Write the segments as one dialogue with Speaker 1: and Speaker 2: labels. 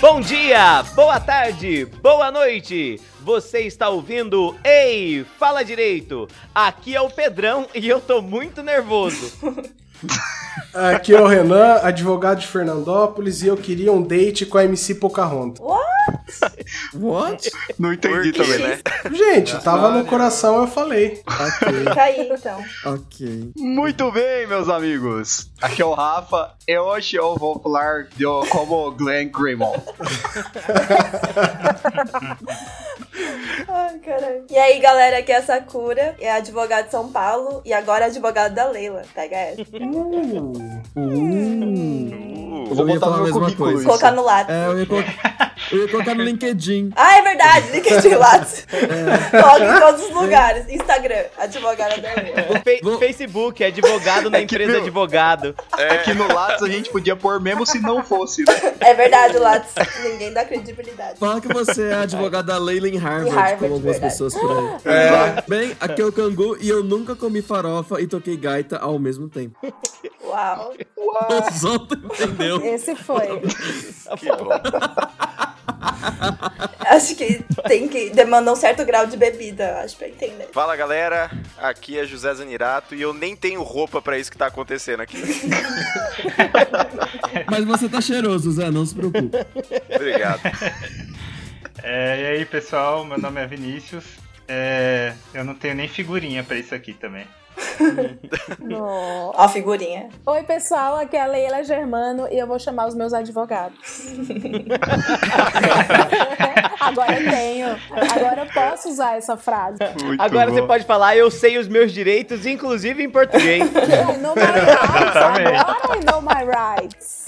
Speaker 1: Bom dia, boa tarde, boa noite. Você está ouvindo Ei, fala direito. Aqui é o Pedrão e eu tô muito nervoso.
Speaker 2: Aqui é o Renan, advogado de Fernandópolis, e eu queria um date com a MC Pocahontas.
Speaker 3: What?
Speaker 4: Não entendi
Speaker 5: Por quê?
Speaker 4: também, né?
Speaker 2: Gente, tava no coração, eu falei.
Speaker 3: Ok,
Speaker 5: Fica aí, então.
Speaker 3: ok.
Speaker 4: Muito bem, meus amigos. Aqui é o Rafa. E hoje eu vou falar de como Glenn Greenwald.
Speaker 5: Ai, caralho. E aí, galera, aqui é a Sakura, é advogada de São Paulo e agora é advogada da Leila, pega essa.
Speaker 4: Eu vou
Speaker 3: Eu ia
Speaker 4: botar no
Speaker 3: falar a
Speaker 4: meu
Speaker 3: mesma
Speaker 4: currículo
Speaker 3: coisa.
Speaker 4: isso.
Speaker 5: Colocar no lado.
Speaker 3: É, eu ia, colocar, eu ia colocar no LinkedIn.
Speaker 5: Ah, é verdade, LinkedIn Lattes. Coloca em todos os lugares. Instagram, advogada da Leila.
Speaker 1: Fe-
Speaker 3: Vou-
Speaker 1: Facebook, advogado na
Speaker 4: É que,
Speaker 1: empresa
Speaker 4: meu-
Speaker 1: advogado.
Speaker 4: É que no Lattes a gente podia pôr mesmo se não fosse, né?
Speaker 5: É verdade, Lattes. Ninguém dá credibilidade.
Speaker 3: Fala que você é advogada da Leila em Harvard,
Speaker 5: Em Harvard,
Speaker 3: como algumas
Speaker 5: verdade.
Speaker 3: pessoas por aí.
Speaker 4: É.
Speaker 3: Bem, aqui é o Cangu e eu nunca comi farofa e toquei gaita ao mesmo tempo.
Speaker 5: Uau.
Speaker 6: Ah.
Speaker 3: Os outros entendeu?
Speaker 6: Esse foi.
Speaker 5: Acho que tem que demanda um certo grau de bebida, acho, pra entender.
Speaker 7: Fala galera, aqui é José Zanirato e eu nem tenho roupa pra isso que tá acontecendo aqui.
Speaker 3: Mas você tá cheiroso, Zé, não se preocupe.
Speaker 7: É, Obrigado.
Speaker 8: É, e aí pessoal, meu nome é Vinícius. É, eu não tenho nem figurinha pra isso aqui também.
Speaker 5: Ó, a figurinha.
Speaker 6: Oi, pessoal, aqui é a Leila Germano e eu vou chamar os meus advogados. agora eu tenho. Agora eu posso usar essa frase.
Speaker 4: Muito
Speaker 1: Agora
Speaker 4: bom.
Speaker 1: você pode falar, eu sei os meus direitos, inclusive em português.
Speaker 6: I know my rights.
Speaker 8: Exatamente.
Speaker 6: Agora I know my rights.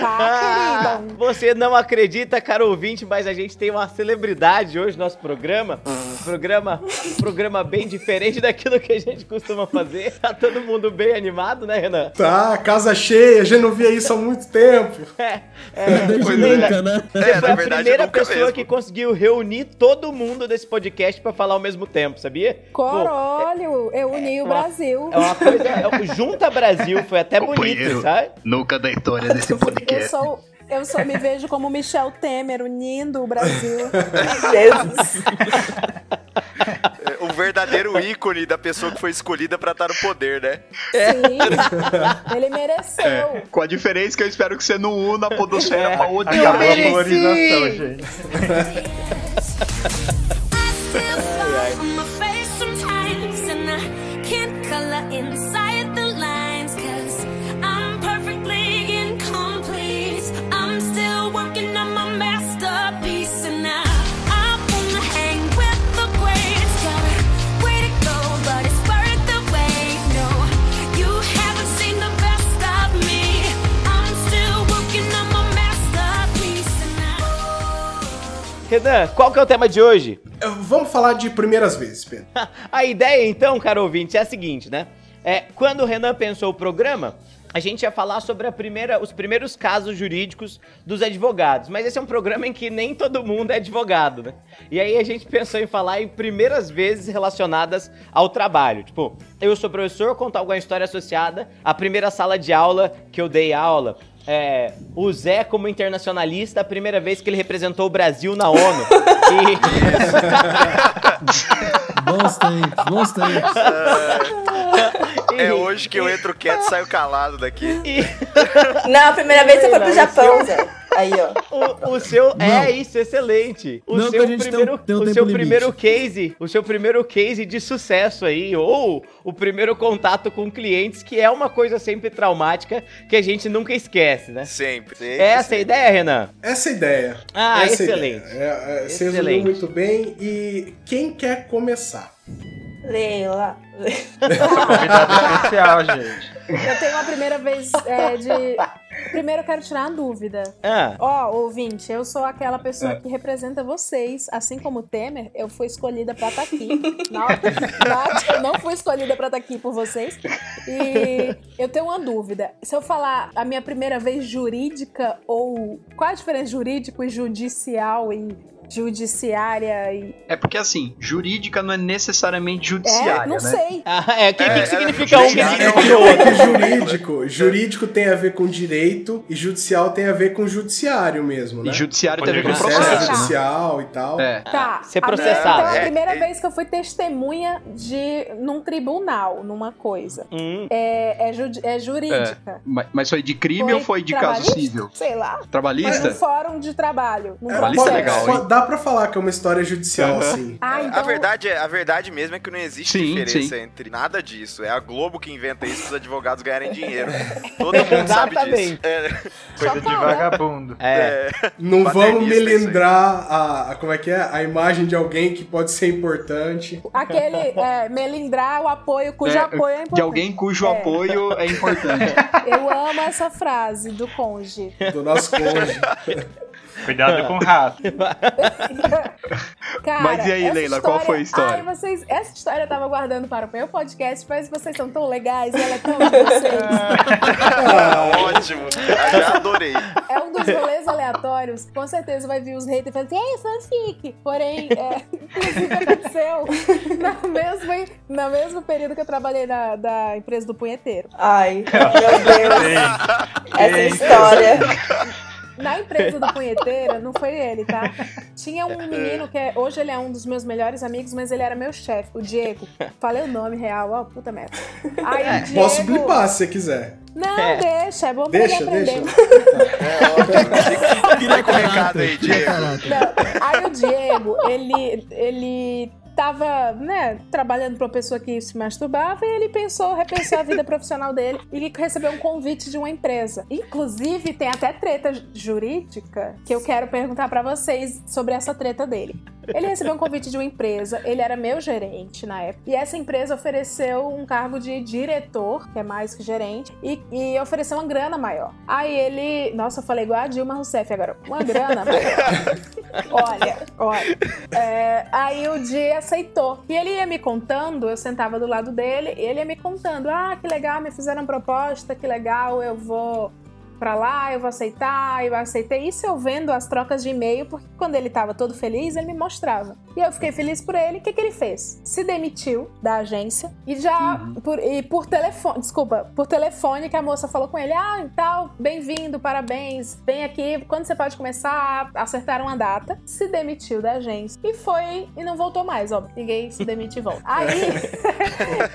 Speaker 6: Tá,
Speaker 1: Ah,
Speaker 6: querida?
Speaker 1: você não acredita, caro ouvinte, mas a gente tem uma celebridade hoje no nosso programa. Programa, programa bem diferente daquilo que a gente costuma fazer. Tá todo mundo bem animado, né, Renan?
Speaker 2: Tá, casa cheia, a gente não via isso há muito tempo.
Speaker 1: É,
Speaker 3: Desde
Speaker 7: Pois é.
Speaker 3: nunca, né?
Speaker 1: foi
Speaker 7: É, na
Speaker 1: a
Speaker 7: verdade,
Speaker 1: primeira
Speaker 7: nunca
Speaker 1: pessoa
Speaker 7: mesmo.
Speaker 1: que conseguiu reunir todo mundo desse podcast pra falar ao mesmo tempo, sabia? Pô,
Speaker 6: Corolho, eu uni o Brasil.
Speaker 1: é uma coisa. é- Junta Brasil, foi até bonito,
Speaker 4: Companheiro.
Speaker 1: sabe?
Speaker 4: Nunca da história desse
Speaker 6: Eu
Speaker 4: podcast.
Speaker 6: sou. Eu sou, me vejo como Michel Temer unindo o Brasil.
Speaker 5: Jesus.
Speaker 7: É, O verdadeiro ícone da pessoa que foi escolhida pra estar no poder, né?
Speaker 6: Sim, ele mereceu.
Speaker 4: Com a diferença que eu espero que você não una a podosfera
Speaker 1: É.
Speaker 4: pra
Speaker 1: Eu
Speaker 4: odiar.
Speaker 1: mereci!
Speaker 8: valorização, gente.
Speaker 1: Renan, qual que é o tema de hoje?
Speaker 2: Eh, Vamos falar de primeiras vezes, Pedro.
Speaker 1: A ideia, então, caro ouvinte, é a seguinte, né? É, quando o Renan pensou o programa, a gente ia falar sobre a primeira, os primeiros casos jurídicos dos advogados. Mas esse é um programa em que nem todo mundo é advogado, né? E aí a gente pensou em falar em primeiras vezes relacionadas ao trabalho. Tipo, eu sou professor, contar alguma história associada à primeira sala de aula que eu dei aula. É, o Zé como internacionalista, a primeira vez que ele representou o Brasil na ONU. E...
Speaker 3: Bons tempos, bons tempos.
Speaker 7: É
Speaker 1: e-
Speaker 7: hoje que eu entro quieto e saio calado daqui.
Speaker 1: e-
Speaker 5: Não, a primeira vez você foi pro
Speaker 1: Não,
Speaker 5: Japão, Zé. Aí, ó.
Speaker 1: O, o seu. É isso, excelente. O
Speaker 3: Não,
Speaker 1: seu
Speaker 3: porque a gente tem um-
Speaker 1: primeiro,
Speaker 3: tem um
Speaker 1: o
Speaker 3: tempo
Speaker 1: seu
Speaker 3: limite.
Speaker 1: primeiro case. O seu primeiro case de sucesso aí. Ou o primeiro contato com clientes, que é uma coisa sempre traumática que a gente nunca esquece, né?
Speaker 7: Sempre. sempre
Speaker 1: Essa é a
Speaker 7: sempre.
Speaker 1: ideia, Renan?
Speaker 2: Essa é a ideia.
Speaker 1: Ah,
Speaker 2: Essa é a
Speaker 1: excelente.
Speaker 2: ideia. É, é, Você resumiu
Speaker 1: Excelente.
Speaker 2: muito bem. E quem quer começar?
Speaker 5: Leila.
Speaker 8: Convidado especial, gente.
Speaker 6: Eu tenho uma primeira vez é, de. Primeiro eu quero tirar uma dúvida.
Speaker 1: Ah,
Speaker 6: Ó, ouvinte, eu sou aquela pessoa
Speaker 4: É.
Speaker 6: que representa vocês. Assim como o Temer, eu fui escolhida pra estar aqui. Não, não, eu não fui escolhida pra estar aqui por vocês. E eu tenho uma dúvida. Se eu falar a minha primeira vez jurídica ou. Qual a diferença jurídico e judicial e judiciária e.
Speaker 4: É porque assim, jurídica não é necessariamente judiciária,
Speaker 6: É, não
Speaker 4: né?
Speaker 6: sei.
Speaker 1: Ah, é, o que,
Speaker 7: É,
Speaker 1: que, que
Speaker 7: é,
Speaker 1: significa um? O que
Speaker 7: judiciário.
Speaker 1: significa o
Speaker 2: É
Speaker 1: outro?
Speaker 2: que jurídico, jurídico tem a ver com direito e judicial tem a ver com judiciário mesmo, né?
Speaker 4: E judiciário
Speaker 8: Pode
Speaker 4: teve com
Speaker 8: ver que
Speaker 4: processo.
Speaker 2: processo
Speaker 6: processo.
Speaker 2: judicial e tal.
Speaker 4: É.
Speaker 6: Tá.
Speaker 1: Ah, ser
Speaker 6: a minha-
Speaker 1: processado.
Speaker 6: Então, a
Speaker 7: É,
Speaker 6: primeira
Speaker 7: é-
Speaker 6: vez que eu fui testemunha de num tribunal, numa coisa.
Speaker 1: Hum,
Speaker 6: É, é, ju- é jurídica.
Speaker 4: Ma- Mas foi de crime ou foi de caso
Speaker 6: trabalhista?
Speaker 4: civil?
Speaker 6: Sei lá.
Speaker 4: Trabalhista?
Speaker 6: Num fórum de trabalho. Num
Speaker 2: É,
Speaker 4: Trabalhista
Speaker 6: processo.
Speaker 2: pode-
Speaker 4: legal,
Speaker 2: pode- Dá pra falar que é uma história judicial, assim.
Speaker 6: Ah, então,
Speaker 7: A verdade, é, a verdade mesmo é que não existe
Speaker 4: Sim,
Speaker 7: diferença entre nada disso. É a Globo que inventa isso para os advogados ganharem dinheiro. Todo mundo sabe disso.
Speaker 1: Exatamente.
Speaker 7: É,
Speaker 8: Coisa de
Speaker 6: Chocada.
Speaker 8: vagabundo.
Speaker 1: é.
Speaker 2: Não vamos
Speaker 7: Baterista,
Speaker 2: melindrar a, a- como é que é? A imagem de alguém que pode ser importante.
Speaker 6: Aquele é, melindrar o apoio, cujo
Speaker 4: É,
Speaker 6: apoio é importante.
Speaker 4: De alguém cujo
Speaker 6: É.
Speaker 4: apoio é importante.
Speaker 6: Eu amo essa frase do conge.
Speaker 2: Do nosso cônjuge.
Speaker 8: Cuidado com o rato.
Speaker 6: Cara,
Speaker 4: Mas e aí,
Speaker 6: essa
Speaker 4: Leila, qual foi a história?
Speaker 6: Ai, vocês... Essa história eu tava guardando para o meu podcast, mas vocês são tão legais e ela é tão de vocês.
Speaker 7: ótimo. Eu já adorei.
Speaker 6: É um dos rolês aleatórios. Com certeza vai vir os haters falando assim, ei, fanfic. Porém, é, inclusive aconteceu na mesma, na mesmo período que eu trabalhei na da empresa do punheteiro.
Speaker 5: Ai, meu Deus, essa história.
Speaker 6: Na empresa do punheteiro, não foi ele, tá? Tinha um menino que é- hoje ele é um dos meus melhores amigos, mas ele era meu chefe, o Diego. Falei o nome real, ó, puta merda. Aí o Diego...
Speaker 2: Posso blipar se você quiser.
Speaker 6: Não,
Speaker 1: É.
Speaker 6: deixa, é bom pra ele
Speaker 2: Deixa,
Speaker 6: aprender.
Speaker 2: deixa.
Speaker 7: Fica o recado aí, Diego.
Speaker 6: Não, Aí o Diego, ele, ele tava, né, trabalhando pra uma pessoa que se masturbava e ele pensou, repensou a vida profissional dele e recebeu um convite de uma empresa. Inclusive, tem até treta jurídica que eu quero perguntar pra vocês sobre essa treta dele. Ele recebeu um convite de uma empresa, ele era meu gerente na época, e essa empresa ofereceu um cargo de diretor, que é mais que gerente, e, e ofereceu uma grana maior. Aí ele, nossa, eu falei igual a Dilma Rousseff agora, uma grana maior. olha, olha. É, aí o Di aceitou. E ele ia me contando, eu sentava do lado dele, e ele ia me contando: ah, que legal, me fizeram proposta, que legal, eu vou pra lá, eu vou aceitar, eu aceitei. Isso eu vendo as trocas de e-mail, porque quando ele tava todo feliz, ele me mostrava. E eu fiquei feliz por ele. O que, que ele fez? Se demitiu da agência e já. Por, e por telefone. Desculpa, por telefone que a moça falou com ele: ah, então, bem-vindo, parabéns, vem aqui, quando você pode começar? Acertaram a data. Se demitiu da agência e foi e não voltou mais, ó. Ninguém se demite e volta. Aí.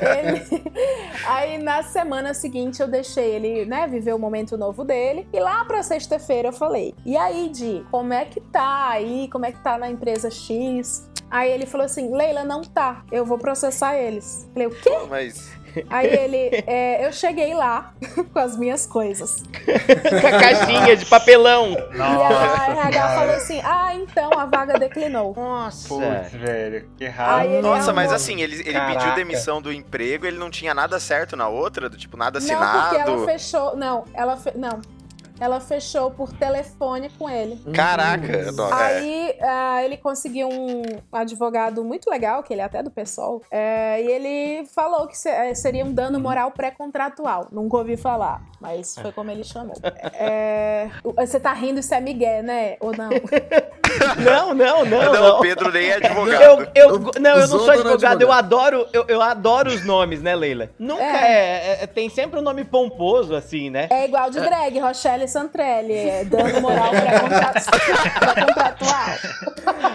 Speaker 6: ele, Aí na semana seguinte eu deixei ele, né, viver o momento novo dele. E lá pra sexta-feira eu falei: E aí, Di, como é que tá aí? Como é que tá na empresa X? Aí ele falou assim: Leila, não tá. Eu vou processar eles. Falei, o quê?
Speaker 7: Mas
Speaker 6: Aí ele, "É, eu cheguei lá com as minhas coisas.
Speaker 1: Com a caixinha de papelão.
Speaker 6: e a RH
Speaker 8: senhora.
Speaker 6: falou assim: Ah, então a vaga declinou.
Speaker 1: Nossa.
Speaker 8: Putz, velho, que
Speaker 6: Aí
Speaker 8: errado.
Speaker 6: ele
Speaker 7: Nossa,
Speaker 6: arrumou-
Speaker 7: mas assim, ele, ele pediu
Speaker 8: Caraca.
Speaker 7: demissão do emprego, ele não tinha nada certo na outra, do tipo, nada
Speaker 6: Não, porque ela
Speaker 7: assinado.
Speaker 6: fechou. Não, ela fe- não. Ela fechou por telefone com ele.
Speaker 4: Uhum.
Speaker 7: Caraca, não, é.
Speaker 6: Aí ah, ele conseguiu um advogado muito legal, que ele é até do PSOL, é, e ele falou que se- eh, seria um dano moral pré-contratual. Nunca ouvi falar, mas foi como ele chamou. É, o- você tá rindo, isso é migué, né? Ou não?
Speaker 1: Não, não, não,
Speaker 7: Não,
Speaker 1: não.
Speaker 7: o Pedro nem é advogado.
Speaker 1: Eu, eu,
Speaker 3: O-
Speaker 1: não, eu não
Speaker 3: usou
Speaker 1: sou
Speaker 3: o nome
Speaker 1: advogado,
Speaker 3: de
Speaker 1: eu
Speaker 3: advogado.
Speaker 1: adoro, eu, eu adoro os nomes, né, Leila? Nunca é. é- tem sempre um nome pomposo, assim, né?
Speaker 6: É igual de drag, Rochelle Santrelli, é dano moral pré-contra- pré-contratual.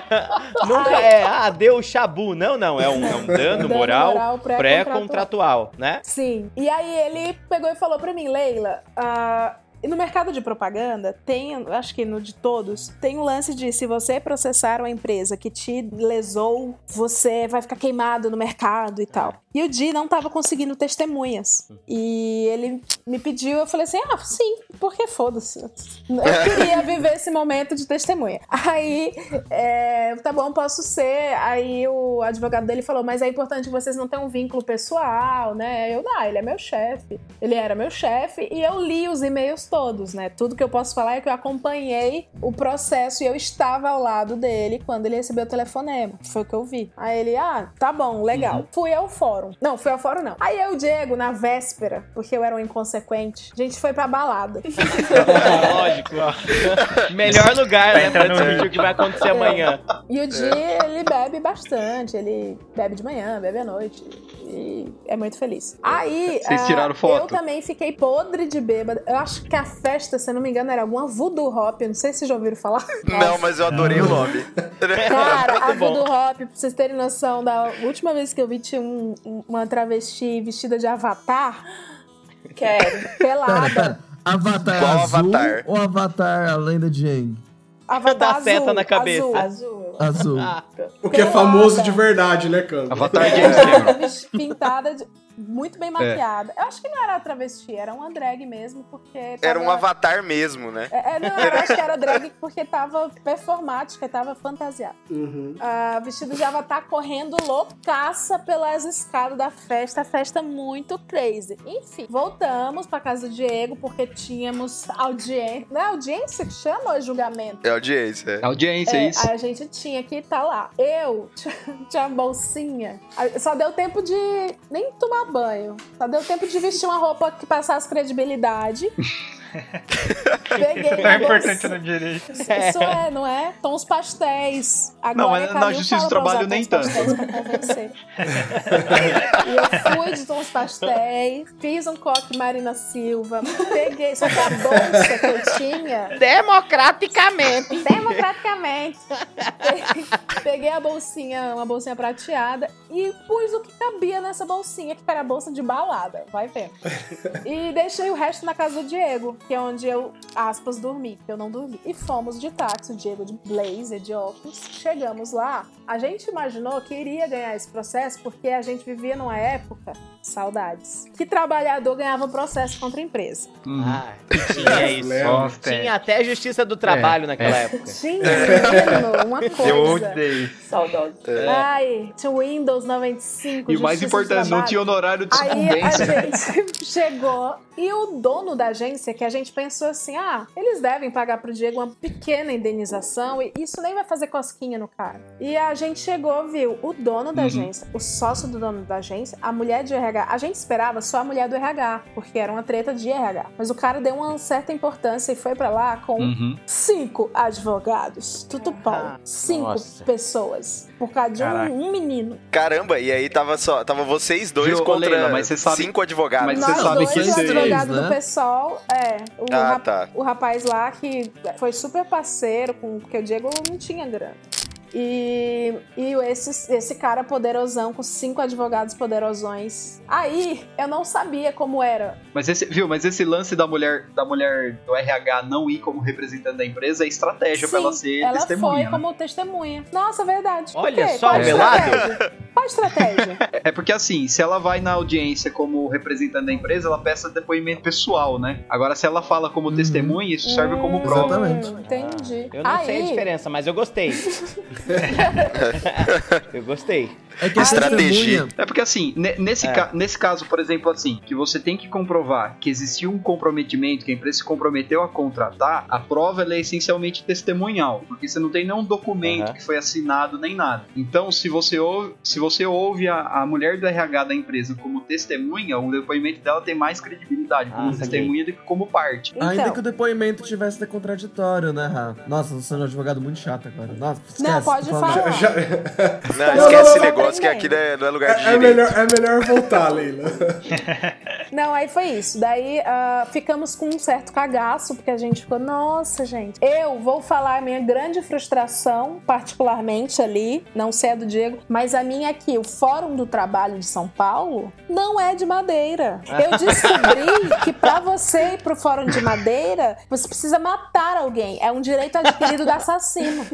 Speaker 1: Nunca é, ah, deu chabu. Não, não, é um, é um dano moral é pré-contratual, né?
Speaker 6: Sim. E aí ele pegou e falou pra mim, Leila, ah, no mercado de propaganda tem, acho que no de todos, tem um lance de se você processar uma empresa que te lesou, você vai ficar queimado no mercado e tal. E o Di não tava conseguindo testemunhas. E ele me pediu, eu falei assim, ah, sim, porque foda-se. Eu queria viver esse momento de testemunha. Aí, é, tá bom, posso ser. Aí o advogado dele falou, mas é importante que vocês não tenham um vínculo pessoal, né? Eu, não, ele é meu chefe. Ele era meu chefe e eu li os e-mails todos, né? Tudo que eu posso falar é que eu acompanhei o processo e eu estava ao lado dele quando ele recebeu o telefonema. Foi o que eu vi. Aí ele, ah, tá bom, legal. Fui ao fórum. fórum. Não, fui ao fórum não. Aí eu e o Diego, na véspera, porque eu era um inconsequente, a gente foi pra balada.
Speaker 1: Lógico. Melhor lugar, né,
Speaker 8: Vai
Speaker 1: pra
Speaker 8: entrar no
Speaker 1: discutir
Speaker 8: vídeo.
Speaker 1: o que vai acontecer amanhã.
Speaker 6: E o Di, ele bebe bastante. Ele bebe de manhã, bebe à noite. E é muito feliz. Aí.
Speaker 4: Vocês
Speaker 6: ah,
Speaker 4: tiraram foto?
Speaker 6: Eu também fiquei podre de bêbada. Eu acho que a festa, se eu não me engano, era alguma voodoo hop. eu Não sei se vocês já ouviram falar.
Speaker 7: Não, mas eu adorei o nome.
Speaker 6: Cara, a
Speaker 1: Muito bom.
Speaker 6: voodoo hop, pra vocês terem noção, da última vez que eu vi tinha um- um- uma travesti vestida de avatar,
Speaker 5: Quero.
Speaker 6: pelada.
Speaker 3: Avatar
Speaker 7: Qual
Speaker 3: azul
Speaker 7: Avatar?
Speaker 3: ou Avatar a lenda de Aang?
Speaker 6: Avatar
Speaker 1: Dá
Speaker 6: azul,
Speaker 1: seta na cabeça.
Speaker 6: azul.
Speaker 5: Azul.
Speaker 3: Azul.
Speaker 1: Ah,
Speaker 2: O que é
Speaker 6: Pelada.
Speaker 2: famoso de verdade, né, Cam?
Speaker 7: Tá
Speaker 4: Avatar de
Speaker 6: Ela
Speaker 4: Instagram.
Speaker 6: vesti- pintada, de- muito bem maquiada. Eu acho que não era travesti, era uma drag mesmo, porque. Tava...
Speaker 7: Era um avatar mesmo, né?
Speaker 6: É, é, não, eu acho que era drag porque tava performática, tava fantasiada.
Speaker 2: Uhum.
Speaker 6: Ah, vestido de avatar correndo loucaça pelas escadas da festa, a festa muito crazy. Enfim, voltamos pra casa do Diego porque tínhamos audiência. Não é audiência que chama ou é julgamento?
Speaker 7: É audiência.
Speaker 4: Audiência,
Speaker 6: É,
Speaker 4: isso.
Speaker 6: a gente tinha que estar lá. Eu tinha a bolsinha. A- Só deu tempo de nem tomar banho. Só deu tempo de vestir uma roupa que passasse credibilidade. Peguei
Speaker 8: Não é
Speaker 6: minha
Speaker 8: importante
Speaker 6: bolsinha.
Speaker 8: no direito.
Speaker 6: Isso é, não é? Tons pastéis. Agora
Speaker 4: Não, mas
Speaker 6: a
Speaker 4: na
Speaker 6: Camil
Speaker 4: Justiça
Speaker 6: fala
Speaker 4: do
Speaker 6: pra
Speaker 4: Trabalho
Speaker 6: usar
Speaker 4: nem
Speaker 6: tons
Speaker 4: tanto.
Speaker 6: pastéis pra convencer. e eu fui de tons pastéis, fiz um coque Marina Silva, peguei, só que a bolsa que eu tinha
Speaker 1: democraticamente.
Speaker 6: Democraticamente. Peguei a bolsinha, uma bolsinha prateada, e pus o que cabia nessa bolsinha, que era a bolsa de balada. Vai ver. E deixei o resto na casa do Diego, que é onde eu, aspas, dormi, que eu não dormi. E fomos de táxi, o Diego de blazer, de óculos. Chegamos lá. A gente imaginou que iria ganhar esse processo, porque a gente vivia numa época, saudades, que trabalhador ganhava processo contra a empresa.
Speaker 1: Ah, tinha isso.
Speaker 8: Nossa,
Speaker 1: É, Tinha até justiça do trabalho naquela época.
Speaker 6: Gente, menino, uma coisa.
Speaker 8: Eu odeio.
Speaker 5: Saudosa.
Speaker 6: Ai, tinha o Windows 95.
Speaker 4: E o
Speaker 6: justiça
Speaker 4: mais
Speaker 6: do
Speaker 4: importante, não
Speaker 6: trabalho.
Speaker 4: tinha honorário de
Speaker 6: Aí né? a
Speaker 4: sucumbência.
Speaker 6: gente chegou e o dono da agência, que a gente pensou assim: ah, eles devem pagar pro Diego uma pequena indenização e isso nem vai fazer cosquinha no cara. E a gente chegou, viu, o dono
Speaker 4: Uhum.
Speaker 6: da agência, o sócio do dono da agência, a mulher de RH. A gente esperava só a mulher do RH, porque era uma treta de RH. Mas o cara deu uma certa importância e foi pra lá com
Speaker 4: Uhum.
Speaker 6: cinco advogados, tudo pau.
Speaker 4: Ah,
Speaker 6: Cinco
Speaker 1: nossa.
Speaker 6: pessoas. Por causa de
Speaker 7: Caraca.
Speaker 6: um, um menino.
Speaker 7: Caramba, e aí tava só. Tava vocês dois
Speaker 4: Viu, ô,
Speaker 7: contra
Speaker 4: Leila, mas você sabe-
Speaker 7: cinco advogados.
Speaker 4: mas você
Speaker 6: Nós
Speaker 4: sabe
Speaker 6: dois,
Speaker 4: que
Speaker 6: o
Speaker 4: vocês,
Speaker 6: advogado do
Speaker 3: né?
Speaker 6: pessoal, é, o,
Speaker 7: Ah,
Speaker 6: rap-
Speaker 7: tá.
Speaker 6: o rapaz lá que foi super parceiro, com, porque o Diego não tinha grana. E, e esse, esse cara poderosão, com cinco advogados poderosões. Aí, eu não sabia como era.
Speaker 4: Mas esse, viu, mas esse lance da mulher, da mulher do RH não ir como representante da empresa é estratégia pra
Speaker 6: Sim,
Speaker 4: ela ser
Speaker 6: ela foi
Speaker 4: testemunha. né?
Speaker 6: como testemunha. Nossa, verdade. Por
Speaker 1: Olha
Speaker 6: quê?
Speaker 1: só,
Speaker 6: Qual a
Speaker 1: Abelardo.
Speaker 6: estratégia? Qual a estratégia?
Speaker 4: É porque assim, se ela vai na audiência como representante da empresa, ela peça depoimento pessoal, né? Agora, se ela fala como testemunha, isso serve como prova.
Speaker 3: Exatamente.
Speaker 6: Hum, entendi.
Speaker 1: Eu não
Speaker 6: Aí,
Speaker 1: sei a diferença, mas eu gostei. eu gostei.
Speaker 3: É que a
Speaker 7: Estratégia.
Speaker 3: testemunha.
Speaker 4: É porque assim, ne- nesse,
Speaker 1: É.
Speaker 4: ca- nesse caso, por exemplo, assim, que você tem que comprovar que existiu um comprometimento, que a empresa se comprometeu a contratar, a prova ela é essencialmente testemunhal, porque você não tem nenhum documento
Speaker 1: Aham.
Speaker 4: que foi assinado nem nada. Então, se você ouve, se você ouve a, a mulher do RH da empresa como testemunha, o depoimento dela tem mais credibilidade como
Speaker 1: Ah, saquei.
Speaker 4: testemunha do que como parte.
Speaker 6: então,
Speaker 3: Ainda que o depoimento tivesse sido contraditório, né, Rafa? Nossa, você é um advogado muito chato agora. Nossa, esquece.
Speaker 6: Não, pode
Speaker 3: tô falando.
Speaker 6: falar.
Speaker 2: Já-
Speaker 7: Não,
Speaker 6: Não, não,
Speaker 7: esquece esse
Speaker 6: não,
Speaker 7: negócio que
Speaker 6: não.
Speaker 7: aqui não é, não é lugar de
Speaker 2: é, é
Speaker 7: direito.
Speaker 2: melhor, é melhor voltar, Leila.
Speaker 6: Não, aí foi isso. Daí ah, ficamos com um certo cagaço, porque a gente ficou, nossa, gente. Eu vou falar a minha grande frustração, particularmente ali, não sei a do Diego, mas a minha aqui, o Fórum do Trabalho de São Paulo, não é de madeira. Eu descobri que pra você ir pro Fórum de Madeira, você precisa matar alguém. É um direito adquirido do assassino.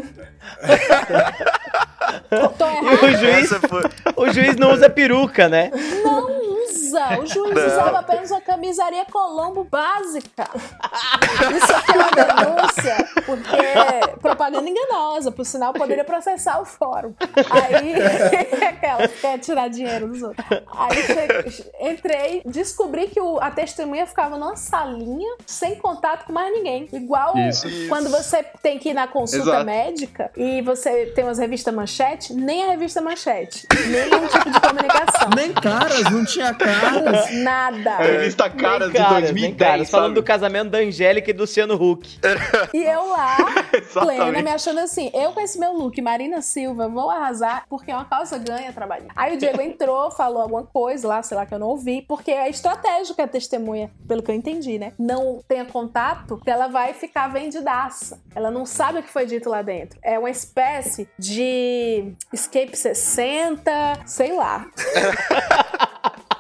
Speaker 6: Tô
Speaker 1: E
Speaker 6: errada?
Speaker 1: o juiz,
Speaker 7: Essa foi-
Speaker 1: o juiz não usa peruca, né?
Speaker 4: Né?
Speaker 6: Não usa. O juiz usava apenas uma camisaria Colombo básica. Isso aqui é uma denúncia, porque propaganda enganosa, por sinal, poderia processar o fórum. Aí, aquela, quer tirar dinheiro dos outros. Aí, che- entrei, descobri que o- a testemunha ficava numa salinha, sem contato com mais ninguém. Igual
Speaker 4: Isso.
Speaker 6: quando você tem que ir na consulta
Speaker 4: Exato.
Speaker 6: médica e você tem umas revistas manchete, nem a revista manchete, nenhum tipo de comunicação.
Speaker 3: Nem caras, não tinha caras.
Speaker 6: Nada.
Speaker 2: É.
Speaker 4: A revista Caras de
Speaker 1: caras, nem
Speaker 4: 2010.
Speaker 1: caras. Falando do
Speaker 4: sabe?
Speaker 1: casamento da Angélica e do Luciano Huck.
Speaker 6: E eu lá, plena,
Speaker 4: Exatamente.
Speaker 6: me achando assim, eu com esse meu look, Marina Silva, vou arrasar, porque é uma causa ganha trabalho. Aí o Diego entrou, falou alguma coisa lá, sei lá, que eu não ouvi, porque é estratégico a testemunha, pelo que eu entendi, né? Não tenha contato, que ela vai ficar vendidaça. Ela não sabe o que foi dito lá dentro. É uma espécie de escape 60, sei lá.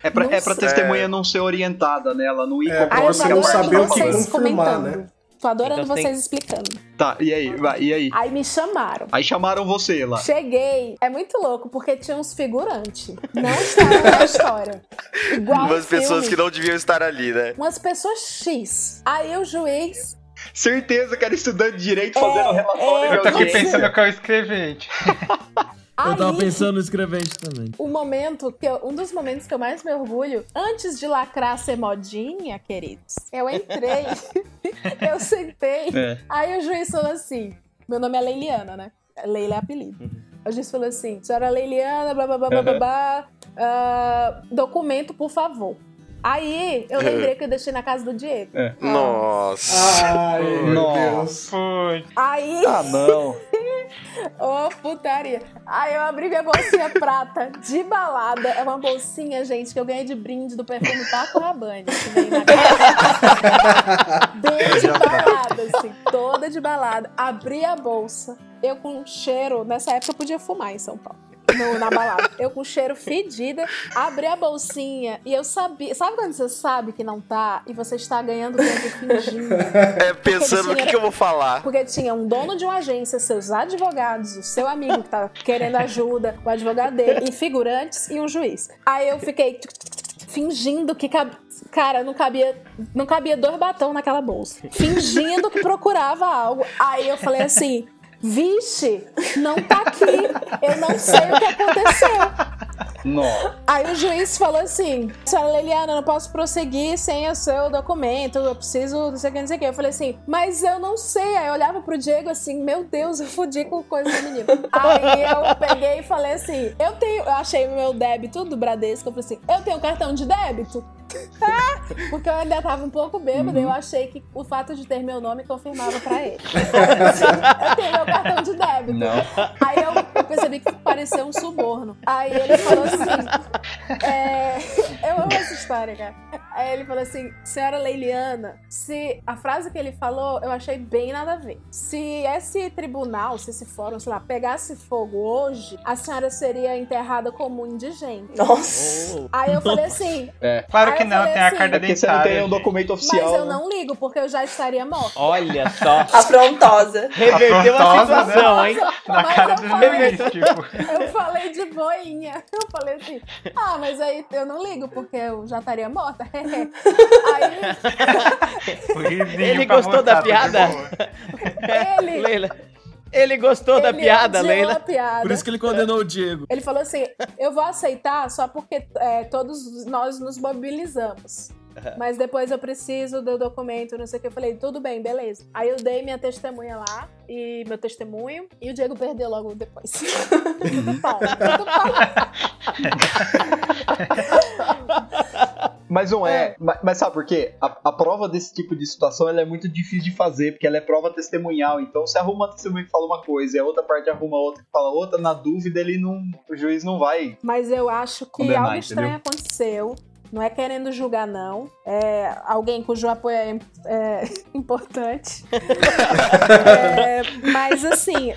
Speaker 4: É pra, é
Speaker 6: Nossa.
Speaker 4: pra testemunha não ser orientada, né? Ela não ir
Speaker 2: É,
Speaker 6: Aí
Speaker 4: comprar
Speaker 2: pra
Speaker 6: eu
Speaker 2: você
Speaker 6: tô
Speaker 2: não
Speaker 6: adorando
Speaker 2: saber o que
Speaker 6: vocês
Speaker 2: confirmar,
Speaker 6: comentando.
Speaker 2: né?
Speaker 6: Tô adorando
Speaker 1: Então tem-
Speaker 6: vocês explicando.
Speaker 4: Tá, e aí? Vai, e aí?
Speaker 6: Aí me chamaram.
Speaker 4: Aí chamaram você lá.
Speaker 6: Cheguei. É muito louco, porque tinha uns figurantes. Não estavam na história. Igual
Speaker 7: Umas
Speaker 6: um
Speaker 7: pessoas
Speaker 6: filme.
Speaker 7: que não deviam estar ali, né?
Speaker 6: Umas pessoas X. Aí o juiz...
Speaker 4: Certeza que era estudante de direito
Speaker 6: É,
Speaker 4: fazendo relatório.
Speaker 8: Eu tô aqui
Speaker 4: meu Deus.
Speaker 8: pensando que é o escrevente.
Speaker 3: Eu tava
Speaker 6: aí,
Speaker 3: pensando no escrevente também.
Speaker 6: O momento, que eu- um dos momentos que eu mais me orgulho, antes de lacrar ser modinha, queridos, eu entrei, eu sentei,
Speaker 4: É.
Speaker 6: aí o juiz falou assim, meu nome é Leiliana, né? Leila é apelido. O juiz falou assim, senhora Leiliana, blá blá blá blá blá,
Speaker 4: Uhum.
Speaker 6: blá, ah, documento, por favor. Aí eu lembrei que eu deixei na casa do Diego.
Speaker 4: É.
Speaker 6: Ah.
Speaker 7: Nossa.
Speaker 2: Ai, meu
Speaker 4: Nossa.
Speaker 2: Deus.
Speaker 8: Putz,
Speaker 6: Aí,
Speaker 4: Ah, não.
Speaker 6: ô putaria. Aí eu abri minha bolsinha prata de balada. É uma bolsinha, gente, que eu ganhei de brinde do perfume Paco Rabanne. Que veio na casa. Bem de balada, assim, toda de balada. Abri a bolsa. Eu com cheiro, nessa época eu podia fumar em São Paulo. no- na balada. Eu com cheiro fedida, abri a bolsinha e eu sabia. Sabe quando você sabe que não tá e você está ganhando tempo fingindo?
Speaker 7: É pensando no que, que eu vou falar.
Speaker 6: Porque tinha um dono de uma agência, seus advogados, o seu amigo que tava querendo ajuda, o advogado dele, e figurantes e um juiz. Aí eu fiquei fingindo que cab- cara, não cabia, não cabia dois batons naquela bolsa. Fingindo que procurava algo. Aí eu falei assim: "Vixe, não tá aqui. Eu não sei o que aconteceu".
Speaker 4: Não.
Speaker 6: Aí o juiz falou assim: senhora Leliana, eu não posso prosseguir sem o seu documento, eu preciso não sei o que, não sei o que. Eu falei assim, mas eu não sei. Aí eu olhava pro Diego assim, meu Deus, eu fudi com coisa do menino. Aí eu peguei e falei assim: eu tenho. Eu achei o meu débito do Bradesco, eu falei assim, eu tenho cartão de débito? Ah, Porque eu ainda tava um pouco bêbada, eu achei que o fato de ter meu nome confirmava pra ele. eu tenho meu cartão de débito.
Speaker 4: Não.
Speaker 6: Aí eu, eu percebi que parecia um suborno. Aí ele falou assim: é, Eu amo essa história, cara. Aí ele falou assim: Senhora Leiliana, se a frase que ele falou eu achei bem nada a ver. Se esse tribunal, se esse fórum, sei lá, pegasse fogo hoje, a senhora seria enterrada como indigente.
Speaker 5: Nossa.
Speaker 6: Aí eu falei assim:
Speaker 8: Claro
Speaker 6: Aí
Speaker 8: que
Speaker 6: eu
Speaker 8: não,
Speaker 6: falei
Speaker 8: tem a
Speaker 6: assim,
Speaker 8: carta
Speaker 4: É porque você não tem
Speaker 8: dentária.
Speaker 4: um
Speaker 8: gente.
Speaker 4: documento
Speaker 6: Mas
Speaker 4: oficial.
Speaker 6: eu
Speaker 4: né?
Speaker 6: não ligo, porque eu já estaria morta.
Speaker 1: Oh, Olha só.
Speaker 4: Oh.
Speaker 5: Afrontosa.
Speaker 1: Reverteu a
Speaker 8: Afrontosa, né?
Speaker 1: situação, hein?
Speaker 8: Na
Speaker 6: Mas
Speaker 8: cara
Speaker 6: eu
Speaker 8: do
Speaker 6: falei-
Speaker 8: juiz, tipo.
Speaker 6: Eu falei de boinha. Eu falei assim, ah, mas aí eu não ligo, porque eu já estaria morta.
Speaker 1: É
Speaker 6: aí
Speaker 8: o risinho
Speaker 1: Ele
Speaker 8: pra
Speaker 1: gostou da
Speaker 8: mostrar, tá de
Speaker 1: piada?
Speaker 8: boa.
Speaker 6: ele.
Speaker 1: Leila. Ele gostou da
Speaker 6: ele
Speaker 1: piada,
Speaker 6: odiou
Speaker 1: Leila.
Speaker 6: a piada.
Speaker 3: Por isso que ele condenou o Diego.
Speaker 6: Ele falou assim: eu vou aceitar só porque é, todos nós nos mobilizamos. Mas depois eu preciso do documento, não sei o que. Eu falei, tudo bem, beleza. Aí eu dei minha testemunha lá, e meu testemunho, e o Diego perdeu logo depois.
Speaker 3: Uhum.
Speaker 6: Tudo pau, tudo pau.
Speaker 4: Mas não é. Mas, mas sabe por quê? A, a prova desse tipo de situação ela é muito difícil de fazer, porque ela é prova testemunhal. Então você arruma uma testemunha que fala uma coisa, e a outra parte arruma outra que fala outra, na dúvida ele não. O juiz não vai.
Speaker 6: Mas eu acho que
Speaker 4: Condenar,
Speaker 6: algo estranho aconteceu. Não é querendo julgar, não. É alguém cujo apoio é, im- é importante. É, mas assim,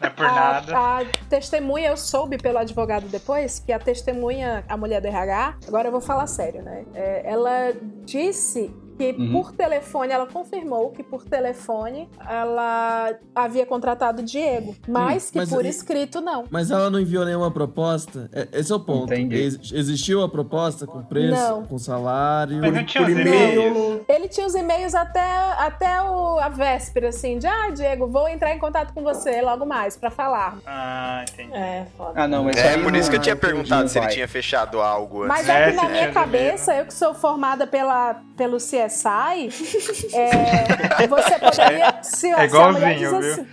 Speaker 8: Não é por
Speaker 6: a,
Speaker 8: nada.
Speaker 6: a testemunha, eu soube pelo advogado depois que a testemunha, a mulher do RH, agora eu vou falar sério, né? É, ela disse que por telefone, ela confirmou que por telefone ela havia contratado o Diego, mas que
Speaker 3: mas
Speaker 6: por
Speaker 3: aí-
Speaker 6: escrito não.
Speaker 3: Mas ela não enviou nenhuma proposta? É- Esse é o ponto.
Speaker 4: Entendi.
Speaker 3: Ex- existiu a proposta com preço,
Speaker 6: Não.
Speaker 3: com salário?
Speaker 8: Mas não tinha
Speaker 2: Por
Speaker 8: os
Speaker 2: e-mail,
Speaker 8: e-mails.
Speaker 2: não-
Speaker 6: Ele tinha os e-mails até, até o- a véspera, assim, de ah, Diego, vou entrar em contato com você logo mais pra falar.
Speaker 8: Ah, entendi.
Speaker 6: É, foda.
Speaker 4: Ah, não, mas
Speaker 7: É,
Speaker 4: aí
Speaker 7: por isso que eu
Speaker 4: não-
Speaker 7: tinha
Speaker 4: entendi,
Speaker 7: perguntado
Speaker 4: não
Speaker 7: se ele
Speaker 4: vai.
Speaker 7: tinha fechado algo antes.
Speaker 6: Mas
Speaker 8: É,
Speaker 6: é que na minha
Speaker 8: esse tinha os e-mails.
Speaker 6: cabeça, eu que sou formada pela, pelo CSI, é, você poderia. Se, se a mulher diz
Speaker 8: igualzinho,
Speaker 6: assim,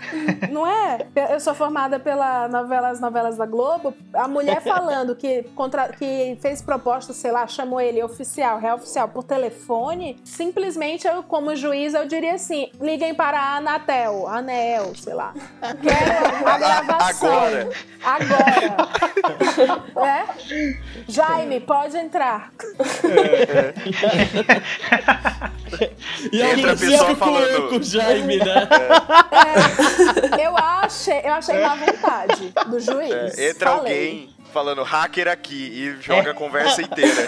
Speaker 6: não é? Eu sou formada pela novela As Novelas da Globo. A mulher falando que, contra, que fez proposta, sei lá, chamou ele oficial, real oficial, por telefone. Simplesmente, eu, como juiz, eu diria assim: liguem para a Anatel, Anel, sei lá. Quero a gravação.
Speaker 7: Agora.
Speaker 6: Agora. é? Jaime, pode entrar.
Speaker 3: E
Speaker 7: Entra
Speaker 3: alguém
Speaker 7: a pessoa
Speaker 3: sempre com
Speaker 7: falando-
Speaker 3: eu, com o Jaime, né?
Speaker 6: É, eu achei, eu achei má vontade do juiz.
Speaker 7: É, entra
Speaker 6: Falei.
Speaker 7: alguém falando hacker aqui e joga a conversa inteira.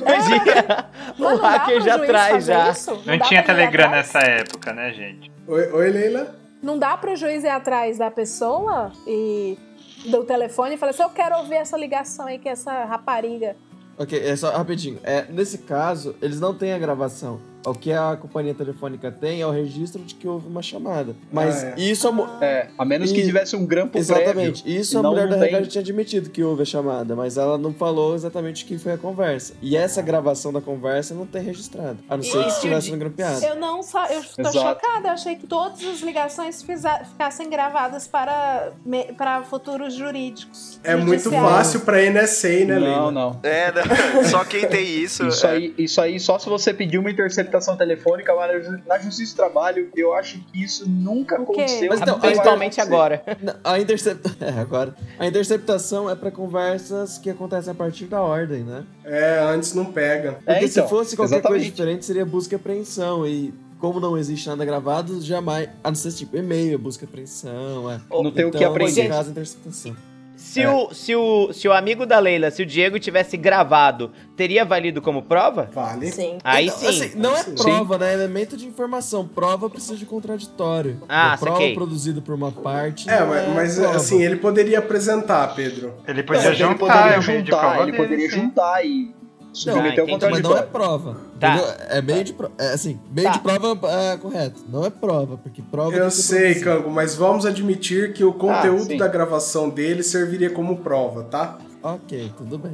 Speaker 1: Imagina,
Speaker 6: Mas
Speaker 1: o
Speaker 6: não dá
Speaker 1: hacker
Speaker 6: pro
Speaker 1: já
Speaker 6: juiz
Speaker 1: traz
Speaker 6: fazer
Speaker 1: já.
Speaker 6: isso?
Speaker 8: Não
Speaker 6: dá
Speaker 8: tinha
Speaker 6: pra ele ir
Speaker 8: Telegram
Speaker 6: atrás?
Speaker 8: nessa época, né, gente?
Speaker 2: Oi, oi, Leila.
Speaker 6: Não dá pro juiz ir atrás da pessoa e do telefone e falar assim: eu quero ouvir essa ligação aí que essa rapariga.
Speaker 3: Ok, é só rapidinho. É, nesse caso, eles não têm a gravação. O que a companhia telefônica tem é o registro de que houve uma chamada. Mas
Speaker 2: Ah, é.
Speaker 3: isso a mu-
Speaker 4: É, a menos que
Speaker 3: E-
Speaker 4: tivesse um grampo
Speaker 3: Exatamente. Isso a
Speaker 4: Senão
Speaker 3: mulher
Speaker 4: não
Speaker 3: da
Speaker 4: tem.
Speaker 3: Record tinha admitido que houve a chamada, mas ela não falou exatamente o que foi a conversa. E essa gravação da conversa não tem registrado. A não ser que
Speaker 1: Isso
Speaker 3: estivesse
Speaker 1: de-
Speaker 3: no grampeado.
Speaker 6: Eu não sa- eu tô
Speaker 4: Exato.
Speaker 6: chocada, eu achei que todas as ligações fiza- ficassem gravadas para, me- para futuros jurídicos.
Speaker 2: É muito
Speaker 6: judiciais.
Speaker 2: fácil pra NSA, né,
Speaker 4: prévio.
Speaker 2: Leila?
Speaker 4: Não, não.
Speaker 7: É, não, só quem tem isso.
Speaker 4: Isso
Speaker 7: é.
Speaker 4: aí, isso aí, só se você pedir uma interceptação telefônica lá na ju- na Justiça do Trabalho, eu acho que isso nunca
Speaker 6: O quê?
Speaker 4: aconteceu. é,
Speaker 3: Mas então,
Speaker 4: nunca vai
Speaker 1: Principalmente
Speaker 4: acontecer.
Speaker 1: agora.
Speaker 3: Na- A intercepta... É, agora. A interceptação é pra conversas que acontecem a partir da ordem, né?
Speaker 2: É, antes não pega.
Speaker 4: É,
Speaker 3: Porque
Speaker 4: então,
Speaker 3: se fosse qualquer coisa
Speaker 4: exatamente.
Speaker 3: diferente, seria busca e apreensão. E como não existe nada gravado, jamais. A não ser tipo e-mail, busca e apreensão. É.
Speaker 1: Ô,
Speaker 4: Não tem o que
Speaker 3: Então,
Speaker 4: aprender.
Speaker 3: nesse caso, interceptação.
Speaker 1: Se, o, se, o, se o amigo da Leila, se o Diego tivesse gravado, teria valido como prova?
Speaker 2: Vale.
Speaker 5: Sim.
Speaker 1: Aí
Speaker 3: Então,
Speaker 1: sim.
Speaker 3: assim, não é
Speaker 2: Sim.
Speaker 3: prova, né? É elemento de informação. Prova precisa de contraditório.
Speaker 1: Ah,
Speaker 3: a prova
Speaker 1: saquei.
Speaker 3: produzida por uma parte.
Speaker 2: É,
Speaker 3: não
Speaker 2: mas, mas,
Speaker 3: prova.
Speaker 2: assim, ele poderia apresentar, Pedro.
Speaker 8: Ele
Speaker 4: Não,
Speaker 8: podia
Speaker 4: ele
Speaker 8: juntar,
Speaker 7: um
Speaker 4: poderia
Speaker 8: é o meio de
Speaker 4: juntar,
Speaker 8: prova
Speaker 4: ele
Speaker 8: dele,
Speaker 4: poderia
Speaker 8: sim.
Speaker 4: juntar e submeter
Speaker 1: entendi.
Speaker 4: o
Speaker 3: Mas não é
Speaker 4: contraditório.
Speaker 3: prova.
Speaker 1: Tá.
Speaker 3: entendeu? É meio de prova. É, assim, meio
Speaker 1: Tá.
Speaker 3: de prova é correto. Não é prova, porque prova. tem
Speaker 2: Eu
Speaker 3: que ser
Speaker 2: sei,
Speaker 3: produzida.
Speaker 2: Cango, mas vamos admitir que o conteúdo
Speaker 4: sim.
Speaker 2: da gravação dele serviria como prova, tá?
Speaker 3: Ok, tudo bem.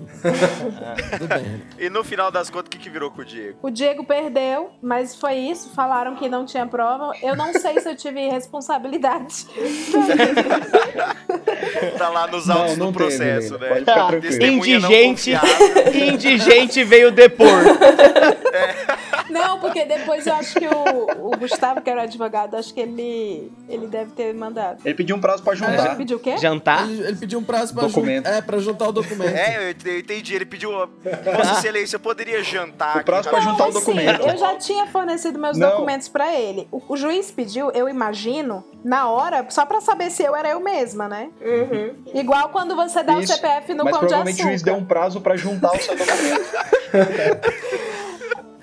Speaker 3: tudo bem.
Speaker 7: é. E no final das contas, o que, que virou com o Diego?
Speaker 6: O Diego perdeu, mas foi isso. Falaram que não tinha prova. Eu não sei se eu tive responsabilidade.
Speaker 7: Tá lá nos
Speaker 4: Não,
Speaker 7: autos
Speaker 4: não
Speaker 7: do
Speaker 4: teve,
Speaker 7: processo,
Speaker 4: velho.
Speaker 7: né?
Speaker 4: Pode ficar tranquilo.
Speaker 7: Testemunha não
Speaker 1: Indigente.
Speaker 7: confiável.
Speaker 1: Indigente veio depor.
Speaker 6: Não, porque depois eu acho que o, o Gustavo, que era o advogado, acho que ele, ele deve ter mandado.
Speaker 4: Ele pediu um prazo pra
Speaker 6: Ele
Speaker 4: juntar.
Speaker 6: pediu o quê?
Speaker 1: Jantar?
Speaker 3: Ele, ele pediu um prazo pra, jun...
Speaker 4: Documento.
Speaker 3: é, pra juntar o documento.
Speaker 7: É, eu ent- eu entendi. Ele pediu. ó, Vossa Excelência, eu poderia jantar.
Speaker 4: O prazo pra
Speaker 7: rapidinho?"
Speaker 4: juntar o
Speaker 6: Assim,
Speaker 4: documento.
Speaker 6: eu já tinha fornecido meus
Speaker 4: Não.
Speaker 6: documentos pra ele. O, o juiz pediu, eu imagino, na hora, só pra saber se eu era eu mesma, né?
Speaker 5: Uhum.
Speaker 6: Igual quando você dá
Speaker 4: Isso,
Speaker 6: o CPF no
Speaker 4: Mas
Speaker 6: pão de
Speaker 4: provavelmente o juiz
Speaker 6: açúcar.
Speaker 4: deu um prazo pra juntar o seu documento.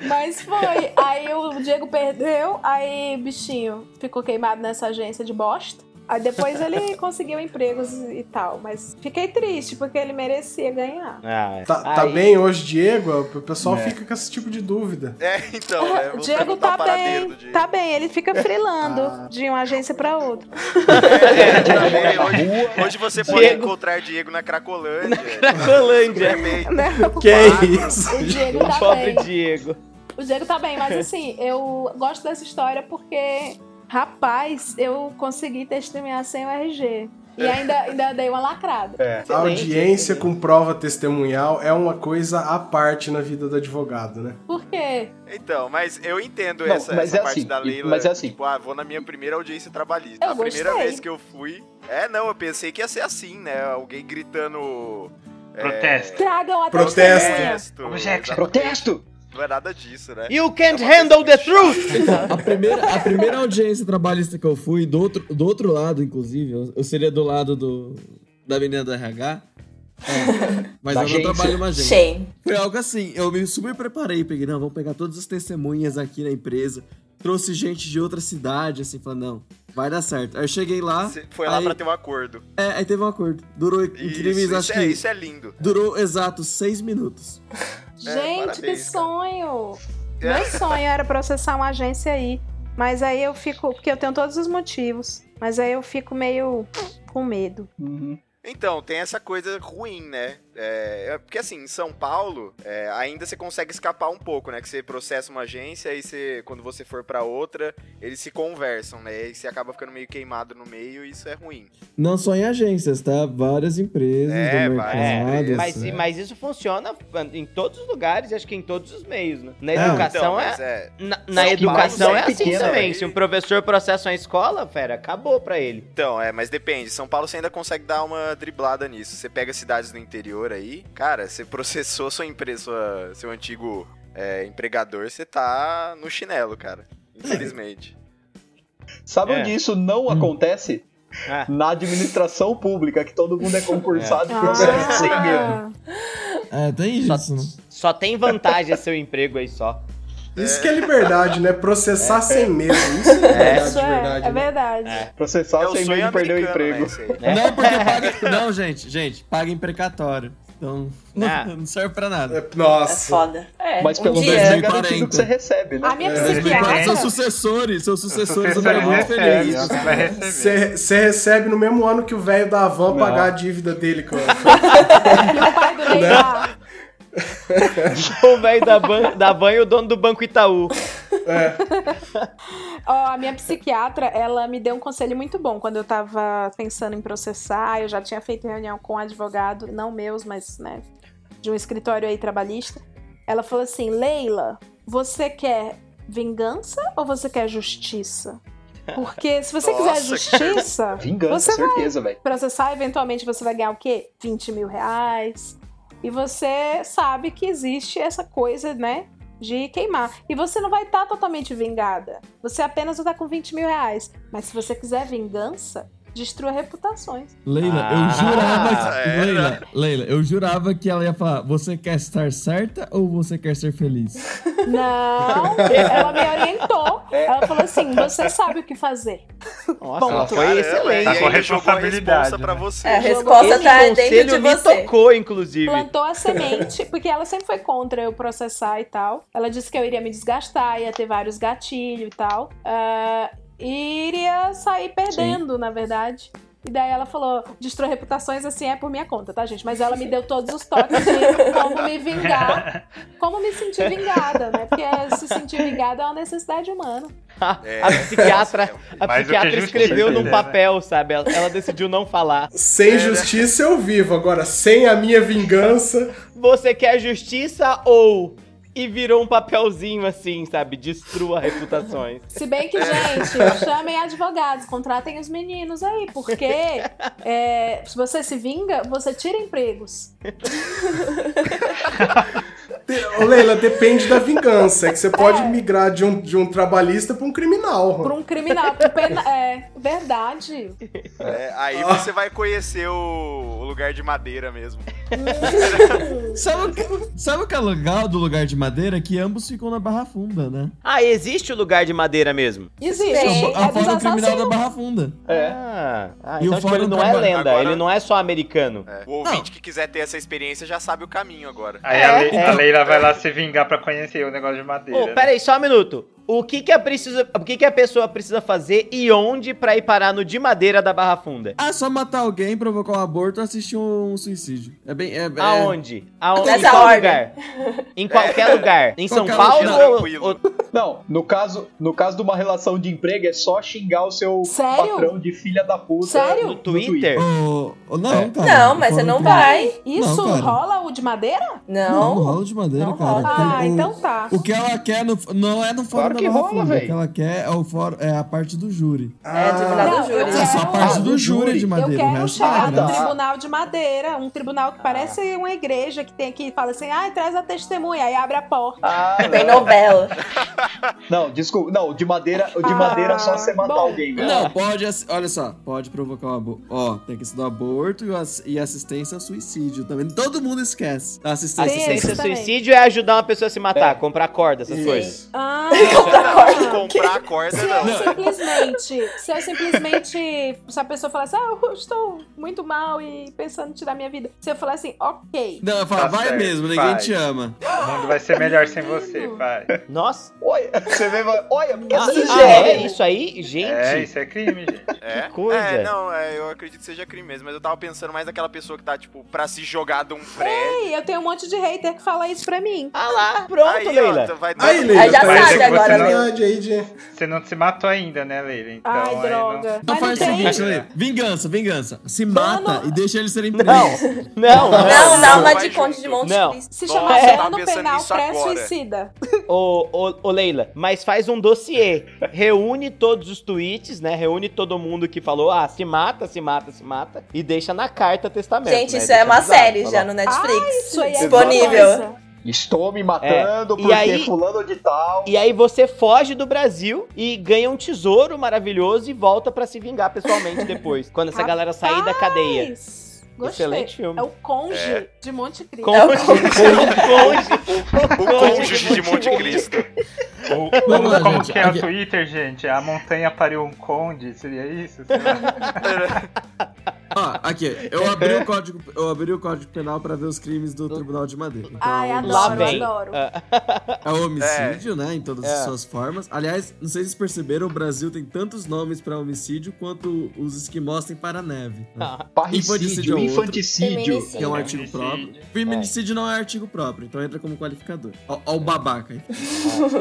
Speaker 6: Mas foi. Aí o Diego perdeu, aí bichinho ficou queimado nessa agência de bosta. Aí depois ele conseguiu empregos e tal. Mas fiquei triste, porque ele merecia ganhar.
Speaker 7: é.
Speaker 1: Ah,
Speaker 2: Tá, tá
Speaker 1: aí-
Speaker 2: bem hoje, Diego? O pessoal
Speaker 4: É.
Speaker 2: fica com esse tipo de dúvida.
Speaker 7: É, então, né?
Speaker 6: o
Speaker 7: Vamos
Speaker 6: Diego
Speaker 7: perguntar
Speaker 6: tá
Speaker 7: o paradeiro
Speaker 6: bem,
Speaker 7: do Diego.
Speaker 6: tá bem, ele fica frilando de uma agência pra outra.
Speaker 7: É, tá bem. Hoje,
Speaker 4: Rua.
Speaker 7: hoje você pode
Speaker 1: Diego.
Speaker 7: encontrar Diego na Cracolândia.
Speaker 1: Tá. Cracolândia.
Speaker 7: É bem.
Speaker 6: Não,
Speaker 2: Que é
Speaker 7: Ah,
Speaker 2: isso?
Speaker 6: o Diego
Speaker 1: O
Speaker 6: tá
Speaker 1: pobre
Speaker 6: bem.
Speaker 1: Diego.
Speaker 6: O Diego tá bem, mas assim, eu gosto dessa história porque, rapaz, eu consegui testemunhar sem o RG. E ainda, ainda dei uma lacrada.
Speaker 4: É.
Speaker 2: A
Speaker 1: Excelente,
Speaker 2: audiência
Speaker 1: excelente.
Speaker 2: com prova testemunhal é uma coisa à parte na vida do advogado, né?
Speaker 6: Por quê?
Speaker 7: Então, mas eu entendo
Speaker 4: Não,
Speaker 7: essa,
Speaker 4: mas
Speaker 7: essa
Speaker 4: é
Speaker 7: parte
Speaker 4: assim,
Speaker 7: da
Speaker 4: e-
Speaker 7: Leila.
Speaker 4: mas é assim.
Speaker 7: Tipo, ah, vou na minha primeira audiência trabalhista.
Speaker 6: Eu
Speaker 7: a primeira
Speaker 6: gostei.
Speaker 7: vez que eu fui. É, não, eu pensei que ia ser assim, né? Alguém gritando. é,
Speaker 8: Protesto.
Speaker 6: Tragam a
Speaker 2: Protesto.
Speaker 6: testemunha.
Speaker 7: protesto.
Speaker 8: Objection.
Speaker 7: exatamente.
Speaker 4: Protesto!
Speaker 7: Não é nada disso, né?
Speaker 1: You can't handle the truth!
Speaker 3: A primeira, a primeira audiência trabalhista que eu fui, do outro, do outro lado, inclusive, eu, eu seria do lado do, da menina do RH. É, Mas
Speaker 4: Da
Speaker 3: eu
Speaker 4: gente.
Speaker 3: não trabalho na agência.
Speaker 5: Shame.
Speaker 3: Foi algo assim, eu me super preparei, peguei, não, vamos pegar todas as testemunhas aqui na empresa. Trouxe gente de outra cidade, assim, falando, não, vai dar certo. Aí eu cheguei lá,
Speaker 7: Você foi lá
Speaker 3: Aí-
Speaker 7: pra ter um acordo.
Speaker 3: é, aí teve um acordo. Durou incríveis,
Speaker 7: Isso,
Speaker 3: acho
Speaker 7: isso, é,
Speaker 3: que
Speaker 7: isso é lindo.
Speaker 3: durou exatos seis minutos.
Speaker 6: Gente, que
Speaker 7: É, parabéns, cara.
Speaker 6: sonho!
Speaker 7: É.
Speaker 6: Meu sonho era processar uma agência aí. Mas aí eu fico. Porque eu tenho todos os motivos. Mas aí eu fico meio com medo.
Speaker 4: Uhum.
Speaker 7: Então, tem essa coisa ruim, né? É, é porque assim, em São Paulo, é, ainda você consegue escapar um pouco, né? Que você processa uma agência e você, quando você for pra outra, eles se conversam, né? E você acaba ficando meio queimado no meio e isso é ruim.
Speaker 3: Não só em agências, tá? Várias empresas
Speaker 7: É,
Speaker 3: do
Speaker 7: várias
Speaker 3: mercado.
Speaker 7: empresas.
Speaker 3: Mas,
Speaker 1: Mas, mas isso funciona em todos os lugares e acho que em todos os meios, né? Na
Speaker 3: É,
Speaker 7: Então,
Speaker 1: educação é.
Speaker 7: mas é.
Speaker 1: Na, na
Speaker 4: São
Speaker 1: educação
Speaker 4: Paulo
Speaker 1: é
Speaker 4: é
Speaker 1: assim
Speaker 4: pequeno,
Speaker 1: também.
Speaker 7: né?
Speaker 1: Se um professor processa uma escola, fera, acabou pra ele.
Speaker 7: Então, é, mas depende. São Paulo você ainda consegue dar uma driblada nisso. Você pega cidades do interior aí, cara, você processou sua empresa, sua- seu antigo é, empregador, você tá no chinelo, cara. Infelizmente.
Speaker 4: Sabe
Speaker 1: É.
Speaker 4: onde isso não
Speaker 7: Hum.
Speaker 4: acontece?
Speaker 1: Ah.
Speaker 4: Na administração pública, que todo mundo é concursado e processo sem medo.
Speaker 6: Ah,
Speaker 3: É, tem
Speaker 1: Só,
Speaker 3: isso, né?
Speaker 1: só tem vantagem esse seu emprego aí só.
Speaker 2: Isso que é liberdade, né? Processar sem medo. Isso é liberdade
Speaker 6: isso
Speaker 2: de
Speaker 6: é,
Speaker 2: verdade.
Speaker 6: é
Speaker 2: né?
Speaker 6: verdade.
Speaker 4: Processar
Speaker 7: é o
Speaker 4: sem
Speaker 7: sonho
Speaker 4: medo de perder o
Speaker 7: americano, né,
Speaker 4: emprego.
Speaker 7: isso aí.
Speaker 1: É.
Speaker 3: Não, porque paga. Não, gente, gente, paga em precatório. Então,
Speaker 1: Ah.
Speaker 3: não serve pra nada.
Speaker 2: É,
Speaker 5: É
Speaker 2: Nossa.
Speaker 5: foda. É,
Speaker 4: Mas
Speaker 5: um
Speaker 4: pelo menos
Speaker 5: dia.
Speaker 4: é
Speaker 3: 2040.
Speaker 4: garantido que você recebe, né?
Speaker 6: A minha
Speaker 2: É.
Speaker 3: Quatro
Speaker 6: psiquiatra. tá
Speaker 3: são sucessores, são sucessores, eu
Speaker 8: Sucessores
Speaker 3: fico é muito
Speaker 8: recebe,
Speaker 3: feliz.
Speaker 8: vai receber.
Speaker 2: Você recebe no mesmo ano que o velho da Havan pagar a dívida dele, cara.
Speaker 6: Meu pai do Ney lá.
Speaker 1: O velho da, ban da van e o dono do Banco Itaú.
Speaker 6: Ó, a minha psiquiatra, ela me deu um conselho muito bom quando eu tava pensando em processar. Eu já tinha feito reunião com um advogado, não meus, mas né, de um escritório aí trabalhista. Ela falou assim: Leila, você quer vingança ou você quer justiça? Porque se você quiser
Speaker 7: Nossa,
Speaker 6: justiça,
Speaker 4: É Vingança,
Speaker 6: Você
Speaker 4: certeza, velho.
Speaker 6: processar, eventualmente você vai ganhar o quê? 20 mil reais. E você sabe que existe essa coisa, né? De queimar. E você não vai estar totalmente vingada. Você apenas vai estar com 20 mil reais. Mas se você quiser vingança, destrua reputações.
Speaker 3: Leila,
Speaker 1: Ah,
Speaker 3: eu jurava. que-
Speaker 7: era.
Speaker 3: Leila, Leila, eu jurava que ela ia falar: você quer estar certa ou você quer ser feliz?
Speaker 6: Não, ela me orientou. Ela falou assim: você sabe o que fazer.
Speaker 1: Nossa,
Speaker 6: Bom,
Speaker 1: foi
Speaker 7: Caramba,
Speaker 1: excelente.
Speaker 7: e
Speaker 8: Tá com
Speaker 7: aí ele jogou a
Speaker 8: responsabilidade,
Speaker 7: responsa pra
Speaker 8: né?
Speaker 7: você.
Speaker 5: É, a
Speaker 6: Jogou-
Speaker 5: resposta
Speaker 1: Esse
Speaker 5: tá dentro de
Speaker 1: conselho me
Speaker 5: você.
Speaker 1: tocou, inclusive.
Speaker 6: Plantou a semente, porque ela sempre foi contra eu processar e tal. Ela disse que eu iria me desgastar, ia ter vários gatilhos e tal. Ah, e iria sair perdendo, na verdade. E daí ela falou, destrou reputações assim, é por minha conta, tá, gente? Mas ela me deu todos os toques de como me vingar, como me sentir vingada, né? Porque se sentir vingada é uma necessidade humana.
Speaker 7: É.
Speaker 1: A psiquiatra, a
Speaker 8: Mas o que
Speaker 1: psiquiatra
Speaker 8: a gente
Speaker 1: escreveu
Speaker 8: precisa, né?
Speaker 1: num papel, sabe? Ela, ela decidiu não falar.
Speaker 2: Sem justiça eu vivo, agora sem a minha vingança.
Speaker 1: Você quer justiça ou... E virou um papelzinho assim, sabe? Destrua reputações.
Speaker 6: Se bem que, gente, chamem advogados, contratem os meninos aí, porque é, se você se vinga, você tira empregos.
Speaker 2: De- Ô, Leila, depende da vingança. É que você pode migrar de um, de um trabalhista pra um
Speaker 6: Por
Speaker 2: criminal.
Speaker 6: um criminal. por pena- é, verdade.
Speaker 7: É, aí você vai conhecer o, o lugar de madeira mesmo.
Speaker 3: Sabe, o que- sabe o que é legal do lugar de madeira? Que ambos ficam na Barra Funda, né?
Speaker 1: Ah, existe o lugar de madeira mesmo?
Speaker 6: Existe.
Speaker 5: Sim.
Speaker 3: A
Speaker 6: É dos
Speaker 3: fora criminal
Speaker 6: assassinos.
Speaker 3: da Barra Funda.
Speaker 4: É.
Speaker 1: Ah, ah,
Speaker 3: E
Speaker 1: então
Speaker 3: o
Speaker 1: tipo, ele
Speaker 3: fórum
Speaker 1: não é
Speaker 3: trabalha-
Speaker 1: lenda,
Speaker 7: agora-
Speaker 1: ele não é só americano.
Speaker 7: É. O ouvinte que quiser ter essa experiência já sabe o caminho agora.
Speaker 8: Aí a,
Speaker 3: É,
Speaker 8: Le-
Speaker 3: então.
Speaker 8: a Leila vai lá se vingar pra conhecer o negócio de madeira. né?
Speaker 1: Ô, pera aí, só um minuto. O que que, a precisa, o que que a pessoa precisa fazer e onde pra ir parar no de madeira da Barra Funda?
Speaker 3: Ah, só matar alguém, provocar um aborto ou assistir um suicídio. É bem. É, é-
Speaker 1: Aonde? Aonde?
Speaker 5: Nessa
Speaker 1: em qual
Speaker 5: ordem.
Speaker 1: lugar? Em qualquer lugar. Em São
Speaker 3: Qualquer
Speaker 1: Paulo
Speaker 7: É. lugar.
Speaker 1: ou,
Speaker 7: tá Tranquilo.
Speaker 1: ou...
Speaker 4: Não, no caso, no caso de uma relação de emprego, é só xingar o seu
Speaker 6: Sério?
Speaker 4: patrão de filha da puta.
Speaker 6: Sério?
Speaker 1: no Twitter?
Speaker 3: Ô, ô, não, cara.
Speaker 5: Não, mas você
Speaker 3: Fora
Speaker 5: não
Speaker 3: criminal.
Speaker 5: vai.
Speaker 6: Isso
Speaker 3: Não, cara.
Speaker 6: rola o de madeira?
Speaker 3: Não, não
Speaker 5: Não.
Speaker 3: rola de madeira,
Speaker 5: Não
Speaker 3: cara.
Speaker 5: rola.
Speaker 3: Tem-
Speaker 6: Ah,
Speaker 3: o-
Speaker 6: então tá.
Speaker 3: O que ela quer no- não é no fórum
Speaker 4: Claro que
Speaker 3: da Barra
Speaker 4: rola,
Speaker 3: Funda. O
Speaker 4: véi.
Speaker 3: que ela quer é, o fórum, é a parte do júri.
Speaker 5: É, tribunal
Speaker 6: Não,
Speaker 5: do júri.
Speaker 6: eu
Speaker 3: É só a
Speaker 6: quero- um
Speaker 3: parte
Speaker 4: Ah,
Speaker 3: do
Speaker 4: do
Speaker 3: júri
Speaker 4: júri.
Speaker 3: de
Speaker 6: Eu
Speaker 3: madeira. o
Speaker 6: quero um
Speaker 3: resto é
Speaker 6: chegar
Speaker 4: tá.
Speaker 6: no
Speaker 3: graça.
Speaker 6: tribunal de madeira, um tribunal que parece uma igreja que tem aqui, fala assim, ah, traz a testemunha, aí abre a porta.
Speaker 4: Ah,
Speaker 5: Bem
Speaker 4: não.
Speaker 5: novela.
Speaker 4: Não, desculpa. Não, o de madeira, o de
Speaker 6: Ah,
Speaker 4: madeira é só você matar
Speaker 6: bom.
Speaker 4: alguém, né? velho.
Speaker 3: Não, pode. ass- Olha só, pode provocar um aborto. Ó, tem questão do aborto e o ass- e assistência ao suicídio também. Todo mundo esquece. da Assistência, ao
Speaker 1: Assistência
Speaker 6: Sim,
Speaker 1: ao
Speaker 3: suicídio.
Speaker 6: também.
Speaker 1: suicídio é ajudar uma pessoa a se matar, comprar corda, essas
Speaker 2: Isso.
Speaker 1: coisas.
Speaker 6: Ah,
Speaker 7: tá Comprar a corda,
Speaker 6: se eu
Speaker 7: não.
Speaker 6: simplesmente, se eu simplesmente, se a pessoa falasse, ah, eu estou muito mal e pensando em tirar minha vida, se eu falar assim, ok,
Speaker 3: Não, eu falo,
Speaker 8: Tá
Speaker 3: vai
Speaker 8: certo,
Speaker 3: mesmo, ninguém
Speaker 7: vai.
Speaker 3: te ama.
Speaker 8: O mundo vai ser melhor sem você, pai.
Speaker 1: Nossa.
Speaker 4: Olha, você vê, vai- olha, porque assim,
Speaker 1: Ah,
Speaker 4: você
Speaker 1: ah, é
Speaker 4: gera.
Speaker 1: isso aí? Gente.
Speaker 8: É, isso é crime, gente.
Speaker 7: É?
Speaker 1: Que coisa.
Speaker 7: É, não, é, eu acredito que seja crime mesmo, mas eu tava pensando mais naquela pessoa que tá, tipo, pra se jogar de um prédio.
Speaker 6: Ei, eu tenho um monte de hater que fala isso pra mim.
Speaker 1: Ah lá, pronto,
Speaker 7: Aí, ó,
Speaker 1: Leila.
Speaker 7: tu vai dar-
Speaker 2: Aí, Leila,
Speaker 5: Aí já
Speaker 2: tá
Speaker 8: sabe
Speaker 2: essa
Speaker 8: agora,
Speaker 2: oportunidade aí de...
Speaker 8: Você não se matou ainda, né, Leila? Então,
Speaker 6: Ai,
Speaker 8: aí
Speaker 6: droga.
Speaker 3: Então
Speaker 6: Mas não
Speaker 3: faz o
Speaker 6: tem.
Speaker 3: seguinte, Lê. Vingança, vingança. Se
Speaker 6: Mano.
Speaker 3: mata e deixa eles serem
Speaker 1: Não,
Speaker 3: presos.
Speaker 1: não,
Speaker 5: Não,
Speaker 1: não.
Speaker 5: dá
Speaker 7: Não,
Speaker 5: uma
Speaker 7: vai
Speaker 5: de Conde
Speaker 7: junto.
Speaker 5: de Monte
Speaker 1: Não.
Speaker 5: Cristo.
Speaker 6: Se
Speaker 7: Nossa,
Speaker 6: chamar
Speaker 7: eu
Speaker 6: chama
Speaker 7: tava
Speaker 6: no
Speaker 7: pensando
Speaker 6: penal
Speaker 7: nisso agora.
Speaker 6: pré-suicida.
Speaker 1: Ô, ô, ô, Leila, mas faz um dossiê. Reúne todos os tweets, né? Reúne todo mundo que falou, ah, se mata, se mata, se mata. E deixa na carta testamento.
Speaker 5: Gente,
Speaker 1: né?
Speaker 5: isso
Speaker 1: Deixa
Speaker 5: é uma
Speaker 1: avisado,
Speaker 5: série
Speaker 1: tá
Speaker 5: já
Speaker 1: lá.
Speaker 5: no Netflix.
Speaker 6: Isso aí é
Speaker 5: disponível.
Speaker 6: outra coisa.
Speaker 4: Estou me matando
Speaker 1: É, e
Speaker 4: porque
Speaker 1: aí-
Speaker 4: fulano de tal.
Speaker 1: E aí você foge do Brasil e ganha um tesouro maravilhoso e volta pra se vingar pessoalmente depois. quando essa galera sair da cadeia.
Speaker 6: Mas, Gostei.
Speaker 1: Excelente filme.
Speaker 6: É o Conge de Monte Cristo.
Speaker 1: Conge, o
Speaker 7: O cônjuge de Monte Cristo.
Speaker 8: Ou- como,
Speaker 3: Vamos lá,
Speaker 8: como
Speaker 3: gente.
Speaker 8: que é o
Speaker 3: Aqui-
Speaker 8: Twitter, gente? A montanha pariu um conde, seria isso? Sei lá.
Speaker 3: Ó, aqui, eu abri o código, eu abri o código penal pra ver os crimes do Tribunal de Madeira. Então,
Speaker 6: Ai,
Speaker 1: Lá
Speaker 6: adoro,
Speaker 1: vem.
Speaker 6: adoro.
Speaker 3: É homicídio, né? Em todas
Speaker 1: É.
Speaker 3: as suas formas. Aliás, não sei se vocês perceberam, o Brasil tem tantos nomes pra homicídio quanto os esquimós têm para a neve. né? Parricídio é
Speaker 4: Parricídio,
Speaker 3: outro.
Speaker 4: infanticídio.
Speaker 5: Feminicídio.
Speaker 3: Que é um
Speaker 8: Sim.
Speaker 3: artigo
Speaker 8: Feminicídio.
Speaker 3: próprio. Feminicídio não é artigo próprio, então entra como qualificador. Ó, ó o babaca aí.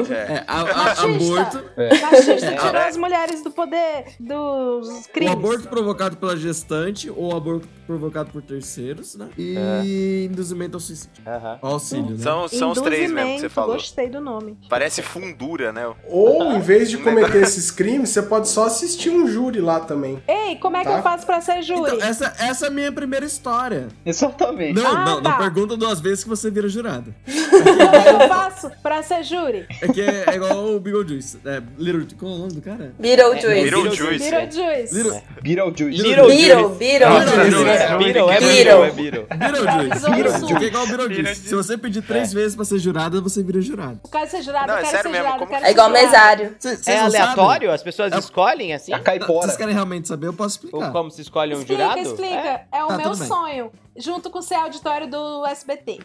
Speaker 7: É.
Speaker 3: É, a- a-
Speaker 6: Machista.
Speaker 3: aborto.
Speaker 6: Machista
Speaker 3: É.
Speaker 6: tirou as mulheres do poder dos
Speaker 3: O
Speaker 6: crimes.
Speaker 3: aborto provocado pela gestante ou o aborto provocado por terceiros, né? E induzimento ao suicídio.
Speaker 1: Aham.
Speaker 3: Ó, Auxílio, né?
Speaker 7: São, são os três mesmo que você
Speaker 6: Induzimento,
Speaker 7: falou.
Speaker 6: Gostei do nome.
Speaker 7: Parece fundura, né?
Speaker 2: Ou, em vez de cometer esses crimes, você pode só assistir um júri lá também.
Speaker 6: Ei, como é que
Speaker 2: Tá.
Speaker 6: eu faço pra ser júri?
Speaker 3: Então, essa, essa é a minha primeira história.
Speaker 4: Exatamente.
Speaker 3: Não,
Speaker 6: Ah,
Speaker 3: não,
Speaker 6: tá.
Speaker 3: não pergunta duas vezes que você vira jurado.
Speaker 6: Como é que eu faço pra ser júri?
Speaker 3: É que é, é igual o Beetlejuice. É, Little... Qual é o nome do cara?
Speaker 5: Beetlejuice.
Speaker 7: Beetlejuice.
Speaker 6: Beetlejuice.
Speaker 3: Little...
Speaker 1: É.
Speaker 4: Beetlejuice.
Speaker 1: Little
Speaker 5: Beetle,
Speaker 1: Juice.
Speaker 5: Beetle.
Speaker 3: Beetlejuice.
Speaker 1: É Beetle, é Beetle,
Speaker 5: Beetle.
Speaker 1: é Beetle.
Speaker 3: Beetlejuice.
Speaker 6: Zona Sul.
Speaker 3: Que é igual o Beetlejuice. Se você pedir
Speaker 1: É.
Speaker 3: três vezes pra ser jurada, você vira jurado.
Speaker 6: Eu quero ser jurado,
Speaker 7: Não,
Speaker 6: eu
Speaker 7: é
Speaker 6: quero
Speaker 7: sério
Speaker 6: ser
Speaker 7: mesmo,
Speaker 6: jurado, eu
Speaker 7: como
Speaker 6: quero
Speaker 7: que
Speaker 5: É
Speaker 6: ser
Speaker 5: igual
Speaker 6: jurado.
Speaker 5: mesário.
Speaker 3: Cê- cês
Speaker 1: É
Speaker 3: não sabem?
Speaker 1: aleatório? As pessoas
Speaker 3: É-
Speaker 1: escolhem assim?
Speaker 4: A
Speaker 3: Vocês
Speaker 4: caipora.
Speaker 3: querem realmente saber? Eu posso
Speaker 1: Ou
Speaker 3: explicar.
Speaker 1: como se escolhe um
Speaker 6: Explica,
Speaker 1: jurado?
Speaker 6: explica.
Speaker 1: É.
Speaker 6: É, o
Speaker 7: Ah,
Speaker 3: Tá,
Speaker 6: meu
Speaker 3: tudo bem.
Speaker 6: sonho. Junto com o seu auditório do SBT.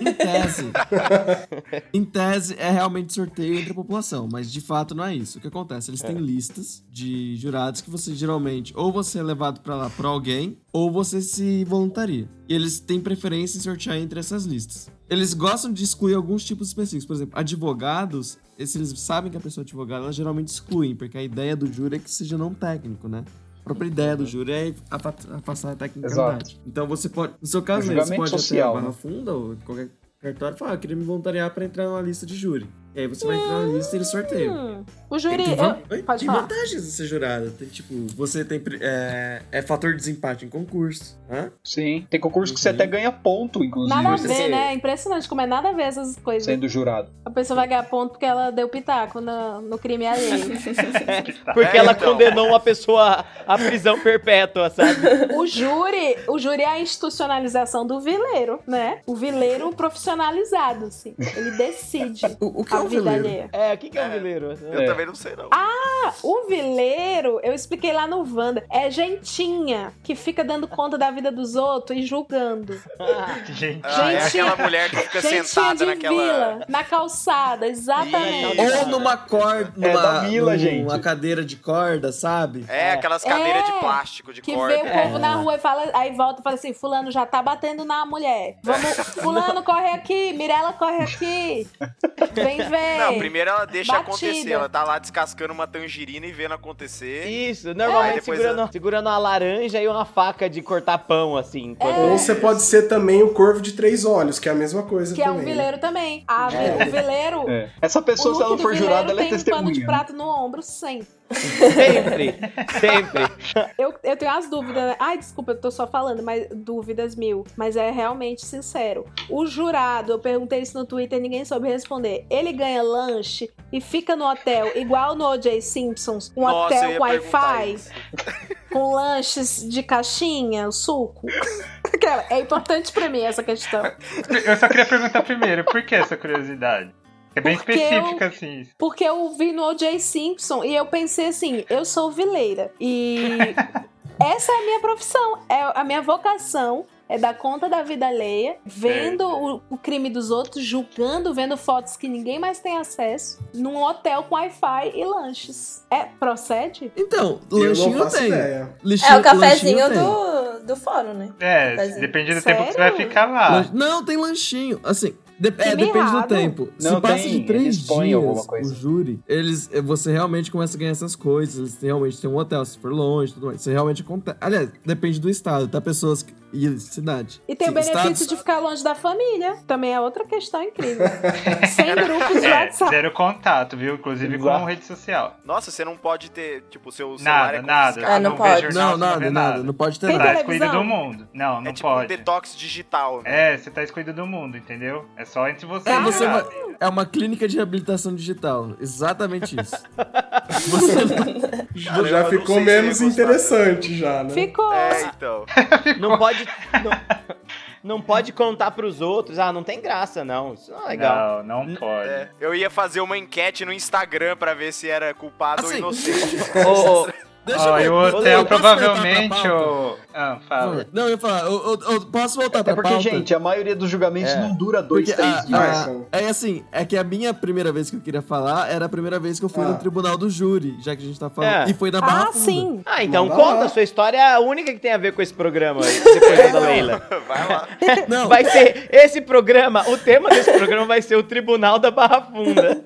Speaker 3: Em tese. em tese, é realmente sorteio entre a população, mas de fato não é isso. O que acontece? Eles têm listas de jurados que você geralmente ou você é levado pra lá por alguém, ou você se voluntaria. E eles têm preferência em sortear entre essas listas. Eles gostam de excluir alguns tipos específicos. Por exemplo, advogados, se eles sabem que a pessoa é advogada, elas geralmente excluem, porque a ideia do júri é que seja não técnico, né? A própria
Speaker 4: Uhum.
Speaker 3: ideia do júri é afa- afastar a tecnicidade. Então você pode. No seu caso, né, você
Speaker 4: julgamento
Speaker 3: pode
Speaker 4: social,
Speaker 3: até a barra
Speaker 4: né?
Speaker 3: funda ou qualquer cartório e falar, ah, eu queria me voluntariar pra entrar numa lista de júri. E aí você vai entrar na lista e eles sorteiam.
Speaker 6: Hum, o júri.
Speaker 3: tem
Speaker 6: eu-
Speaker 3: van- Oi?
Speaker 6: pode
Speaker 3: Tem
Speaker 6: falar.
Speaker 3: vantagens de ser jurado. Tem, tipo, você tem. pri- É, é fator de desempate em concurso. Hã?
Speaker 4: Sim. Tem concurso que você
Speaker 3: Uhum.
Speaker 4: até ganha ponto, inclusive.
Speaker 6: Nada a
Speaker 4: você
Speaker 6: ver,
Speaker 4: ser-
Speaker 6: né? É Impressionante como é nada a ver essas coisas.
Speaker 4: Sendo jurado.
Speaker 6: A pessoa vai ganhar ponto porque ela deu pitaco no, no crime alheio.
Speaker 1: Porque
Speaker 7: É,
Speaker 1: ela
Speaker 7: então.
Speaker 1: condenou uma pessoa à prisão perpétua, sabe?
Speaker 6: o júri, o júri é a institucionalização do vileiro, né? O vileiro profissionalizado, assim. Ele decide
Speaker 3: O, o que é
Speaker 6: a
Speaker 3: o
Speaker 6: vida
Speaker 3: veleiro?
Speaker 6: alheia.
Speaker 1: É, o que, que é um vileiro?
Speaker 7: Eu
Speaker 4: É.
Speaker 7: também não sei, não.
Speaker 6: Ah, o vileiro, eu expliquei lá no Wanda, é gentinha que fica dando conta da vida dos outros e julgando.
Speaker 8: Gente,
Speaker 7: Ah, é
Speaker 6: Gente,
Speaker 7: aquela mulher que fica
Speaker 6: Gentinha
Speaker 7: sentada
Speaker 6: de
Speaker 7: naquela.
Speaker 6: vila, na calçada, exatamente.
Speaker 1: Isso.
Speaker 3: Ou numa corda. Numa,
Speaker 4: É da vila,
Speaker 3: numa
Speaker 4: gente.
Speaker 3: cadeira de corda, sabe?
Speaker 7: É, aquelas cadeiras de plástico, de
Speaker 6: Que
Speaker 7: corda.
Speaker 6: vê o
Speaker 4: É.
Speaker 6: povo na rua e fala, aí volta e fala assim: Fulano já tá batendo na mulher. Vamos, Fulano corre aqui, Mirella corre aqui. Vem ver.
Speaker 7: Não, primeiro ela deixa
Speaker 6: Batida.
Speaker 7: acontecer. Ela tá lá descascando uma tangerina e vendo acontecer.
Speaker 1: Isso,
Speaker 7: Aí
Speaker 1: normalmente
Speaker 7: depois
Speaker 1: segurando, segurando uma laranja e uma faca de cortar pão, assim. enquanto-
Speaker 7: É.
Speaker 2: Ou você pode ser também o corvo de três olhos, que é a mesma coisa
Speaker 6: Que é
Speaker 2: também.
Speaker 6: um
Speaker 2: né?
Speaker 6: vileiro também. A vi-
Speaker 4: É.
Speaker 6: O vileiro.
Speaker 4: É. Essa
Speaker 6: O
Speaker 4: pessoa, se
Speaker 6: tipo, look
Speaker 4: ela
Speaker 6: do
Speaker 4: for
Speaker 6: vileiro
Speaker 4: jurada, ela é
Speaker 6: tem um pano de
Speaker 4: testemunha.
Speaker 6: prato no ombro sempre.
Speaker 1: Sempre, sempre.
Speaker 6: Eu, eu tenho as dúvidas. né? Ai, desculpa, eu tô só falando, mas dúvidas mil. Mas é realmente sincero. O jurado, eu perguntei isso no Twitter e ninguém soube responder. Ele ganha lanche e fica no hotel, igual no O.J. Simpsons, um
Speaker 7: Nossa, eu
Speaker 6: hotel
Speaker 7: ia
Speaker 6: com
Speaker 7: perguntar
Speaker 6: Wi-Fi,
Speaker 7: isso.
Speaker 6: com lanches de caixinha, o suco. Cara, é importante pra mim essa questão.
Speaker 8: Eu só queria perguntar primeiro, por que essa curiosidade? É bem
Speaker 6: Porque eu-
Speaker 8: específica, assim. isso.
Speaker 6: Porque eu vi no O.J. Simpson e eu pensei assim, eu sou vileira. E essa é a minha profissão, é a minha vocação. É dar conta da vida alheia, vendo o, o crime dos outros, julgando, vendo fotos que ninguém mais tem acesso, num hotel com Wi-Fi e lanches. É, procede?
Speaker 3: Então,
Speaker 2: Eu
Speaker 3: lanchinho
Speaker 2: não
Speaker 3: eu
Speaker 2: faço
Speaker 3: tenho.
Speaker 2: ideia.
Speaker 3: Lixinho-
Speaker 5: É o
Speaker 3: lanchinho
Speaker 5: cafezinho
Speaker 3: eu tenho.
Speaker 5: do, do fórum, né?
Speaker 8: É,
Speaker 5: Mas-
Speaker 8: depende do
Speaker 6: sério?
Speaker 8: tempo que você vai ficar lá.
Speaker 3: Lan- Não, tem lanchinho. Assim, de-
Speaker 6: Que
Speaker 3: é, depende do
Speaker 6: mirrado.
Speaker 3: tempo.
Speaker 4: Não,
Speaker 3: Se passa
Speaker 4: tem-
Speaker 3: de três
Speaker 4: eles põem
Speaker 3: dias
Speaker 4: alguma coisa.
Speaker 3: o júri, eles, eh, você realmente começa a ganhar essas coisas. Eles realmente têm um hotel, se for longe, tudo mais. Isso realmente acontece. Aliás, depende do estado, tá? Pessoas que- e cidade.
Speaker 6: E tem o
Speaker 3: Sim,
Speaker 6: benefício
Speaker 3: estados-
Speaker 6: de ficar longe da família. Também é outra questão incrível. Sem grupos de
Speaker 8: É,
Speaker 6: WhatsApp.
Speaker 8: zero contato, viu? Inclusive
Speaker 4: Exato.
Speaker 8: com rede social.
Speaker 7: Nossa, você não pode ter, tipo, seu celular
Speaker 8: Nada,
Speaker 7: é
Speaker 8: nada.
Speaker 7: confiscado.
Speaker 5: Ah, não
Speaker 8: vê
Speaker 5: pode.
Speaker 8: jornal, é
Speaker 3: Não,
Speaker 8: você
Speaker 3: nada,
Speaker 8: vê
Speaker 3: nada. Não pode ter
Speaker 6: Tem
Speaker 8: Tá
Speaker 3: nada.
Speaker 8: excluído
Speaker 6: televisão?
Speaker 8: do mundo. Não, não
Speaker 7: É tipo um
Speaker 8: pode.
Speaker 7: detox digital, né?
Speaker 8: É, você tá excluído do mundo, entendeu? É só entre você
Speaker 3: É,
Speaker 8: e
Speaker 3: você
Speaker 8: o
Speaker 3: vai-
Speaker 8: jurado.
Speaker 3: é uma clínica de reabilitação digital. Exatamente isso. Você-
Speaker 7: Caramba, eu
Speaker 2: já
Speaker 7: não
Speaker 2: ficou
Speaker 7: sei se eu ia
Speaker 2: menos
Speaker 7: gostar.
Speaker 2: interessante já, né?
Speaker 6: Ficou.
Speaker 7: É, então.
Speaker 1: Não pode. Não, não pode contar pros outros. Ah, não tem graça, não. Isso não é legal.
Speaker 8: Não, não pode.
Speaker 7: É, eu ia fazer uma enquete no Instagram pra ver se era culpado ou
Speaker 3: Assim.
Speaker 7: inocente.
Speaker 1: Ô, ô,
Speaker 3: Deixa
Speaker 8: Ó, Ah, e o
Speaker 3: eu-
Speaker 8: hotel
Speaker 3: eu posso voltar pra
Speaker 8: provavelmente
Speaker 3: pauta?
Speaker 8: o. Ah, fala.
Speaker 3: Não, eu ia falar, eu, eu- eu posso voltar
Speaker 4: É
Speaker 3: pra
Speaker 4: porque,
Speaker 3: pauta?
Speaker 4: gente, a maioria dos julgamentos
Speaker 1: É.
Speaker 4: não dura dois,
Speaker 3: Porque
Speaker 4: três
Speaker 3: a-
Speaker 4: dias.
Speaker 2: Ah,
Speaker 3: a- É assim, é que a minha primeira vez que eu queria falar era a primeira vez que eu fui
Speaker 2: Ah.
Speaker 3: no tribunal do júri, já que a gente tá falando.
Speaker 1: É.
Speaker 3: E foi na Barra
Speaker 6: Ah,
Speaker 3: Funda.
Speaker 6: sim.
Speaker 1: Ah, então
Speaker 2: Manda
Speaker 1: conta
Speaker 2: lá.
Speaker 1: a sua história única que tem a ver com esse programa aí, depois da Leila.
Speaker 7: Vai lá.
Speaker 3: Não,
Speaker 1: Vai ser esse programa, o tema desse programa vai ser o Tribunal da Barra Funda.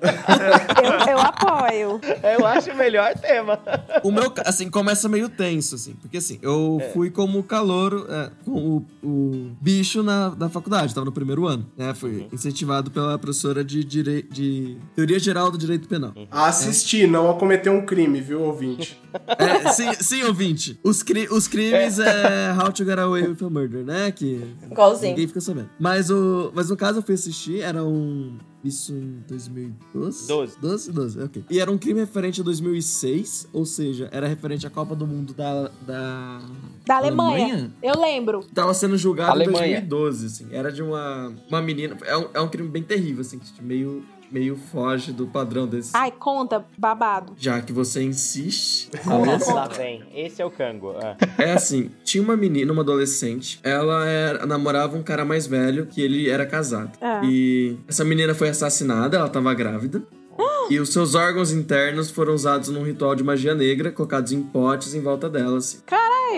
Speaker 6: Eu, eu apoio.
Speaker 1: Eu acho o melhor tema.
Speaker 3: o meu, ca- assim, começa meio tenso, assim. Porque, assim, eu fui como calouro, é, com o, o bicho na, da faculdade, tava no primeiro ano. Né? Fui incentivado pela professora de, direi- de Teoria Geral do Direito Penal.
Speaker 2: A assistir, não a cometer um crime, viu, ouvinte?
Speaker 3: É, sim, sim, ouvinte. Os, cri- os crimes é. How to Get Away with a Murder, né? Que
Speaker 5: Igualzinho.
Speaker 3: Ninguém fica sabendo. Mas, o, mas no caso eu fui assistir, era um. Isso em 2012?
Speaker 1: Doze.
Speaker 3: 12, 12, ok. E era um crime referente a 2006, ou seja, era referente à Copa do Mundo da. Da,
Speaker 6: Da Alemanha. Eu lembro.
Speaker 3: Tava sendo julgado
Speaker 4: Alemanha.
Speaker 3: em 2012, assim. Era de uma, uma menina. É um, é um crime bem terrível, assim, que meio, meio foge do padrão desse.
Speaker 6: Ai, conta, babado.
Speaker 3: Já que você insiste.
Speaker 1: Nossa, lá vem. Esse é o Cango. Ah.
Speaker 3: É assim, tinha uma menina, uma adolescente, ela era- namorava um cara mais velho que ele era casado.
Speaker 6: Ah.
Speaker 3: E essa menina foi assassinada, ela tava grávida. E os seus órgãos internos foram usados num ritual de magia negra, colocados em potes em volta dela, assim.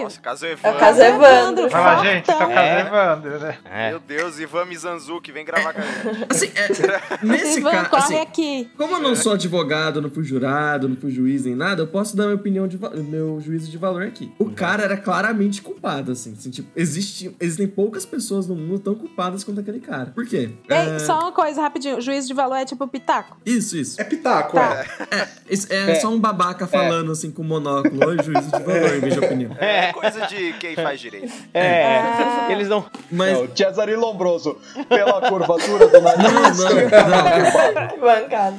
Speaker 7: Nossa, caso
Speaker 5: É o
Speaker 7: Evandro.
Speaker 5: caso Evandro.
Speaker 8: Fala, gente,
Speaker 5: tá.
Speaker 8: tá só
Speaker 6: Fortão.
Speaker 8: caso
Speaker 1: É.
Speaker 8: Evandro, né?
Speaker 7: Meu Deus, Ivan Mizanzuki, vem gravar com a gente.
Speaker 3: Assim, é, nesse
Speaker 6: Ivan,
Speaker 3: caso,
Speaker 6: corre
Speaker 3: assim,
Speaker 6: aqui.
Speaker 3: como eu não sou advogado, não fui jurado, não fui juiz nem nada, eu posso dar minha opinião, de va- meu juízo de valor aqui. O cara era claramente culpado, assim. assim, tipo, existe, existem poucas pessoas no mundo tão culpadas quanto aquele cara. Por quê? É,
Speaker 6: Ei, só uma coisa, rapidinho. Juízo de valor é tipo pitaco.
Speaker 3: Isso, isso.
Speaker 2: É pitaco,
Speaker 6: Tá.
Speaker 2: é.
Speaker 3: Isso É,
Speaker 4: É.
Speaker 3: só um babaca falando assim com monóculo, oi, juízo de valor, em vez de opinião.
Speaker 7: É coisa de quem faz direito.
Speaker 1: É, eles não.
Speaker 3: Mas.
Speaker 4: Não, Cesare Lombroso, pela curvatura do nariz.
Speaker 3: Não, não, não.
Speaker 5: Bancado.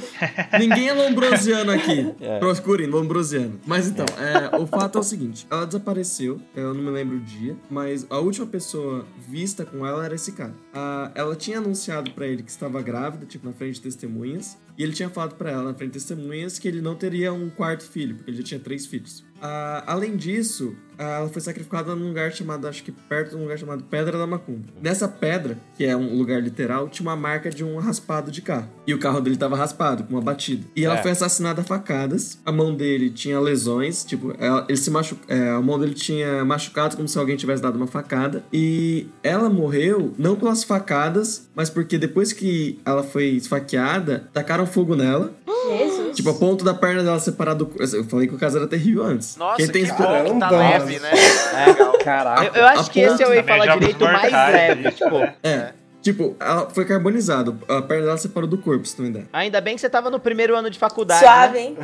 Speaker 3: Ninguém é lombrosiano aqui. Procurem, lombrosiano. Mas então, é, o fato é o seguinte: ela desapareceu, eu não me lembro o dia, mas a última pessoa vista com ela era esse cara. Ah, ela tinha anunciado pra ele que estava grávida, tipo, na frente de testemunhas, e ele tinha falado pra ela, na frente de testemunhas, que ele não teria um quarto filho, porque ele já tinha três filhos. Ah, além disso, ah, ela foi sacrificada num lugar chamado, acho que perto de um lugar chamado Pedra da Macumba. Nessa pedra, que é um lugar literal, tinha uma marca de um raspado de carro. E o carro dele tava raspado, com uma batida. E ela
Speaker 1: É.
Speaker 3: foi assassinada a facadas. A mão dele tinha lesões, tipo, ela- ele se machu... é, a mão dele tinha machucado como se alguém tivesse dado uma facada. E ela morreu não pelas facadas, mas porque depois que ela foi esfaqueada, tacaram fogo nela.
Speaker 5: Jesus.
Speaker 3: Tipo, a ponto da perna dela separada do. cu- Eu falei que o caso era terrível antes.
Speaker 7: Nossa,
Speaker 3: Quem tem é um
Speaker 7: que
Speaker 3: espo-
Speaker 7: bom que tá
Speaker 2: Caramba.
Speaker 7: leve, né? Legal.
Speaker 1: Eu, eu acho que esse é o
Speaker 8: Também
Speaker 1: Ei Falar
Speaker 8: jogos
Speaker 1: Direito mais
Speaker 8: mortais,
Speaker 1: leve.
Speaker 8: isso,
Speaker 1: Tipo,
Speaker 8: né?
Speaker 3: É. Tipo, ela foi carbonizada. A perna dela separou do corpo, se não me engano.
Speaker 1: Ainda bem que você tava no primeiro ano de faculdade.
Speaker 5: Suave,
Speaker 1: né?
Speaker 5: hein?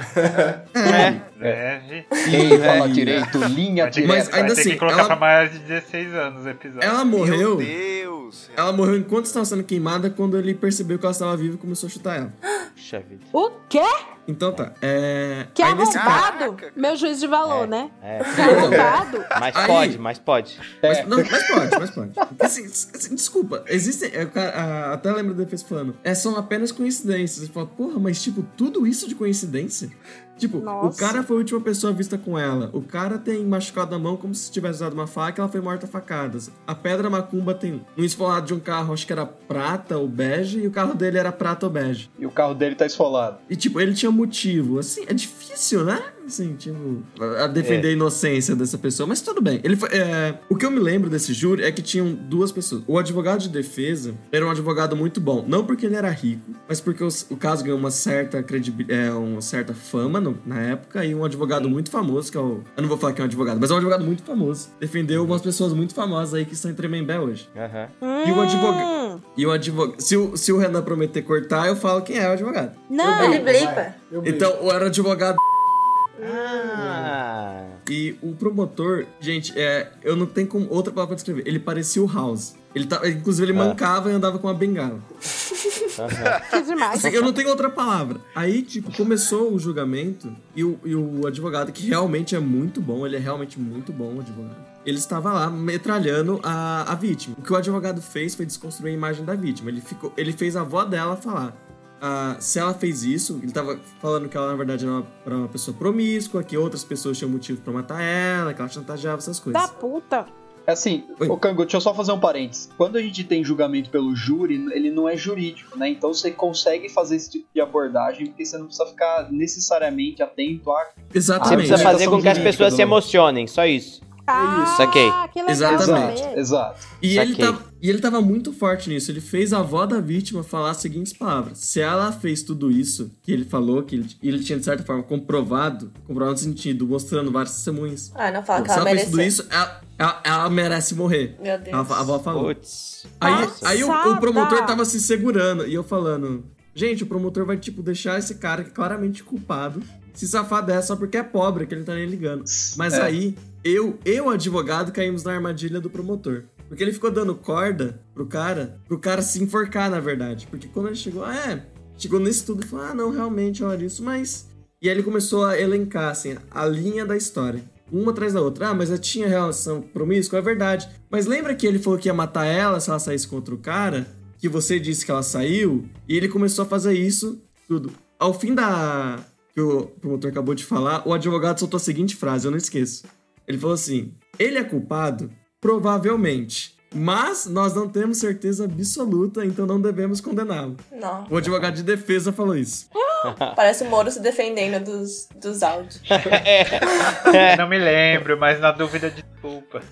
Speaker 1: É.
Speaker 8: Deve.
Speaker 3: É.
Speaker 4: Quem fala direito, linha
Speaker 8: Vai ter, que-
Speaker 3: Mas
Speaker 4: direta.
Speaker 8: vai
Speaker 3: ainda
Speaker 8: ter que
Speaker 3: assim,
Speaker 8: colocar
Speaker 3: ela-
Speaker 8: pra maior de 16 anos o episódio.
Speaker 3: Ela é
Speaker 7: Meu
Speaker 3: morreu.
Speaker 7: Deus!
Speaker 3: Ela morreu enquanto estava sendo queimada, quando ele percebeu que ela estava viva e começou a chutar ela.
Speaker 1: Puxa vida.
Speaker 6: O quê?
Speaker 3: Então tá. É.
Speaker 6: Que
Speaker 3: aí nesse- Ah, então,
Speaker 6: arrombado?
Speaker 7: Caraca.
Speaker 6: Meu juiz de valor,
Speaker 1: É.
Speaker 6: né?
Speaker 1: É.
Speaker 6: Que arrombado?
Speaker 1: Mas
Speaker 3: Aí-
Speaker 1: pode, mas pode.
Speaker 3: Mas, não, mas pode, mas pode. Assim, assim, desculpa, existem. é, o cara- a- até lembro do defesa falando. É, são apenas coincidências. Você fala, porra, mas tipo, tudo isso de coincidência? Tipo,
Speaker 6: Nossa.
Speaker 3: o cara foi a última pessoa vista com ela. O cara tem machucado a mão como se tivesse usado uma faca ela foi morta a facadas. A pedra macumba tem um esfolado de um carro, acho que era prata ou bege, e o carro dele era prata ou bege.
Speaker 4: E o carro dele tá esfolado.
Speaker 3: E tipo, ele tinha motivo. Assim, é difícil, né? Assim, tipo, a a defender a inocência dessa pessoa, mas tudo bem. Ele foi, é, o que eu me lembro desse júri é que tinham duas pessoas. O advogado de defesa era um advogado muito bom. Não porque ele era rico, mas porque os- o, caso ganhou uma certa credibilidade, uma certa fama no- na época, e um advogado muito famoso, que é o. Eu não vou falar que é um advogado, mas é um advogado muito famoso. Defendeu umas pessoas muito famosas aí que estão em Tremembé hoje.
Speaker 1: Aham.
Speaker 3: E o advogado. E o advogado. Se o, se o Renan prometer cortar, eu falo quem é o advogado.
Speaker 6: Não,
Speaker 5: Ele blipa.
Speaker 2: Eu brinco.
Speaker 3: Então, eu era advogado.
Speaker 1: Ah.
Speaker 3: E o promotor, gente, é, eu não tenho como outra palavra pra descrever. Ele parecia o House. Ele tá, inclusive, ele
Speaker 1: Ah.
Speaker 3: mancava e andava com uma bengala.
Speaker 6: que demais.
Speaker 3: Assim, eu não tenho outra palavra. Aí, tipo, começou o julgamento e o, e o advogado, que realmente é muito bom, ele é realmente muito bom, o advogado. Ele estava lá metralhando a, a vítima. O que o advogado fez foi desconstruir a imagem da vítima. Ele, ficou, ele fez a avó dela falar. ah, se ela fez isso, ele tava falando que ela, na verdade, era uma, era uma pessoa promíscua, que outras pessoas tinham motivo pra matar ela, que ela chantageava essas coisas.
Speaker 6: Da puta.
Speaker 4: É Assim,
Speaker 3: Oi.
Speaker 4: ô Kango, deixa eu só fazer um parênteses. Quando a gente tem julgamento pelo júri, ele não é jurídico, né? Então você consegue fazer esse tipo de abordagem porque você não precisa ficar necessariamente atento a.
Speaker 1: Você
Speaker 3: Exatamente.
Speaker 1: precisa fazer com que as
Speaker 4: Jurídica
Speaker 1: pessoas
Speaker 4: do-
Speaker 1: se emocionem, só isso.
Speaker 6: Ah,
Speaker 1: Saquei.
Speaker 6: que legal
Speaker 3: É Exatamente.
Speaker 6: saber.
Speaker 4: exato.
Speaker 3: E ele,
Speaker 1: Saquei.
Speaker 3: tava, e ele tava muito forte nisso. Ele fez a avó da vítima falar as seguintes palavras. Se ela fez tudo isso que ele falou, que ele, ele tinha de certa forma comprovado, comprovado no sentido, mostrando várias testemunhas.
Speaker 5: Ah, não
Speaker 3: Se
Speaker 5: fala que ela
Speaker 3: ela fez tudo
Speaker 5: mereceu.
Speaker 3: isso, ela, ela- ela merece morrer.
Speaker 5: Meu
Speaker 3: A,
Speaker 5: Deus.
Speaker 3: a avó falou.
Speaker 1: Putz.
Speaker 3: Aí,
Speaker 1: Nossa.
Speaker 3: aí o, o
Speaker 6: Passada.
Speaker 3: promotor tava se segurando e eu falando: Gente, o promotor vai, tipo, deixar esse cara que é claramente culpado se safar dessa só porque é pobre, que ele não tá nem ligando. Mas
Speaker 4: É.
Speaker 3: aí, eu, eu, advogado, caímos na armadilha do promotor. Porque ele ficou dando corda pro cara, pro cara se enforcar, na verdade. Porque quando ele chegou, ah, é, chegou nesse tudo e falou, ah, não, realmente, olha isso, mas. E aí ele começou a elencar, assim, a linha da história. Uma atrás da outra. Ah, mas ela tinha relação promíscua? É verdade. Mas lembra que ele falou que ia matar ela se ela saísse contra o cara? Que você disse que ela saiu? E ele começou a fazer isso tudo. Ao fim da. que o promotor acabou de falar, o advogado soltou a seguinte frase, eu não esqueço. Ele falou assim: ele é culpado? Provavelmente. Mas nós não temos certeza absoluta, então não devemos condená-lo.
Speaker 5: Não.
Speaker 3: O advogado de defesa falou isso.
Speaker 5: Parece o Moro se defendendo dos, dos áudios.
Speaker 8: Não me lembro, mas na dúvida, desculpa.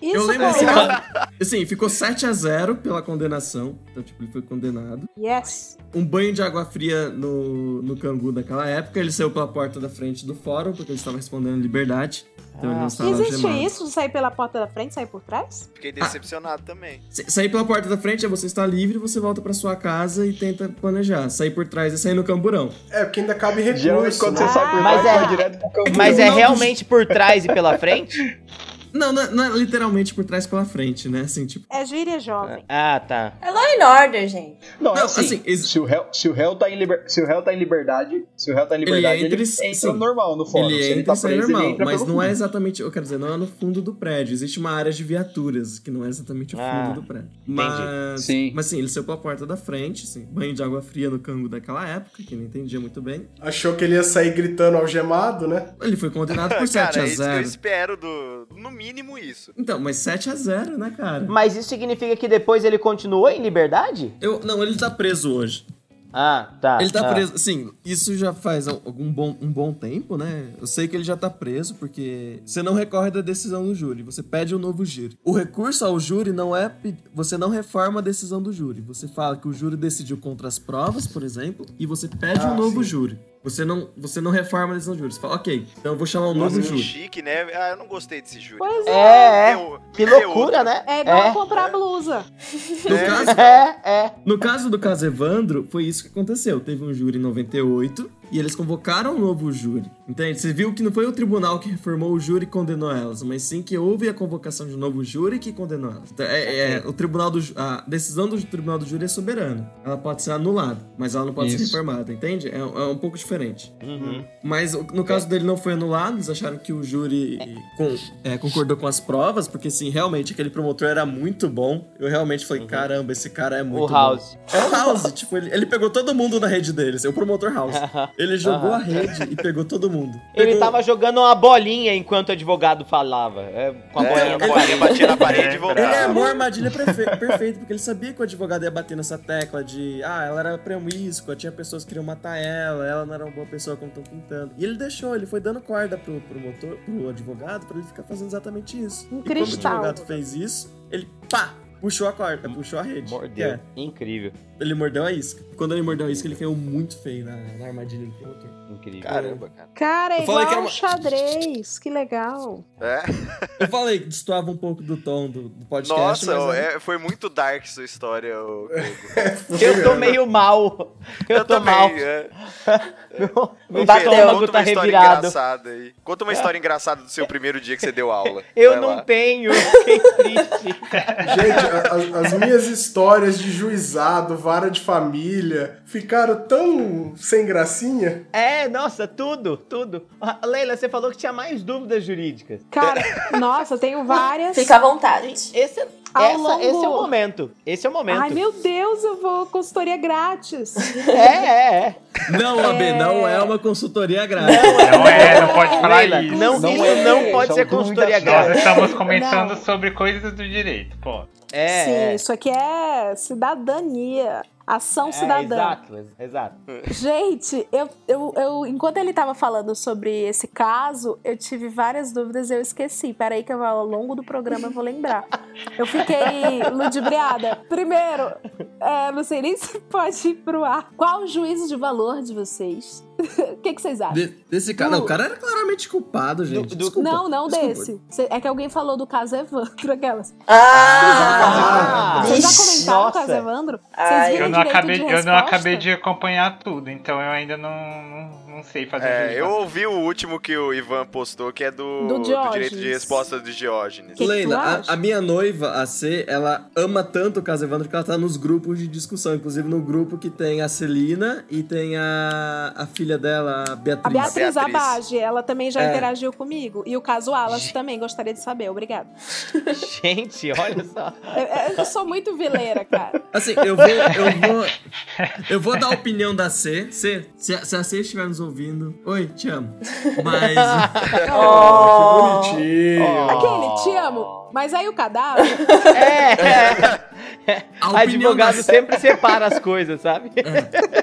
Speaker 6: Isso,
Speaker 3: eu lembro
Speaker 6: Paulo.
Speaker 3: desse caso. Assim, ficou 7 a 0 pela condenação. Então, tipo, ele foi condenado.
Speaker 6: Yes.
Speaker 3: Um banho de água fria no, no Cangu daquela época. Ele saiu pela porta da frente do fórum, porque ele estava respondendo liberdade. Então ele não estava
Speaker 6: Ah. Existe
Speaker 3: algemado.
Speaker 6: isso de sair pela porta da frente, sair por trás?
Speaker 7: Fiquei decepcionado também.
Speaker 3: Sa- Sair pela porta da frente é você estar livre, você volta pra sua casa e tenta planejar. Sair por trás é sair no camburão.
Speaker 2: É, porque ainda cabe
Speaker 4: Geralmente
Speaker 2: recurso.
Speaker 4: quando
Speaker 2: né?
Speaker 4: você
Speaker 6: Ah,
Speaker 4: sai por
Speaker 1: Mas
Speaker 4: baixo,
Speaker 1: é-
Speaker 4: vai direto pro campo.
Speaker 1: Mas é
Speaker 3: Não,
Speaker 1: realmente por trás e pela frente?
Speaker 3: Não, não, é- não é literalmente por trás pela frente, né? Assim, tipo.
Speaker 6: É gíria jovem.
Speaker 1: Ah, tá.
Speaker 5: É law and order, gente.
Speaker 4: Não, é
Speaker 3: Não,
Speaker 4: assim.
Speaker 3: assim, ex-
Speaker 4: se, o réu, se, o réu tá em liber- se o réu tá em liberdade, se o réu tá em
Speaker 3: Ele
Speaker 4: liberdade, ele
Speaker 3: entra
Speaker 4: entra,
Speaker 3: e- sim.
Speaker 4: normal no fórum.
Speaker 3: ele
Speaker 4: se
Speaker 3: entra
Speaker 4: ele tá
Speaker 3: e sai
Speaker 4: preso, ele
Speaker 3: normal,
Speaker 4: entra
Speaker 3: mas
Speaker 4: pelo
Speaker 3: não é
Speaker 4: fundo.
Speaker 3: exatamente. Eu quero dizer, não é no fundo do prédio. Existe uma área de viaturas, que não é exatamente o fundo
Speaker 1: Ah,
Speaker 3: do prédio. Mas,
Speaker 4: Sim.
Speaker 3: mas sim, ele saiu pela porta da frente, assim, banho de água fria no cango daquela época, que eu não entendia muito bem.
Speaker 2: Achou que ele ia sair gritando algemado, né?
Speaker 3: Ele foi condenado por 7
Speaker 7: Cara,
Speaker 3: a
Speaker 7: é isso que eu
Speaker 3: 0
Speaker 7: espero do. No mínimo isso.
Speaker 3: Então, mas 7 a 0 né, cara?
Speaker 1: Mas isso significa que depois ele continuou em liberdade?
Speaker 3: Eu, não, ele tá preso hoje.
Speaker 1: Ah, tá.
Speaker 3: Ele tá
Speaker 1: ah.
Speaker 3: preso, sim, isso já faz al- algum bom, um bom tempo, né? Eu sei que ele já tá preso porque você não recorre da decisão do júri, você pede um novo júri. O recurso ao júri não é. pe- Você não reforma a decisão do júri. Você fala que o júri decidiu contra as provas, por exemplo, e você pede
Speaker 2: Ah,
Speaker 3: um novo
Speaker 2: sim.
Speaker 3: júri. Você não, você não reforma a decisão de júri. Você fala, ok, então eu vou chamar um novo
Speaker 7: Nossa, que
Speaker 3: júri.
Speaker 7: chique, né? Ah, eu não gostei desse júri.
Speaker 6: Pois é.
Speaker 1: É, é.
Speaker 7: Eu-
Speaker 1: Que
Speaker 7: eu-
Speaker 1: loucura, né?
Speaker 6: É igual comprar blusa.
Speaker 3: No caso,
Speaker 1: É, é.
Speaker 3: No caso do caso Evandro, foi isso que aconteceu. Teve um júri em 98 e eles convocaram um novo júri. Entende? Você viu que não foi o tribunal que reformou o júri e condenou elas, mas sim que houve a convocação de um novo júri que condenou elas. Então, é, é, o tribunal do, ju- a decisão do tribunal do júri é soberana. Ela pode ser anulada, mas ela não pode ser
Speaker 4: Isso.
Speaker 3: reformada, entende? É, é um pouco diferente.
Speaker 1: Uhum.
Speaker 3: Mas o- no caso dele não foi anulado, eles acharam que o júri com- é, concordou com as provas, porque sim, realmente aquele promotor era muito bom. Eu realmente falei, caramba, esse cara é muito
Speaker 1: Uhum. O
Speaker 3: bom.
Speaker 1: House.
Speaker 3: É o House, tipo, ele, ele pegou todo mundo na rede dele, assim, o promotor House. Ele jogou a rede e pegou todo mundo.
Speaker 1: Ele
Speaker 3: Pegou-
Speaker 7: Uhum.
Speaker 1: tava jogando uma bolinha enquanto o advogado falava. É, com a bolinha
Speaker 7: É,
Speaker 1: na
Speaker 7: a bolinha
Speaker 1: parede.
Speaker 7: batia na parede e
Speaker 8: É,
Speaker 3: Ele
Speaker 8: bravo.
Speaker 7: voltava.
Speaker 3: armou a armadilha prefe- perfeita, porque ele sabia que o advogado ia bater nessa tecla de ah, ela era promíscua, tinha pessoas que queriam matar ela, ela não era uma boa pessoa como estão pintando. E ele deixou, ele foi dando corda pro, pro, motor, pro advogado pra ele ficar fazendo exatamente isso.
Speaker 6: Um
Speaker 3: e quando o
Speaker 6: cristal.
Speaker 3: advogado fez isso, ele pá! Puxou a corda, puxou a rede.
Speaker 1: Mordeu.
Speaker 3: É,
Speaker 1: Incrível,
Speaker 3: ele mordeu a isca. Quando ele mordeu a isca, ele caiu muito feio na, na armadilha do promotor.
Speaker 1: incrível.
Speaker 7: Caramba, cara.
Speaker 6: Cara, é
Speaker 3: Eu falei
Speaker 6: igual
Speaker 3: que era
Speaker 6: um
Speaker 3: uma-
Speaker 6: xadrez. Que legal.
Speaker 7: É?
Speaker 3: Eu falei que destoava um pouco do tom do, do podcast.
Speaker 7: Nossa,
Speaker 3: mas,
Speaker 7: é- foi muito dark sua história. ô.
Speaker 1: Eu tô meio mal. Eu, tô
Speaker 7: também,
Speaker 1: mal.
Speaker 7: é.
Speaker 1: Meu, meu
Speaker 7: Conta-
Speaker 1: estômago tá
Speaker 7: história
Speaker 1: revirado. É.
Speaker 7: engraçada aí. Conta uma história engraçada do seu primeiro dia que você deu aula.
Speaker 1: Eu
Speaker 7: Vai
Speaker 1: não
Speaker 7: lá.
Speaker 1: tenho. Que triste.
Speaker 2: Gente, a- a- as minhas histórias de juizado, vara de família, ficaram tão sem gracinha.
Speaker 1: É, nossa, tudo, tudo. Ah, Leila, você falou que tinha mais dúvidas jurídicas.
Speaker 6: Cara, nossa, eu tenho várias.
Speaker 5: Fica à vontade.
Speaker 1: Esse,
Speaker 6: Ao
Speaker 1: essa-
Speaker 6: longo-
Speaker 1: esse é o momento. Esse é o momento.
Speaker 6: Ai, meu Deus, eu vou consultoria grátis.
Speaker 1: É, é, é.
Speaker 3: Não, AB, não é uma consultoria grátis.
Speaker 8: Não é, não pode falar
Speaker 1: Leila,
Speaker 8: isso.
Speaker 1: não,
Speaker 4: Não
Speaker 1: isso
Speaker 4: é,
Speaker 1: não pode
Speaker 4: são
Speaker 1: ser
Speaker 4: tudo
Speaker 1: consultoria
Speaker 4: muitas
Speaker 8: Nós
Speaker 1: grátis.
Speaker 8: estamos comentando
Speaker 6: Não.
Speaker 8: sobre coisas do direito, pô.
Speaker 1: É,
Speaker 6: Sim,
Speaker 1: é.
Speaker 6: isso aqui é cidadania. Ação
Speaker 1: É,
Speaker 6: cidadã.
Speaker 1: exato, ex- exato.
Speaker 6: Gente, eu, eu, eu- enquanto ele tava falando sobre esse caso, eu tive várias dúvidas e eu esqueci. Peraí, que eu, ao longo do programa eu vou lembrar. Eu fiquei ludibriada. Primeiro, é, não sei nem se pode ir pro ar. Qual o juízo de valor de vocês? O que, que vocês acham?
Speaker 3: De- desse cara. Não, o cara era claramente culpado, gente.
Speaker 1: Do- do-
Speaker 3: Desculpa.
Speaker 6: não, não
Speaker 3: Desculpa.
Speaker 6: desse. Cê- É que alguém falou do caso Evandro, aquelas.
Speaker 1: Ah!
Speaker 6: Vocês já
Speaker 5: Ixi,
Speaker 6: comentaram o caso
Speaker 1: nossa.
Speaker 6: Evandro? Vocês
Speaker 5: Ai.
Speaker 6: viram
Speaker 8: Eu não,
Speaker 6: é direito
Speaker 8: acabei,
Speaker 6: de
Speaker 8: eu não
Speaker 6: resposta?
Speaker 8: acabei de acompanhar tudo, então eu ainda não, não, não sei fazer
Speaker 7: É,
Speaker 8: juízo.
Speaker 7: eu ouvi o último que o Ivan postou, que é do,
Speaker 6: Do Diógenes.
Speaker 7: direito de resposta do Diógenes.
Speaker 6: Que que tu
Speaker 3: Leila,
Speaker 6: acha?
Speaker 3: a, a minha noiva, a C, ela ama tanto o caso Evandro que ela tá nos grupos de discussão. Inclusive no grupo que tem a Celina e tem a, a filha dela, a Beatriz.
Speaker 6: A Beatriz
Speaker 7: Beatriz.
Speaker 6: Abage, ela também já
Speaker 3: É.
Speaker 6: interagiu comigo. E o caso Alas também, gostaria de saber. Obrigada.
Speaker 1: Gente, olha só.
Speaker 6: Eu, eu sou muito vileira, cara.
Speaker 3: Assim, eu vou, eu vou. Eu vou dar a opinião da C. C, se a, se a C estiver nos ouvindo. Oi, te amo. Mas.
Speaker 1: Oh,
Speaker 2: Ah, que bonitinho.
Speaker 6: Aquele,
Speaker 1: tipo
Speaker 6: te amo. Mas aí o cadáver.
Speaker 1: É,
Speaker 3: A opinião da É.
Speaker 1: advogado
Speaker 3: C.
Speaker 1: sempre separa as coisas, sabe?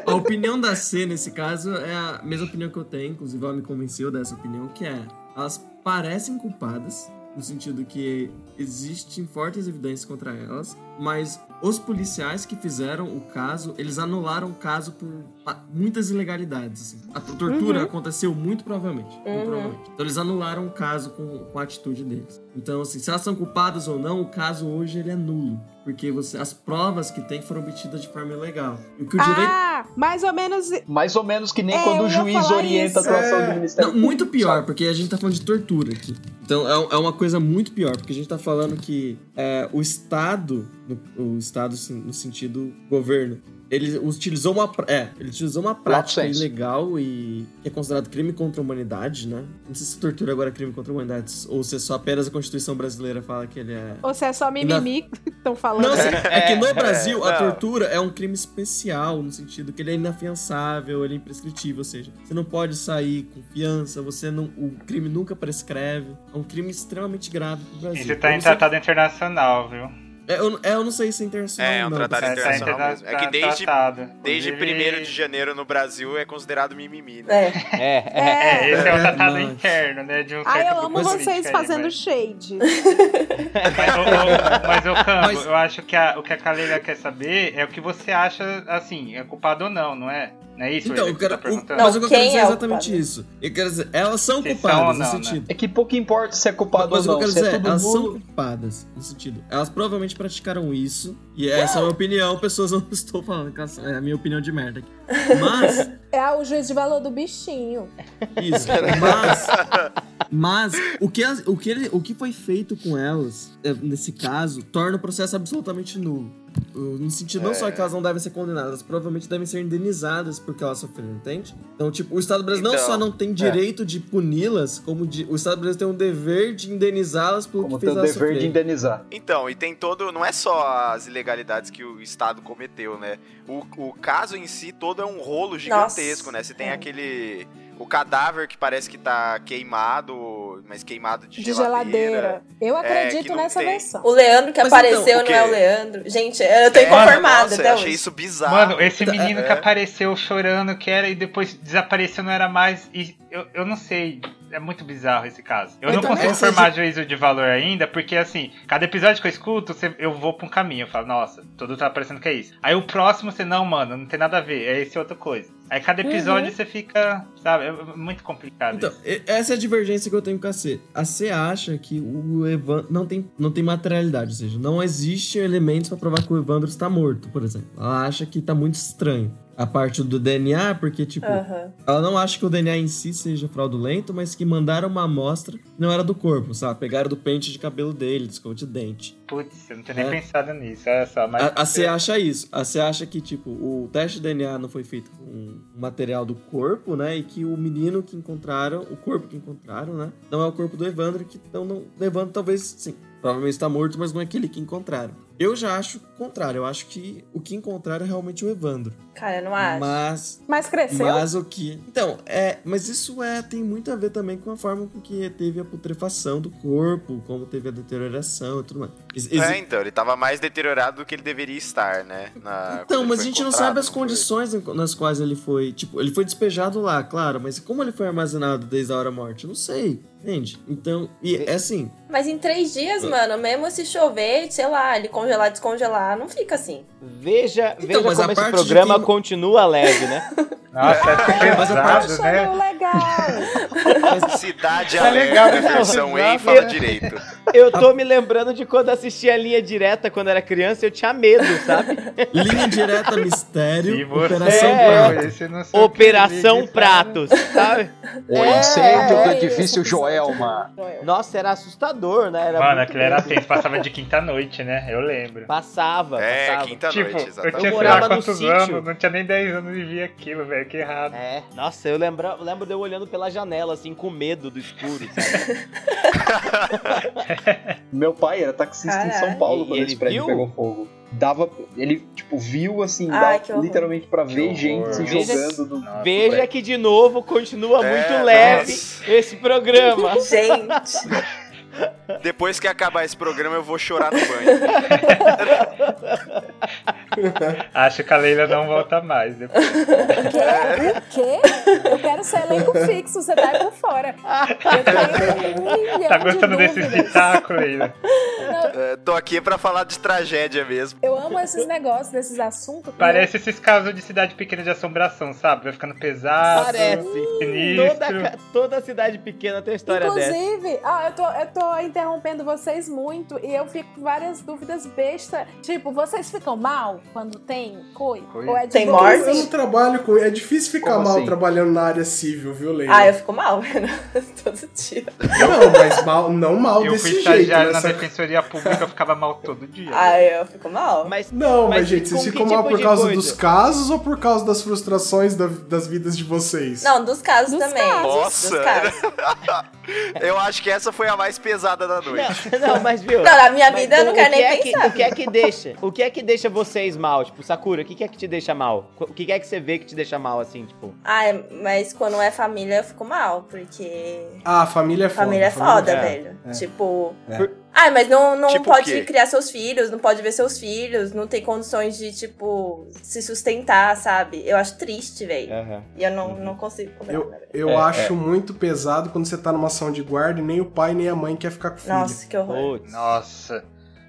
Speaker 3: A opinião da C nesse caso é a mesma opinião que eu tenho, inclusive ela me convenceu dessa opinião, que é elas parecem culpadas, no sentido que existem fortes evidências contra elas, mas os policiais que fizeram o caso, eles anularam o caso por pa- muitas ilegalidades. assim. A tortura aconteceu muito provavelmente, muito
Speaker 5: Uhum.
Speaker 3: provavelmente. Então eles anularam o caso com, com a atitude deles. Então, assim, se elas são culpadas ou não, o caso hoje ele é nulo. Porque você, as provas que tem foram obtidas de forma ilegal. E o que o direito
Speaker 6: Ah, mais ou menos.
Speaker 4: Mais ou menos que nem
Speaker 6: É,
Speaker 4: quando
Speaker 6: eu
Speaker 4: o
Speaker 6: ia
Speaker 4: juiz
Speaker 6: falar
Speaker 4: orienta
Speaker 6: isso.
Speaker 4: a atuação
Speaker 2: É.
Speaker 4: do Ministério
Speaker 3: Não,
Speaker 4: Público.
Speaker 3: muito pior, porque a gente tá falando de tortura aqui. Então é, um- é uma coisa muito pior, porque a gente tá falando que é, o Estado, no- o Estado sim, no sentido governo, ele utilizou uma, pra- é, ele utilizou uma prática
Speaker 4: sensu.
Speaker 3: ilegal e que é considerado crime contra a humanidade, né? Não sei se tortura agora é crime contra a humanidade, ou se é só apenas a Constituição brasileira fala que ele é.
Speaker 6: Ou se é só mimimi que estão falando.
Speaker 3: Não, assim, é que
Speaker 1: É,
Speaker 3: no Brasil a
Speaker 7: não.
Speaker 3: tortura é um crime especial, no sentido que ele é inafiançável, ele é imprescritível, ou seja, você não pode sair com fiança, você não, o crime nunca prescreve. É um crime extremamente grave pro Brasil.
Speaker 8: Isso tá
Speaker 3: eu,
Speaker 8: em
Speaker 3: não sei,
Speaker 8: tratado internacional, viu?
Speaker 3: é, eu, é, eu não sei se é internacional
Speaker 7: É, é um
Speaker 3: ou não.
Speaker 7: tratado
Speaker 8: Tá, tá em
Speaker 7: internacional
Speaker 8: tra-
Speaker 7: mesmo. É
Speaker 8: tá
Speaker 7: que desde-
Speaker 8: tratado.
Speaker 7: Desde
Speaker 8: Inclusive,
Speaker 7: 1 de janeiro no Brasil é considerado mimimi, né?
Speaker 5: É.
Speaker 1: É, é.
Speaker 6: É.
Speaker 8: É, esse é,
Speaker 3: É,
Speaker 8: o tratado
Speaker 3: mas-
Speaker 8: interno, né? De um
Speaker 6: Ah,
Speaker 8: certo
Speaker 6: eu
Speaker 8: grupo
Speaker 6: amo
Speaker 8: político
Speaker 6: vocês
Speaker 8: aí,
Speaker 6: fazendo
Speaker 8: mas-
Speaker 6: shade.
Speaker 8: Mas, ô, ô, mas, ô, Cambo,
Speaker 3: Mas-
Speaker 8: eu acho que a- o que a Kaleila quer saber é o que você acha, assim, é culpado ou não, não é? Não é isso?
Speaker 3: Então,
Speaker 8: Wesley,
Speaker 3: eu
Speaker 8: que você
Speaker 3: quero,
Speaker 8: tá
Speaker 3: o-
Speaker 8: perguntando?
Speaker 5: Não,
Speaker 3: mas o que eu
Speaker 5: quem
Speaker 3: quero dizer
Speaker 5: é
Speaker 3: é
Speaker 5: o
Speaker 3: exatamente
Speaker 5: culpado?
Speaker 3: isso. Eu quero dizer, elas são
Speaker 8: Vocês
Speaker 3: culpadas
Speaker 8: são ou
Speaker 3: nesse
Speaker 8: não, né?
Speaker 3: sentido.
Speaker 4: É que pouco importa se é culpado
Speaker 3: Mas o
Speaker 4: ou
Speaker 3: que eu
Speaker 4: não,
Speaker 3: quero
Speaker 4: se é
Speaker 3: dizer,
Speaker 4: todo
Speaker 3: elas são
Speaker 4: mundo.
Speaker 3: culpadas, no sentido. Elas provavelmente praticaram isso, e essa é a minha opinião, pessoas não estou falando, que elas- é a minha opinião de merda aqui. Mas,
Speaker 6: É o juiz de valor do bichinho.
Speaker 8: É
Speaker 3: Isso. Mas, mas o, que elas- o, que ele- o que foi feito com elas, é, nesse caso, torna o processo absolutamente nulo. Uh, No sentido, não só que elas não devem ser condenadas, elas provavelmente devem ser indenizadas porque elas sofreram, entende? Então, tipo, o Estado brasileiro
Speaker 7: Então,
Speaker 3: não só não tem direito de puni-las, como de- o Estado brasileiro tem um dever de indenizá-las pelo
Speaker 4: Como
Speaker 3: que fez
Speaker 4: tem o
Speaker 3: elas
Speaker 4: dever de
Speaker 3: sofrerem.
Speaker 4: indenizar.
Speaker 7: Então, e tem todo. Não é só as ilegalidades que o Estado cometeu, né? O, o caso em si todo é um rolo gigantesco, né? Você tem
Speaker 5: é.
Speaker 7: aquele. O cadáver que parece que tá queimado, mas queimado de,
Speaker 6: De
Speaker 7: geladeira.
Speaker 6: geladeira. Eu
Speaker 7: É, que
Speaker 6: acredito
Speaker 7: não
Speaker 6: nessa
Speaker 7: tem.
Speaker 6: versão.
Speaker 5: O Leandro que
Speaker 3: Mas
Speaker 5: apareceu
Speaker 3: então,
Speaker 7: o
Speaker 5: não é
Speaker 7: quê?
Speaker 5: o Leandro. Gente, eu tô
Speaker 7: É,
Speaker 5: inconformada
Speaker 7: nossa,
Speaker 5: até
Speaker 7: eu
Speaker 5: hoje.
Speaker 7: achei isso bizarro.
Speaker 8: Mano, esse
Speaker 3: Tá,
Speaker 8: menino que
Speaker 7: é.
Speaker 8: apareceu chorando que era e depois desapareceu, não era mais. E eu, eu não sei. É muito bizarro esse caso. Eu
Speaker 3: Mas
Speaker 8: não
Speaker 3: também
Speaker 8: consigo
Speaker 3: essa
Speaker 8: formar juízo de valor ainda, porque assim, cada episódio que eu escuto, você- eu vou pra um caminho. Eu falo, nossa, tudo tá parecendo que é isso. Aí o próximo, você, não, mano, não tem nada a ver. É esse outra coisa. Aí cada episódio você fica, sabe, é muito complicado.
Speaker 3: Uhum. Então,
Speaker 8: isso.
Speaker 3: e- essa é a divergência que eu tenho com a C. A C acha que o Evandro não tem, não tem materialidade, ou seja, não existem elementos pra provar que o Evandro está morto, por exemplo. Ela acha que tá muito estranho. A parte do DNA, porque, tipo,
Speaker 5: Aham.
Speaker 3: ela não acha que o DNA em si seja fraudulento, mas que mandaram uma amostra que não era do corpo, sabe? Pegaram do pente de cabelo dele, do escova de dente.
Speaker 8: Putz, eu não tinha nem
Speaker 3: É.
Speaker 8: pensado nisso. Olha só, mas.
Speaker 3: A, a você acha isso. A você acha que, tipo, o teste de DNA não foi feito com material do corpo, né? E que o menino que encontraram, o corpo que encontraram, né? Não é o corpo do Evandro, que então não. O Evandro talvez, sim, provavelmente está morto, mas não é aquele que encontraram. Eu já acho o contrário. Eu acho que o que encontraram é realmente o Evandro.
Speaker 5: Cara, eu não acho. É
Speaker 3: Mas
Speaker 6: Mas cresceu?
Speaker 3: mas o que. Então, é. Mas isso é tem muito a ver também com a forma com que teve a putrefação do corpo, como teve a deterioração e tudo mais. Ex- exi-
Speaker 7: É, então, ele tava mais deteriorado do que ele deveria estar, né? Na- quando
Speaker 3: Então,
Speaker 7: ele
Speaker 3: mas a
Speaker 7: foi
Speaker 3: gente não
Speaker 7: encontrado,
Speaker 3: sabe as
Speaker 7: foi?
Speaker 3: condições em- nas quais ele foi. Tipo, ele foi despejado lá, claro, mas como ele foi armazenado desde a hora da morte? Eu não sei, entende? Então, e é assim.
Speaker 5: Mas em três dias,
Speaker 7: Hum.
Speaker 5: mano, mesmo se chover, sei lá, ele congelar, descongelar, não fica assim.
Speaker 1: Veja,
Speaker 3: Então,
Speaker 1: veja
Speaker 3: mas a
Speaker 1: como esse
Speaker 3: parte de
Speaker 1: programa
Speaker 3: quem-
Speaker 1: continua leve, né?
Speaker 8: Nossa, é
Speaker 3: Mas a parte-
Speaker 8: pesado, né?
Speaker 6: Achando legal.
Speaker 7: Cidade
Speaker 2: Tá
Speaker 7: Alerta,
Speaker 2: legal, né?
Speaker 7: versão
Speaker 8: Tá
Speaker 2: Exato.
Speaker 7: em fala direito.
Speaker 1: Eu tô me lembrando de quando assisti a linha direta quando era criança, eu tinha medo, sabe?
Speaker 3: Linha direta
Speaker 8: E
Speaker 3: mistério,
Speaker 8: você,
Speaker 3: operação
Speaker 1: É.
Speaker 3: prata.
Speaker 8: esse não sei o que,
Speaker 1: Operação
Speaker 8: ninguém sabe.
Speaker 1: Pratos, sabe?
Speaker 4: Oi,
Speaker 1: É,
Speaker 4: sempre
Speaker 1: é,
Speaker 4: o
Speaker 1: é
Speaker 4: edifício
Speaker 6: isso.
Speaker 4: Joelma.
Speaker 1: Nossa, era assustador, né? Era
Speaker 8: Mano,
Speaker 1: muito
Speaker 8: aquilo era
Speaker 1: medo.
Speaker 8: tenso, passava de quinta-noite, né? Eu lembro.
Speaker 1: Passava,
Speaker 7: É,
Speaker 1: passava.
Speaker 7: quinta
Speaker 8: Tá Tipo,
Speaker 7: noite,
Speaker 8: eu
Speaker 7: exatamente.
Speaker 8: tinha
Speaker 1: Eu
Speaker 8: sei lá
Speaker 1: morava no
Speaker 8: quantos
Speaker 1: sítio.
Speaker 8: anos, não tinha nem 10 anos e via aquilo, velho, que errado.
Speaker 1: É, nossa, eu lembro, lembro de eu olhando pela janela, assim, com medo do escuro, sabe?
Speaker 4: Meu pai era taxista em São
Speaker 5: Caralho.
Speaker 4: Paulo
Speaker 1: E
Speaker 4: quando
Speaker 1: ele
Speaker 4: esse prédio
Speaker 1: viu?
Speaker 4: pegou fogo. Dava, ele, tipo, viu assim,
Speaker 5: Ai,
Speaker 4: dava
Speaker 5: que horror.
Speaker 4: literalmente pra ver
Speaker 8: horror.
Speaker 4: gente se
Speaker 1: Veja-
Speaker 4: jogando do.
Speaker 2: Ah,
Speaker 8: Nossa,
Speaker 1: Veja que, de novo, continua
Speaker 7: É,
Speaker 1: muito leve
Speaker 7: nossa.
Speaker 1: esse programa.
Speaker 5: Gente,
Speaker 7: Depois que acabar esse programa, eu vou chorar no banho.
Speaker 8: Acho que a Leila não volta mais depois.
Speaker 6: O quê? O quê? Eu quero ser elenco fixo, você tá aí por fora. Eu tenho um milhão
Speaker 8: Tá
Speaker 6: de
Speaker 8: gostando desse
Speaker 6: dúvidas.
Speaker 8: espetáculo, Leila?
Speaker 7: É, tô aqui pra falar de tragédia mesmo.
Speaker 6: Eu amo esses negócios, desses assuntos. né?
Speaker 8: Parece esses casos de cidade pequena de assombração, sabe? Vai ficando pesado,
Speaker 1: Parece.
Speaker 8: sinistro.
Speaker 1: Toda, ca- toda cidade pequena tem história dessa.
Speaker 6: Inclusive, ah, eu, tô, eu tô interrompendo vocês muito e eu fico com várias dúvidas besta. Tipo, vocês ficam mal quando tem coi?
Speaker 8: Coi?
Speaker 6: Ou é de
Speaker 5: Tem
Speaker 6: boa?
Speaker 5: morte?
Speaker 2: Eu não trabalho com. É difícil ficar
Speaker 4: Como
Speaker 2: mal
Speaker 4: assim?
Speaker 2: trabalhando na área civil, viu, Leila?
Speaker 5: ah, eu fico mal, velho, todo dia.
Speaker 2: Não, mas mal, não mal
Speaker 8: Eu fui
Speaker 2: desse jeito. né?
Speaker 8: estagiário na
Speaker 2: nessa-
Speaker 8: defensoria pública, eu ficava mal todo dia.
Speaker 5: Ah, eu fico mal.
Speaker 1: Mas,
Speaker 2: Não, mas,
Speaker 1: mas
Speaker 2: gente,
Speaker 1: com
Speaker 2: vocês
Speaker 1: que
Speaker 2: ficam mal
Speaker 1: tipo
Speaker 2: por
Speaker 1: de
Speaker 2: causa
Speaker 1: coisa?
Speaker 2: dos casos ou por causa das frustrações da- das vidas de vocês?
Speaker 5: Não, dos casos
Speaker 6: Dos
Speaker 5: também.
Speaker 6: casos.
Speaker 5: Dos
Speaker 7: Nossa.
Speaker 5: casos.
Speaker 7: Eu acho que essa foi a mais pesada da noite.
Speaker 1: não, não, mas viu...
Speaker 5: Não, na minha vida eu
Speaker 1: o-
Speaker 5: não
Speaker 1: o
Speaker 5: quero
Speaker 1: que
Speaker 5: nem
Speaker 1: é que-
Speaker 5: pensar.
Speaker 1: o que é que deixa? O que é que deixa vocês mal? Tipo, Sakura, o que que é que te deixa mal? O que que é que você vê que te deixa mal, assim, tipo...
Speaker 5: Ai, mas quando é família eu fico mal, porque
Speaker 2: Ah, família é foda.
Speaker 5: família é foda,
Speaker 1: é,
Speaker 5: velho.
Speaker 2: é.
Speaker 5: Tipo.
Speaker 2: É.
Speaker 5: Ai, mas não, não
Speaker 7: Tipo o quê?
Speaker 5: pode criar seus filhos, não pode ver seus filhos, não tem condições de, tipo, se sustentar, sabe? Eu acho triste, velho.
Speaker 1: É.
Speaker 5: E eu não,
Speaker 1: Uhum.
Speaker 5: não consigo comer.
Speaker 2: Eu acho muito pesado quando você tá numa ação de guarda e nem o pai nem a mãe quer ficar com o filho.
Speaker 1: é.
Speaker 5: Nossa, que horror.
Speaker 1: Putz.
Speaker 8: Nossa.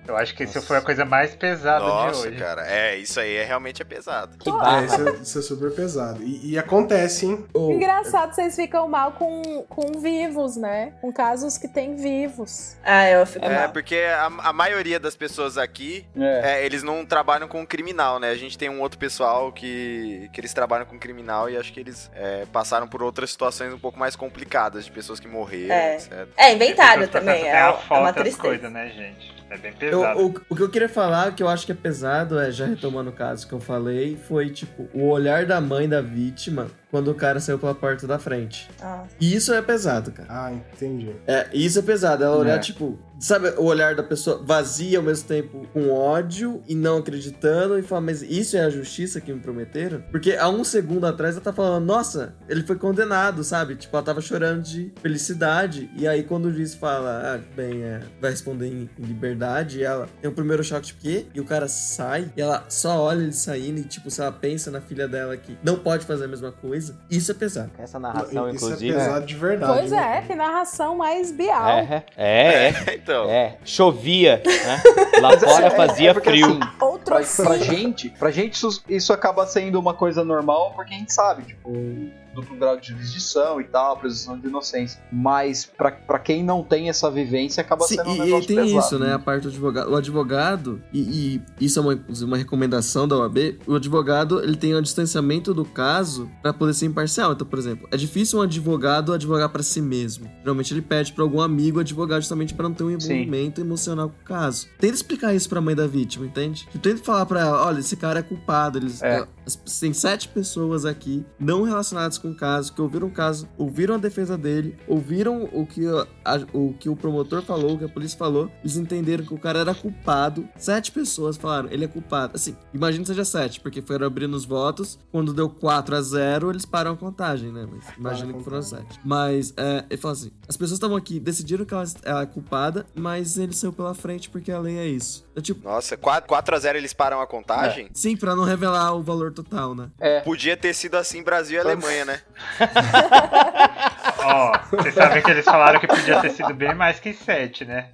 Speaker 8: Eu acho que isso foi a coisa mais pesada de
Speaker 7: Nossa,
Speaker 8: hoje.
Speaker 7: cara. É, isso aí é, realmente é pesado.
Speaker 1: Que
Speaker 2: É,
Speaker 1: barra.
Speaker 2: isso, é, isso é super pesado. E, e acontece, hein?
Speaker 3: Ou,
Speaker 6: Engraçado, vocês ficam mal com, com vivos, né? Com casos que tem vivos.
Speaker 5: Ah, eu fico
Speaker 7: É,
Speaker 5: mal.
Speaker 7: porque a, a maioria das pessoas aqui,
Speaker 4: É.
Speaker 7: é, eles não trabalham com criminal, né? A gente tem um outro pessoal que, que eles trabalham com criminal e acho que eles é, passaram por outras situações um pouco mais complicadas, de pessoas que morreram,
Speaker 5: É.
Speaker 7: etc.
Speaker 5: É, inventário
Speaker 8: Os processos
Speaker 5: também.
Speaker 8: têm
Speaker 5: É,
Speaker 8: a
Speaker 5: é
Speaker 8: foto e
Speaker 5: uma
Speaker 8: as
Speaker 5: tristeza.
Speaker 8: coisas, né, gente? É bem
Speaker 3: eu-
Speaker 8: pesado.
Speaker 3: o, o que eu queria falar, que eu acho que é pesado, é já retomando o caso que eu falei, foi tipo o olhar da mãe da vítima quando o cara saiu pela porta da frente.
Speaker 5: Ah,
Speaker 3: E isso é pesado, cara.
Speaker 2: Ah, entendi.
Speaker 3: É, isso é pesado. Ela olhar,
Speaker 8: É.
Speaker 3: tipo, sabe, o olhar da pessoa vazia ao mesmo tempo com ódio e não acreditando e falar, mas isso é a justiça que me prometeram? Porque há um segundo atrás ela tá falando, nossa, ele foi condenado, sabe? Tipo, ela tava chorando de felicidade. E aí quando o juiz fala, ah, bem, é, vai responder em, em liberdade, e ela tem o primeiro choque, tipo, quê? E o cara sai e ela só olha ele saindo e, tipo, se ela pensa na filha dela que não pode fazer a mesma coisa, isso é pesado.
Speaker 1: Essa narração,
Speaker 2: isso
Speaker 1: inclusive.
Speaker 2: é pesado de verdade.
Speaker 6: pois
Speaker 2: né?
Speaker 6: é, que narração mais bial.
Speaker 1: É, é, é,
Speaker 7: Então,
Speaker 1: é. Chovia, né? Lá
Speaker 2: É,
Speaker 1: fora fazia
Speaker 4: porque,
Speaker 1: frio.
Speaker 4: assim,
Speaker 6: Outro
Speaker 4: pra, pra
Speaker 6: sim.
Speaker 4: gente, pra gente isso, isso acaba sendo uma coisa normal, porque a gente sabe, tipo, duplo grau de jurisdição e tal, presunção de inocência. Mas pra, pra quem não tem essa vivência, acaba
Speaker 3: Sim,
Speaker 4: sendo um
Speaker 3: e- e,
Speaker 4: negócio
Speaker 3: tem
Speaker 4: pesado.
Speaker 3: isso, né? A parte do advogado. O advogado, e, e isso é uma, uma recomendação da OAB, o advogado ele tem um distanciamento do caso pra poder ser imparcial. Então, por exemplo, é difícil um advogado advogar pra si mesmo. Geralmente ele pede pra algum amigo advogar justamente pra não ter um
Speaker 4: Sim.
Speaker 3: envolvimento emocional com o caso. Tenta explicar isso pra mãe da vítima, entende? Tu tenta falar pra ela, olha, esse cara é culpado. Eles,
Speaker 4: É.
Speaker 3: as- Tem sete pessoas aqui não relacionadas com o caso, que ouviram o caso, ouviram a defesa dele, ouviram o que a- a- o, que o promotor falou, o que a polícia falou, eles entenderam que o cara era culpado. Sete pessoas falaram, ele é culpado. Assim, imagina que seja sete, porque foram abrindo os votos, quando deu 4 a 0 eles param a contagem, né? Mas imagina que foram sete. Mas, é, ele fala assim, as pessoas estavam aqui, decidiram que ela, ela é culpada, mas ele saiu pela frente porque a lei é isso. É tipo,
Speaker 7: nossa, 4x0 eles param a contagem?
Speaker 3: sim, pra não revelar o valor total, né?
Speaker 7: Podia ter sido assim Brasil e Alemanha, né?
Speaker 8: Ó, vocês sabem que eles falaram que podia ter sido bem mais que sete, né?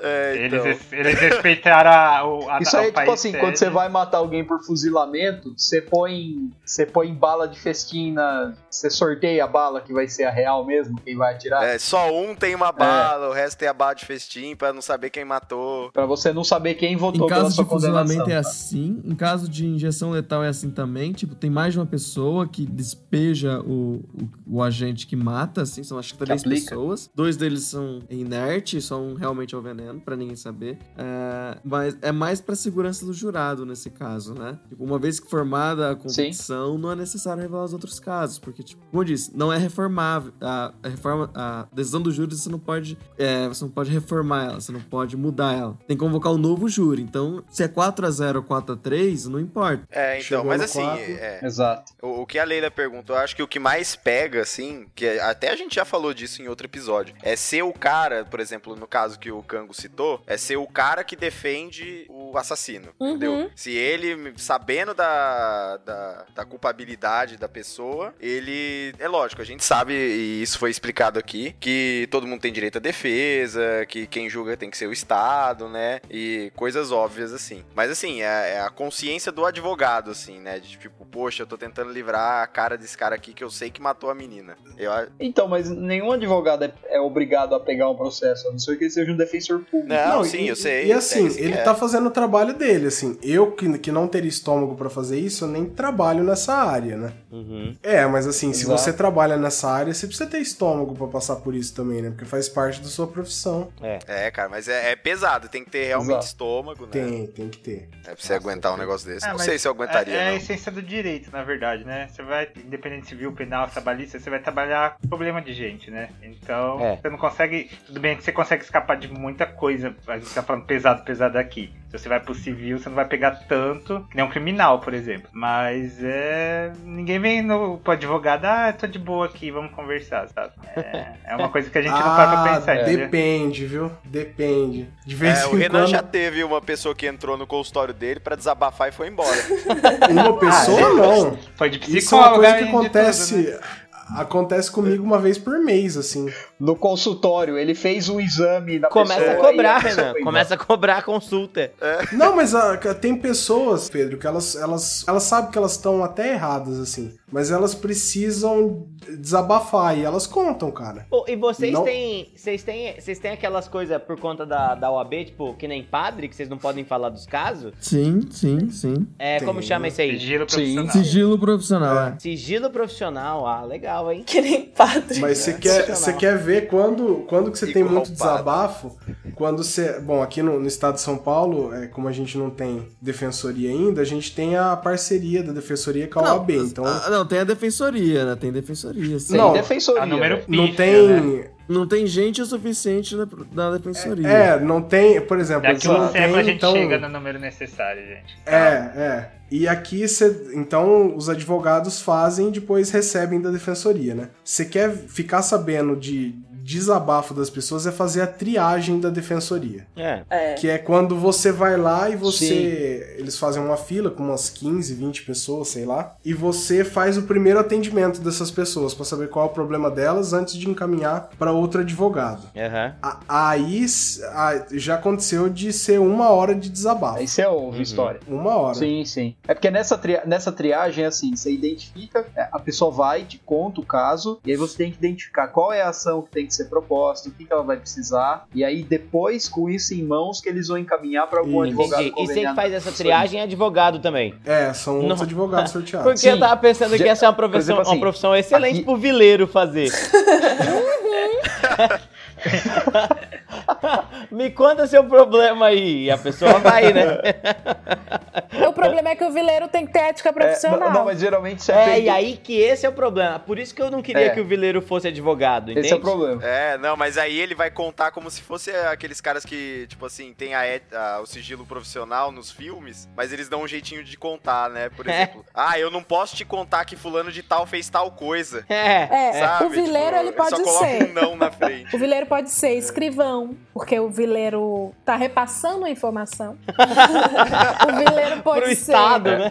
Speaker 7: É, então.
Speaker 8: Eles, res- eles respeitaram a, o, a,
Speaker 4: Isso
Speaker 8: o
Speaker 4: aí é tipo
Speaker 8: um país
Speaker 4: assim,
Speaker 8: sede.
Speaker 4: quando você vai matar alguém por fuzilamento, você põe, você põe bala de festim na. Você sorteia a bala que vai ser a real mesmo, quem vai atirar.
Speaker 7: É, só um tem uma bala, o resto tem a bala de festim pra não saber quem matou.
Speaker 4: Pra você não saber quem votou
Speaker 3: Em
Speaker 4: pela
Speaker 3: caso
Speaker 4: sua
Speaker 3: de fuzilamento
Speaker 4: condenação. tá?
Speaker 3: é assim, em caso de injeção letal é assim também, tipo, tem mais de uma pessoa que despeja o, o, o agente que mata, assim, são acho que três
Speaker 4: aplica.
Speaker 3: pessoas. Dois deles são inertes, são realmente ao veneno, pra ninguém saber. É, mas é mais pra segurança do jurado nesse caso, né? Tipo, uma vez que formada a convicção, não é necessário revelar os outros casos, porque, tipo, como eu disse, não é reformável. A, a reforma, a decisão do júri você não pode é, você não pode reformar ela, você não pode mudar ela. Tem que convocar um novo júri. Então, se é 4x0 ou 4x3, não importa.
Speaker 7: É, então,
Speaker 2: Chegou
Speaker 7: mas
Speaker 2: no
Speaker 7: assim,
Speaker 2: quatro.
Speaker 7: é,
Speaker 4: Exato.
Speaker 7: O, o que a Leila perguntou, eu acho que o que mais pega, assim, que até a gente já falou disso em outro episódio, é ser o cara, por exemplo, no caso que o Cango citou, é ser o cara que defende o assassino,
Speaker 6: Uhum.
Speaker 7: entendeu? Se ele, sabendo da, da, da culpabilidade da pessoa, ele. É lógico, a gente sabe, e isso foi explicado aqui, que todo mundo tem direito à defesa, que quem julga tem que ser o Estado, né? E coisas óbvias assim. Mas assim, é, é a consciência do advogado, assim, né? De tipo, poxa, eu tô tentando livrar a cara desse cara aqui que eu sei que matou a menina. Eu, a-
Speaker 4: Então, mas nenhum advogado é, é obrigado a pegar um processo, a não ser que ele seja um defensor público.
Speaker 7: não,
Speaker 2: Não,
Speaker 7: sim,
Speaker 2: e-
Speaker 7: eu sei.
Speaker 2: E assim,
Speaker 7: é isso que
Speaker 2: ele
Speaker 7: é.
Speaker 2: tá fazendo o trabalho dele, assim. Eu, que, que não teria estômago pra fazer isso, eu nem trabalho nessa área, né?
Speaker 1: Uhum.
Speaker 2: É, mas assim, se
Speaker 4: Exato.
Speaker 2: você trabalha nessa área, você precisa ter estômago pra passar por isso também, né? Porque faz parte da sua profissão.
Speaker 7: É, cara, mas é, é pesado, tem que ter realmente
Speaker 4: Exato.
Speaker 7: estômago, né?
Speaker 2: Tem, tem que ter.
Speaker 7: É pra você aguentar um negócio desse.
Speaker 8: É,
Speaker 7: não
Speaker 8: mas
Speaker 7: sei se eu aguentaria,
Speaker 8: é, é a
Speaker 7: não.
Speaker 8: essência do direito, na verdade, né? Você vai, independente civil, penal, trabalhista, você vai trabalhar problema de gente, né? Então,
Speaker 1: É.
Speaker 8: você não consegue. Tudo bem que você consegue escapar de muita coisa. A gente tá falando pesado, pesado aqui. Se você vai pro civil, você não vai pegar tanto, que nem um criminal, por exemplo. Mas é. Ninguém vem no, pro advogado, ah, eu tô de boa aqui, vamos conversar, sabe? É, é uma coisa que a gente não para pra
Speaker 2: Ah,
Speaker 8: pensar, né? entendeu?
Speaker 2: depende, viu? Depende. De vez
Speaker 7: É, o
Speaker 2: em
Speaker 7: Renan
Speaker 2: quando,
Speaker 8: tá-
Speaker 7: já teve uma pessoa que entrou no consultório dele pra desabafar e foi embora.
Speaker 2: uma pessoa
Speaker 8: Ah, é.
Speaker 2: não.
Speaker 8: Foi de
Speaker 2: Isso é uma
Speaker 8: psicólogo,
Speaker 2: coisa que
Speaker 8: hein, de tudo, né?
Speaker 2: acontece acontece comigo uma vez por mês, assim.
Speaker 4: No consultório, ele fez um exame na
Speaker 1: Começa a
Speaker 4: pessoa
Speaker 1: cobrar,
Speaker 4: e a pessoa
Speaker 1: Renan.
Speaker 4: foi embora.
Speaker 1: Começa a cobrar a consulta.
Speaker 2: Não, mas ah, tem pessoas, Pedro, que elas, elas, elas sabem que elas estão até erradas, assim. Mas elas precisam desabafar e elas contam, cara.
Speaker 1: Pô, e vocês
Speaker 2: Não.
Speaker 1: têm. Vocês têm. Vocês têm aquelas coisas por conta da, da OAB, tipo, que nem padre, que vocês não podem falar dos casos?
Speaker 3: Sim, sim, sim.
Speaker 1: É, como
Speaker 2: Tem.
Speaker 4: né?
Speaker 1: chama isso aí?
Speaker 8: Sigilo
Speaker 2: Tá.
Speaker 8: profissional.
Speaker 3: Sigilo profissional, é.
Speaker 1: Sigilo profissional. Ah, legal, hein?
Speaker 5: Que nem padre.
Speaker 2: Mas você
Speaker 3: é,
Speaker 2: quer, você quer ver quando, quando que você
Speaker 7: Fico
Speaker 2: tem muito
Speaker 7: roubado.
Speaker 2: desabafo? Quando você. Bom, aqui no, no estado de São Paulo, é, como a gente não tem defensoria ainda, a gente tem a parceria da defensoria com a OAB. Então.
Speaker 3: ah, não, tem a defensoria, né? Tem defensoria. sim.
Speaker 4: Sem
Speaker 2: Não.
Speaker 4: defensoria.
Speaker 8: A número pífio,
Speaker 2: Não
Speaker 8: né?
Speaker 2: tem.
Speaker 3: Não tem gente o suficiente na, na defensoria.
Speaker 2: É, não tem. Por exemplo,
Speaker 8: Daqui a um
Speaker 2: não tem,
Speaker 8: século a gente
Speaker 2: então-
Speaker 8: chega no número necessário, gente.
Speaker 2: É, é. E aqui você. Então, os advogados fazem e depois recebem da defensoria, né? Você quer ficar sabendo de desabafo das pessoas é fazer a triagem da defensoria.
Speaker 1: É.
Speaker 5: É.
Speaker 2: Que é quando você vai lá e você. Eles fazem uma fila com umas 15, 20 pessoas, sei lá. E você faz o primeiro atendimento dessas pessoas pra saber qual é o problema delas antes de encaminhar pra outro advogado.
Speaker 1: Aham.
Speaker 2: A- Aí s- a- já aconteceu de ser uma hora de desabafo.
Speaker 4: Aí você ouve
Speaker 1: Uhum.
Speaker 4: é história.
Speaker 2: Uma hora.
Speaker 4: Sim, sim. É porque nessa, tria- nessa triagem, é assim, você identifica, é, a pessoa vai, te conta o caso, e aí você tem que identificar qual é a ação que tem que ser proposta, o que, que ela vai precisar, e aí depois, com isso em mãos, que eles vão encaminhar para algum
Speaker 2: Entendi.
Speaker 4: advogado.
Speaker 1: Entendi. E você que
Speaker 4: conveniado.
Speaker 1: faz essa triagem é advogado também.
Speaker 2: É, são outros
Speaker 1: Não.
Speaker 2: advogados sorteados.
Speaker 1: Porque eu
Speaker 4: Ah, sim.
Speaker 1: tava pensando que
Speaker 4: Já-
Speaker 1: essa é uma profissão,
Speaker 4: exemplo, assim,
Speaker 1: uma profissão excelente
Speaker 4: aqui-
Speaker 1: pro vileiro fazer. Me conta seu problema aí. E a pessoa vai, né?
Speaker 6: O problema é que o vileiro tem que ter ética
Speaker 4: É,
Speaker 6: profissional.
Speaker 4: não, não, mas geralmente você
Speaker 1: É,
Speaker 4: feito-
Speaker 1: e aí que esse é o problema. Por isso que eu não queria
Speaker 4: É.
Speaker 1: que o vileiro fosse advogado, entende?
Speaker 4: Esse é o problema.
Speaker 7: É, não, mas aí ele vai contar como se fosse aqueles caras que, tipo assim, tem a, et- a- o sigilo profissional nos filmes, mas eles dão um jeitinho de contar, né? Por
Speaker 1: É.
Speaker 7: exemplo, ah, eu não posso te contar que fulano de tal fez tal coisa.
Speaker 1: É.
Speaker 6: É,
Speaker 7: sabe?
Speaker 6: o vileiro
Speaker 7: Tipo,
Speaker 6: ele pode
Speaker 7: só coloca
Speaker 6: ser.
Speaker 7: um não na frente.
Speaker 6: O vileiro pode ser escrivão, porque o vileiro tá repassando a informação. o vileiro pode
Speaker 1: Pro
Speaker 6: ser
Speaker 1: Estado, né?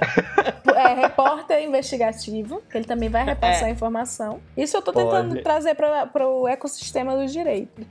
Speaker 6: é, repórter investigativo, que ele também vai
Speaker 1: É.
Speaker 6: repassar a informação. Isso eu tô tentando
Speaker 1: Pode.
Speaker 6: trazer pra, pro ecossistema do direito.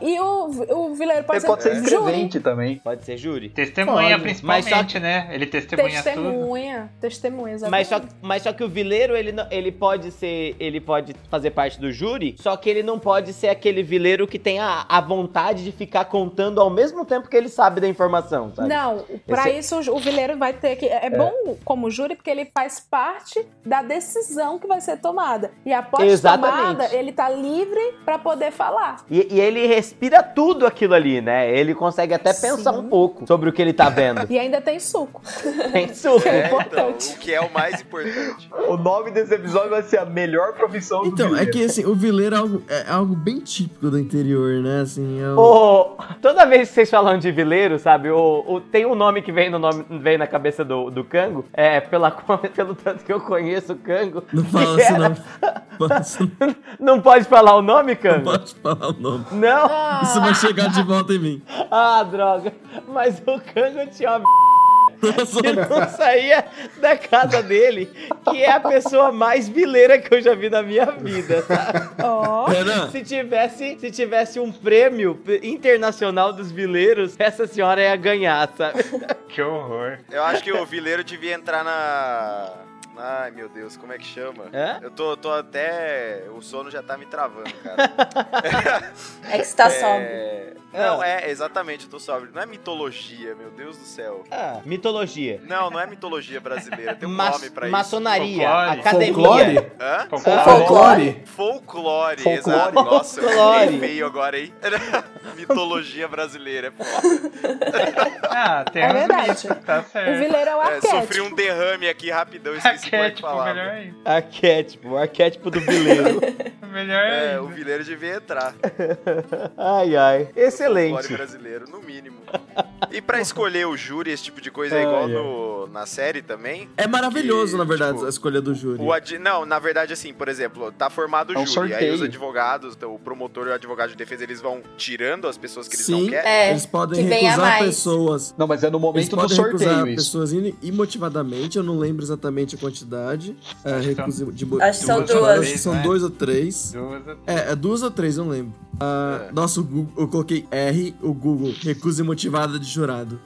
Speaker 6: e o, o vileiro pode
Speaker 4: Ele pode ser
Speaker 6: ser júri,
Speaker 4: escrevente também.
Speaker 1: Pode ser júri.
Speaker 8: Testemunha,
Speaker 2: Pode,
Speaker 8: principalmente,
Speaker 1: mas
Speaker 8: né? Ele testemunha tudo.
Speaker 6: testemunha, testemunha,
Speaker 1: Mas só,
Speaker 6: exatamente.
Speaker 1: mas só que o vileiro, ele, não- ele pode ser. Ele pode fazer parte do júri, só que ele não pode ser aquele vileiro que tem a, a vontade de ficar contando ao mesmo tempo que ele sabe da informação, sabe?
Speaker 6: Não, pra isso o vileiro vai ter que. É, bom como júri, porque ele faz parte da decisão que vai ser tomada. E após
Speaker 1: Exatamente.
Speaker 6: tomada, ele tá livre pra poder falar.
Speaker 1: E, e ele respira tudo aquilo ali, né? Ele consegue até pensar
Speaker 6: Sim.
Speaker 1: um pouco sobre o que ele tá vendo.
Speaker 6: E ainda tem suco.
Speaker 1: Tem suco.
Speaker 7: É, então,
Speaker 6: importante.
Speaker 7: o que é o mais importante.
Speaker 4: O nome desse episódio vai ser a melhor profissão do
Speaker 3: Então, é
Speaker 4: vileiro.
Speaker 3: que assim, o vileiro é algo, é algo bem típico do interior, né? Assim, é o-
Speaker 1: Ô, toda vez que vocês falam de vileiro, sabe, o, o- tem um nome que vem, no nome, vem na cabeça do, do Cango, é, pela, co- pelo tanto que eu conheço o Cango.
Speaker 3: Não fala
Speaker 1: que
Speaker 3: assim,
Speaker 1: era-
Speaker 3: não. Fala assim, não
Speaker 1: Não pode falar o nome, Cango?
Speaker 3: pode falar o nome.
Speaker 1: Não?
Speaker 3: Isso vai chegar de volta em mim.
Speaker 1: Ah, droga. Mas o Cango tinha uma que não saía da casa dele, que é a pessoa mais vileira que eu já vi na minha vida, tá?
Speaker 6: Ó.
Speaker 3: Renan,
Speaker 1: Se tivesse, se tivesse um prêmio internacional dos vileiros, essa senhora ia ganhar, sabe?
Speaker 8: Que horror.
Speaker 7: Eu acho que o vileiro devia entrar na. Ai meu Deus, como é que chama?
Speaker 1: Hã?
Speaker 7: Eu tô, tô até. O sono já tá me travando, cara.
Speaker 5: É que você tá sóbrio.
Speaker 7: É... Não, é, exatamente, eu tô sóbrio. Não é mitologia, meu Deus do céu.
Speaker 1: Ah, mitologia.
Speaker 7: Não, não é mitologia brasileira, tem um
Speaker 1: Mas-
Speaker 7: nome pra isso.
Speaker 1: maçonaria,
Speaker 8: Folclore.
Speaker 1: academia.
Speaker 2: Folclore?
Speaker 7: Hã?
Speaker 2: Folclore?
Speaker 7: Folclore,
Speaker 4: Folclore.
Speaker 7: exato. Nossa, eu
Speaker 1: Folclore.
Speaker 7: fiquei feio agora, hein? mitologia brasileira, é foda.
Speaker 8: Ah, tem
Speaker 6: É
Speaker 8: uns
Speaker 6: verdade.
Speaker 8: mitos, tá
Speaker 6: O
Speaker 8: certo.
Speaker 6: vileiro é o
Speaker 7: É, sofri
Speaker 6: arquétipo.
Speaker 7: um derrame aqui rapidão, esqueci qual é a
Speaker 8: tipo, Arquétipo,
Speaker 7: palavra.
Speaker 8: melhor ainda.
Speaker 1: Arquétipo, o arquétipo do vileiro.
Speaker 8: Melhor
Speaker 7: É, o
Speaker 8: ainda.
Speaker 7: vileiro devia entrar.
Speaker 1: Ai, ai.
Speaker 7: Folclore
Speaker 1: Excelente.
Speaker 7: brasileiro, no mínimo. E pra escolher o júri, esse tipo de coisa é igual no, na série também?
Speaker 3: É maravilhoso,
Speaker 7: Que,
Speaker 3: na verdade,
Speaker 7: tipo,
Speaker 3: a escolha do júri.
Speaker 7: O adi- Não, na verdade, assim, por exemplo, tá formado
Speaker 4: É
Speaker 7: o
Speaker 4: um
Speaker 7: júri. Aí
Speaker 4: sorteio.
Speaker 7: os advogados, então, o promotor e o advogado de defesa, eles vão tirando as pessoas que eles
Speaker 3: Sim.
Speaker 7: não querem.
Speaker 5: É,
Speaker 3: Eles podem
Speaker 5: que venha
Speaker 3: recusar
Speaker 5: mais.
Speaker 3: pessoas.
Speaker 4: Não, mas é no
Speaker 3: Eles
Speaker 4: momento do
Speaker 3: podem recusar
Speaker 4: sorteio isso.
Speaker 3: pessoas in- imotivadamente, eu não lembro exatamente a quantidade. É,
Speaker 8: Acho que são-
Speaker 3: recusa- de mo-
Speaker 5: Acho que são
Speaker 3: motivadas,
Speaker 5: duas.
Speaker 3: acho que são
Speaker 8: Né?
Speaker 3: dois ou três.
Speaker 8: Duas ou É.
Speaker 3: É, é duas ou três, não lembro. Ah, Nossa, o Google, eu coloquei R, o Google, recusa imotivada de jurado.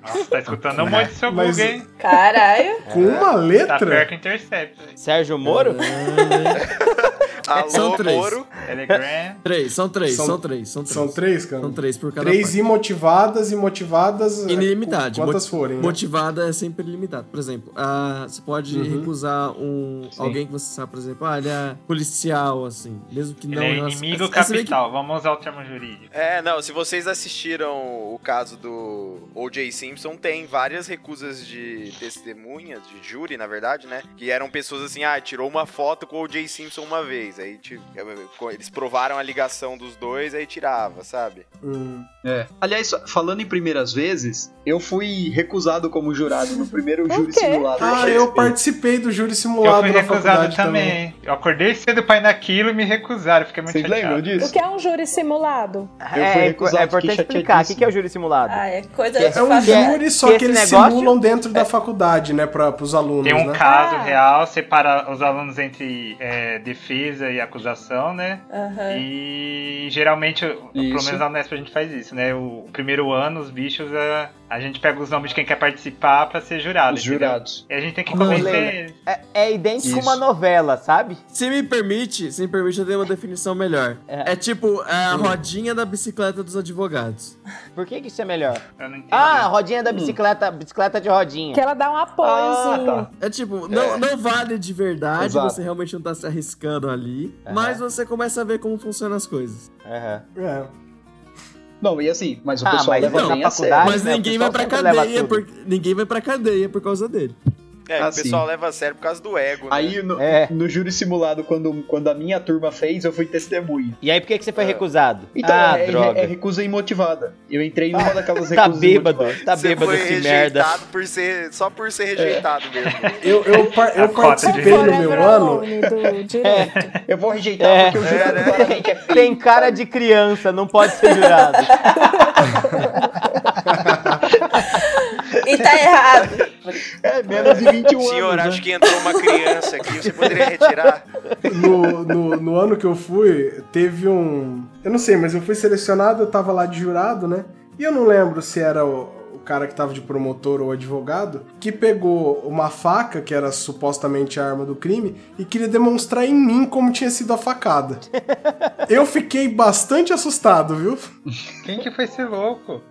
Speaker 8: Nossa, tá escutando um monte do seu
Speaker 2: Mas-
Speaker 8: Google, hein?
Speaker 5: Caralho.
Speaker 2: Com uma
Speaker 8: Tá pior
Speaker 2: letra?
Speaker 8: que Intercept.
Speaker 1: Sérgio Moro?
Speaker 3: É,
Speaker 7: Alô,
Speaker 3: São três.
Speaker 7: Moro.
Speaker 8: é Telegram.
Speaker 3: três, são três,
Speaker 2: São-
Speaker 3: são, três, são três.
Speaker 2: São três, cara?
Speaker 3: São três por cada
Speaker 2: Três
Speaker 3: parte.
Speaker 2: imotivadas, imotivadas. é,
Speaker 3: Inimidade.
Speaker 2: Quantas
Speaker 3: Moti-
Speaker 8: um.
Speaker 2: forem. né?
Speaker 3: Motivada é sempre limitada. Por exemplo, ah, você pode
Speaker 2: Uhum.
Speaker 3: recusar um
Speaker 8: Sim.
Speaker 3: alguém que você sabe, por exemplo, ah, ele é policial, assim. Mesmo que
Speaker 8: Ele
Speaker 3: não
Speaker 8: é
Speaker 3: relacion-
Speaker 8: inimigo
Speaker 3: Ah, se bem que-
Speaker 8: capital. Vamos usar o termo jurídico.
Speaker 7: É, não, se vocês assistiram o caso do O.J. Simpson, tem várias recusas de testemunhas, de júri, na verdade, né? Que eram pessoas assim, ah, tirou uma foto com o O.J. Simpson uma vez, aí ti- é, eles provaram a ligação dos dois, aí tirava, sabe?
Speaker 2: Hum.
Speaker 4: É. Aliás, falando em primeiras vezes, eu fui recusado como jurado no primeiro
Speaker 6: Por
Speaker 4: júri
Speaker 6: quê?
Speaker 4: simulado.
Speaker 2: Ah, eu participei do júri
Speaker 8: Eu
Speaker 2: simulado
Speaker 8: fui
Speaker 2: na faculdade
Speaker 8: recusado
Speaker 2: também.
Speaker 8: também. Eu acordei cedo pra ir naquilo e me recusaram. Fiquei muito
Speaker 4: Vocês
Speaker 8: chateado.
Speaker 4: lembram disso?
Speaker 6: O que é um júri simulado?
Speaker 4: fui
Speaker 1: é,
Speaker 4: recusado,
Speaker 1: é importante
Speaker 4: fiquei
Speaker 1: explicar. O que,
Speaker 4: chateadíssimo.
Speaker 1: que é o júri simulado?
Speaker 5: Ah, é coisa
Speaker 1: Que é
Speaker 5: de
Speaker 2: É um
Speaker 5: fazer.
Speaker 2: júri, só que
Speaker 1: esse
Speaker 2: eles
Speaker 1: negócio-
Speaker 2: simulam dentro da faculdade, né? Para os alunos,
Speaker 8: Tem um
Speaker 2: né?
Speaker 8: caso
Speaker 6: Ah.
Speaker 8: real, separa os alunos entre é, defesa e acusação, né?
Speaker 5: Aham.
Speaker 8: E geralmente, o- pelo
Speaker 4: Isso.
Speaker 8: menos na Unesp a gente faz isso, né? O primeiro ano, os bichos, a, a gente pega os nomes de quem quer participar pra ser jurado.
Speaker 4: Os
Speaker 8: entendeu?
Speaker 4: jurados.
Speaker 8: E a gente tem que
Speaker 3: Mano.
Speaker 8: convencer eles.
Speaker 1: É, é idêntico a uma
Speaker 4: Isso.
Speaker 1: novela, sabe?
Speaker 3: Se me permite, se me permite, eu dei uma definição melhor.
Speaker 1: É.
Speaker 3: É, tipo a rodinha da bicicleta dos advogados.
Speaker 1: Por que, que isso é melhor?
Speaker 8: Eu não entendi.
Speaker 7: Hum.
Speaker 1: Ah, rodinha da bicicleta, bicicleta de rodinha.
Speaker 6: Que ela dá um apoiozinho.
Speaker 4: Ah,
Speaker 3: É tipo, não, não vale de verdade,
Speaker 4: Exato.
Speaker 3: você realmente não tá se arriscando ali,
Speaker 8: É.
Speaker 1: Aham.
Speaker 3: mas você começa a ver como funcionam as coisas.
Speaker 1: Aham.
Speaker 2: É.
Speaker 4: Não, e assim, mas o
Speaker 1: Ah,
Speaker 4: pessoal
Speaker 1: mas
Speaker 4: leva
Speaker 1: na
Speaker 4: bem a
Speaker 1: faculdade-
Speaker 4: sério.
Speaker 3: mas
Speaker 1: né, o
Speaker 3: ninguém vai
Speaker 1: pessoal
Speaker 3: pra
Speaker 1: sempre leva
Speaker 3: cadeia,
Speaker 1: tudo.
Speaker 3: por, ninguém vai pra cadeia por causa dele.
Speaker 7: É,
Speaker 4: Ah,
Speaker 7: o pessoal leva a sério por causa do ego, né?
Speaker 4: Aí no,
Speaker 1: É.
Speaker 4: no júri simulado, quando, quando a minha turma fez, eu fui testemunha.
Speaker 1: E aí, por que, que você
Speaker 7: É.
Speaker 1: foi recusado?
Speaker 4: Então,
Speaker 1: ah,
Speaker 4: é,
Speaker 1: droga.
Speaker 4: é recusa imotivada. Eu entrei numa daquelas recusas
Speaker 1: tá bêbado,
Speaker 4: imotivadas.
Speaker 1: tá
Speaker 7: Você
Speaker 1: bêbado
Speaker 7: foi
Speaker 1: esse merda.
Speaker 7: rejeitado por ser, só por ser
Speaker 5: É.
Speaker 7: rejeitado mesmo.
Speaker 2: Eu, eu, par- eu
Speaker 8: A cota de-
Speaker 2: participei
Speaker 6: é
Speaker 2: no meu ano.
Speaker 6: Alone do direito.
Speaker 4: Eu vou rejeitar
Speaker 1: É.
Speaker 4: porque o jurado
Speaker 7: É, né?
Speaker 4: claramente é feio.
Speaker 1: Tem cara de criança, não pode ser jurado.
Speaker 5: E tá errado.
Speaker 4: É, menos de 21 anos.
Speaker 7: Senhor,
Speaker 4: né?
Speaker 7: acho que entrou uma criança aqui, você poderia retirar?
Speaker 2: No, no, no ano que eu fui, teve um. Eu não sei, mas eu fui selecionado, eu tava lá de jurado, né? E eu não lembro se era o. O cara que tava de promotor ou advogado, que pegou uma faca, que era supostamente a arma do crime, e queria demonstrar em mim como tinha sido a facada. Eu fiquei bastante assustado, viu?
Speaker 8: Quem que foi esse louco?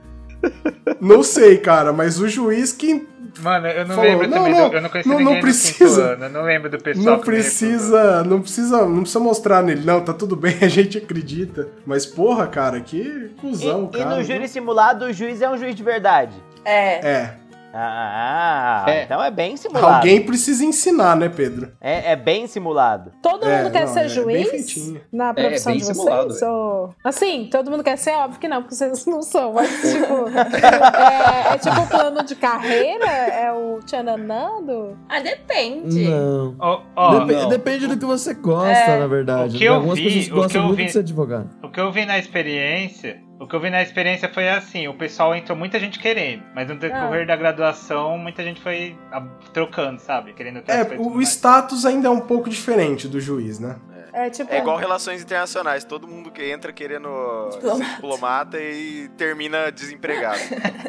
Speaker 2: Não sei, cara, mas o juiz que
Speaker 8: Mano, eu não
Speaker 2: Falou,
Speaker 8: lembro
Speaker 2: não,
Speaker 8: também.
Speaker 2: não,
Speaker 8: do, eu não conheci
Speaker 2: não- não
Speaker 8: ninguém no quinto
Speaker 2: precisa.
Speaker 8: ano, Eu não lembro do pessoal
Speaker 2: não
Speaker 8: que me recusou.
Speaker 2: precisa, não precisa, não precisa mostrar nele, não, tá tudo bem, a gente acredita. Mas porra, cara, que
Speaker 1: E,
Speaker 2: cuzão,
Speaker 1: e
Speaker 2: cara.
Speaker 1: no
Speaker 2: viu?
Speaker 1: júri simulado, o juiz é um juiz de verdade.
Speaker 5: É.
Speaker 2: É,
Speaker 1: Ah,
Speaker 4: É.
Speaker 1: então é bem simulado.
Speaker 2: alguém precisa ensinar, né, Pedro?
Speaker 1: É, é bem simulado.
Speaker 6: Todo
Speaker 2: É,
Speaker 6: mundo quer
Speaker 2: não,
Speaker 6: ser
Speaker 2: é bem
Speaker 6: juiz
Speaker 2: feitinho.
Speaker 6: na profissão
Speaker 4: É, bem
Speaker 6: de vocês?
Speaker 4: simulado, é.
Speaker 6: ou- Assim, todo mundo quer ser? Óbvio que não, porque vocês não são, mas tipo. é, é tipo o plano de carreira? É o tchananando?
Speaker 5: Ah, depende.
Speaker 3: Não.
Speaker 8: Ó, ó,
Speaker 3: Depe-
Speaker 4: não.
Speaker 3: Depende do que você gosta, na verdade.
Speaker 8: É.
Speaker 3: né?
Speaker 8: O que eu
Speaker 3: Algumas
Speaker 8: vi-
Speaker 3: pessoas
Speaker 8: o que
Speaker 3: gostam
Speaker 8: eu
Speaker 3: muito
Speaker 8: vi-
Speaker 3: de ser advogado.
Speaker 8: O que eu vi na experiência, o que eu vi na experiência foi assim, o pessoal entrou muita gente querendo, mas no decorrer da graduação muita gente foi ah, trocando, sabe? Querendo outras
Speaker 2: É,
Speaker 8: coisas
Speaker 2: o, o
Speaker 8: mais.
Speaker 2: status ainda é um pouco diferente do juiz, né?
Speaker 6: É tipo.
Speaker 7: É igual relações internacionais, todo mundo que entra querendo
Speaker 5: Diplomata.
Speaker 7: ser diplomata e termina desempregado.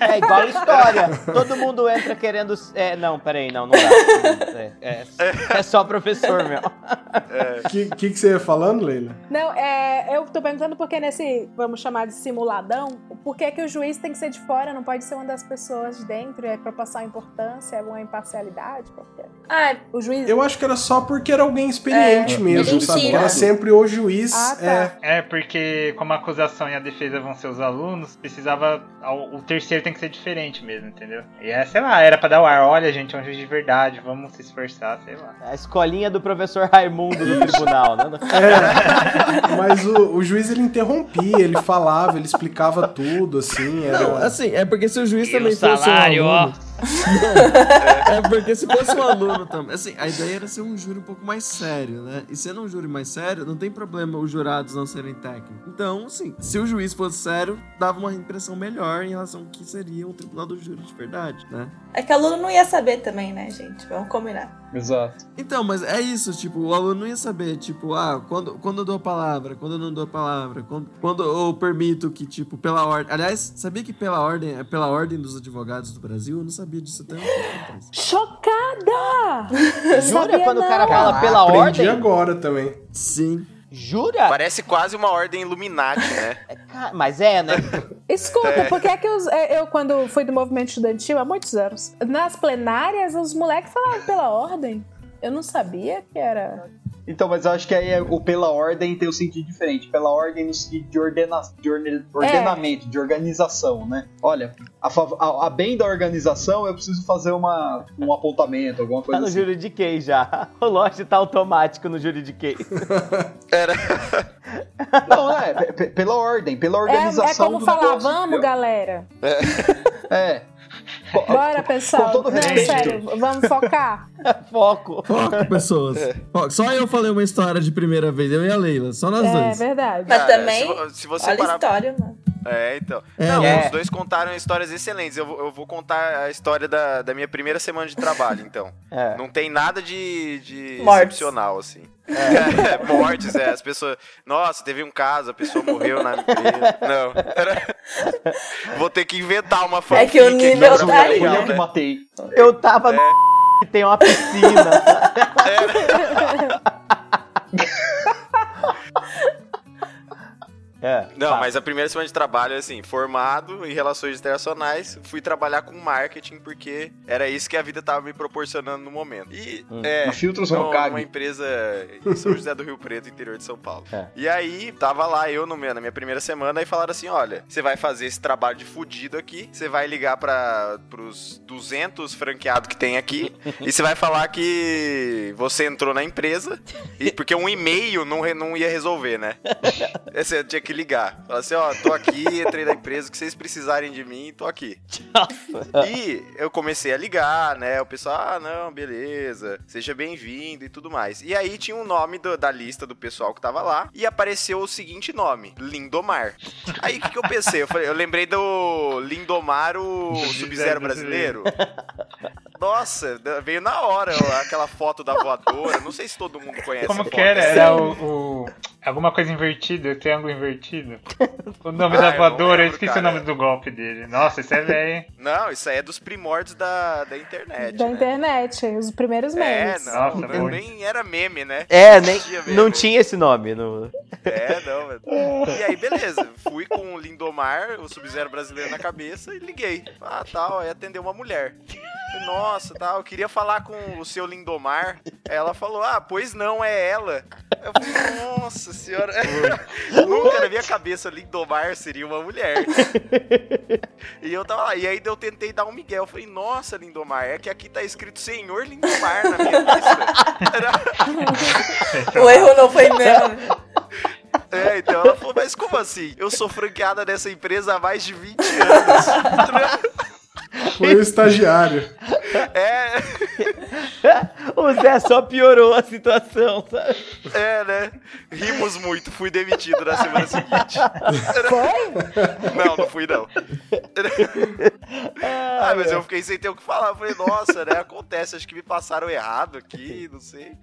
Speaker 1: É igual a história. Todo mundo entra querendo. É, não, peraí, não, não dá. É, é- é só professor, meu.
Speaker 2: O que, que, que você ia falando, Leila?
Speaker 6: Não, é, eu tô perguntando porque nesse, vamos chamar de simuladão, por que, que o juiz tem que ser de fora, não pode ser uma das pessoas de dentro, é pra passar importância, é uma imparcialidade? Porque
Speaker 5: Ah,
Speaker 6: o juiz.
Speaker 2: Eu acho que era só porque era alguém experiente
Speaker 4: É,
Speaker 2: mesmo,
Speaker 5: eles
Speaker 2: sabe? Era sempre o juiz.
Speaker 6: Ah, tá.
Speaker 2: é,
Speaker 8: É, porque como a acusação e a defesa vão ser os alunos, precisava. ao- O terceiro tem que ser diferente mesmo, entendeu? E é, sei lá, era pra dar o ar. Olha, gente, é um juiz de verdade, vamos se esforçar, sei lá.
Speaker 1: É A escolinha do professor Raimundo no tribunal, né?
Speaker 2: é. Mas o, o juiz ele interrompia, ele falava, ele explicava tudo, assim. Era...
Speaker 3: Não, assim, é porque se o juiz
Speaker 8: E
Speaker 3: também
Speaker 8: o
Speaker 3: fosse
Speaker 8: salário,
Speaker 3: um
Speaker 8: ó.
Speaker 3: aluno... Não, é porque se fosse um aluno também... Assim, a ideia era ser um júri um pouco mais sério, né? E sendo um júri mais sério, não tem problema os jurados não serem técnicos. Então, assim, se o juiz fosse sério, dava uma impressão melhor em relação ao que seria um tribunal do júri de verdade, né?
Speaker 5: É que aluno não ia saber também, né, gente? Vamos combinar.
Speaker 4: né? Exato.
Speaker 3: Então, mas é isso, tipo, o aluno não ia saber, tipo, ah, quando, quando eu dou a palavra, quando eu não dou a palavra, quando, quando eu permito que, tipo, pela ordem. Aliás, sabia que pela ordem, pela ordem dos advogados do Brasil, eu não sabia disso até um pouco atrás.
Speaker 6: Chocada!
Speaker 1: Jura quando o cara
Speaker 6: não.
Speaker 1: fala pela
Speaker 2: Aprendi
Speaker 1: ordem?
Speaker 2: agora também.
Speaker 3: Sim.
Speaker 1: Jura?
Speaker 7: Parece quase uma ordem Illuminati, né?
Speaker 1: É, ca- Mas é, né?
Speaker 6: Escuta, porque é que eu, é, eu, quando fui do movimento estudantil, há muitos anos, nas plenárias, os moleques falavam pela ordem. Eu não sabia que era.
Speaker 4: Então, mas eu acho que aí é o pela ordem tem um sentido diferente. Pela ordem no sentido de, ordena, de orne- ordenamento, de organização, né? Olha, a, fav- a- a bem da organização, eu preciso fazer uma, um apontamento, alguma
Speaker 1: Tá
Speaker 4: coisa
Speaker 1: no
Speaker 4: assim.
Speaker 1: juridiquês já. O Lost tá automático no juridiquês.
Speaker 7: Era.
Speaker 4: Não, é, pe- pe- pela ordem, pela
Speaker 6: É,
Speaker 4: organização
Speaker 6: é como
Speaker 4: do
Speaker 6: falar,
Speaker 4: negócio,
Speaker 6: vamos,
Speaker 4: entendeu?
Speaker 6: galera.
Speaker 4: É.
Speaker 6: Bora, pessoal.
Speaker 4: todo
Speaker 6: Não,
Speaker 4: respeito.
Speaker 6: sério, vamos focar.
Speaker 1: Foco.
Speaker 3: Foca, pessoas.
Speaker 2: É.
Speaker 3: Foca. Só eu falei uma história de primeira vez, eu e a Leila, só nós
Speaker 6: É
Speaker 3: dois.
Speaker 6: verdade.
Speaker 5: Mas
Speaker 7: Cara,
Speaker 5: também,
Speaker 7: se vo- Se, você
Speaker 5: Olha a
Speaker 7: parar.
Speaker 5: história, mano.
Speaker 7: É, então.
Speaker 3: É,
Speaker 7: Não,
Speaker 1: né?
Speaker 7: os dois contaram histórias excelentes. Eu, vou- eu vou contar a história da, da minha primeira semana de trabalho, então.
Speaker 1: É.
Speaker 7: Não tem nada de, de
Speaker 5: Mortes.
Speaker 7: excepcional, assim. É. mortes, é. As pessoas. Nossa, teve um caso, a pessoa morreu na empresa. Não. Era- Vou ter que inventar uma fanfic.
Speaker 5: É que o
Speaker 7: aqui,
Speaker 5: nível
Speaker 7: pra
Speaker 4: Mas
Speaker 5: tá
Speaker 7: ficar
Speaker 5: aí, É.
Speaker 4: fui
Speaker 7: legal,
Speaker 4: eu que
Speaker 7: né?
Speaker 4: matei.
Speaker 1: Eu tava
Speaker 2: É.
Speaker 1: no que tem uma piscina. É.
Speaker 7: Não, mas a primeira semana de trabalho, assim, formado em relações internacionais, fui trabalhar com marketing porque era isso que a vida tava me proporcionando no momento. E
Speaker 5: Hum.
Speaker 7: é,
Speaker 4: Na Filtros
Speaker 7: Não,
Speaker 4: Hokage.
Speaker 7: uma empresa em São José do Rio Preto, interior de São Paulo.
Speaker 1: É.
Speaker 7: E aí, tava lá eu no meu, na minha primeira semana e falaram assim: olha, você vai fazer esse trabalho de fudido aqui, você vai ligar para pros 200 franqueados que tem aqui e você vai falar que você entrou na empresa, e, porque um e-mail não, re- não ia resolver, né? Aí Você tinha que ligar. Falar assim: ó, tô aqui, entrei na empresa, o que vocês precisarem de mim, tô aqui. E eu comecei a ligar, né? O pessoal, ah, não, beleza, seja bem-vindo e tudo mais. E aí tinha um nome do- da lista do pessoal que tava lá e apareceu o seguinte nome: Lindomar. Aí o que, que eu pensei? Eu, falei- eu lembrei do Lindomar, o Sub-Zero brasileiro. Nossa, veio na hora ó, aquela foto da voadora. Não sei É, se todo mundo conhece. a
Speaker 8: Como
Speaker 7: foto.
Speaker 8: que era? Era o, o- Alguma coisa invertida, triângulo invertido. O nome
Speaker 7: Ah, eu
Speaker 8: da
Speaker 7: não
Speaker 8: voadora, eu
Speaker 7: lembro,
Speaker 8: esqueci
Speaker 7: cara.
Speaker 8: o nome do golpe dele. Nossa, isso é velho, hein?
Speaker 7: Não, isso aí é dos primórdios da, da internet.
Speaker 6: Da
Speaker 7: né?
Speaker 6: internet, os primeiros
Speaker 7: É,
Speaker 6: meses.
Speaker 7: não,
Speaker 8: Nossa,
Speaker 7: eu
Speaker 8: muito.
Speaker 7: nem era meme, né?
Speaker 1: É, nem,
Speaker 7: mesmo.
Speaker 1: não tinha esse nome. No...
Speaker 7: É, não, velho. E aí, beleza. Fui com o Lindomar, o Sub-Zero brasileiro na cabeça, e liguei. Ah, tal, aí atendeu uma mulher. Falei, Nossa, tal, eu queria falar com o seu Lindomar. Aí Ela falou, ah, pois não, é ela. Eu falei, nossa senhora. Nunca na minha cabeça Lindomar seria uma mulher. E eu tava lá, e aí eu tentei dar um migué. Eu falei, nossa, Lindomar, é que aqui tá escrito Senhor Lindomar na minha lista. Era-
Speaker 5: O erro não foi meu. né?
Speaker 7: É, então ela falou, mas como assim? Eu sou franqueada dessa empresa há mais de 20 anos.
Speaker 2: Foi o estagiário.
Speaker 7: é,
Speaker 1: o Zé só piorou a situação, sabe?
Speaker 7: é, né? Rimos muito, fui demitido na semana seguinte. Não, não fui não. Ah, mas eu fiquei sem ter o que falar. Eu falei, nossa, né? Acontece, acho que me passaram errado aqui, não sei.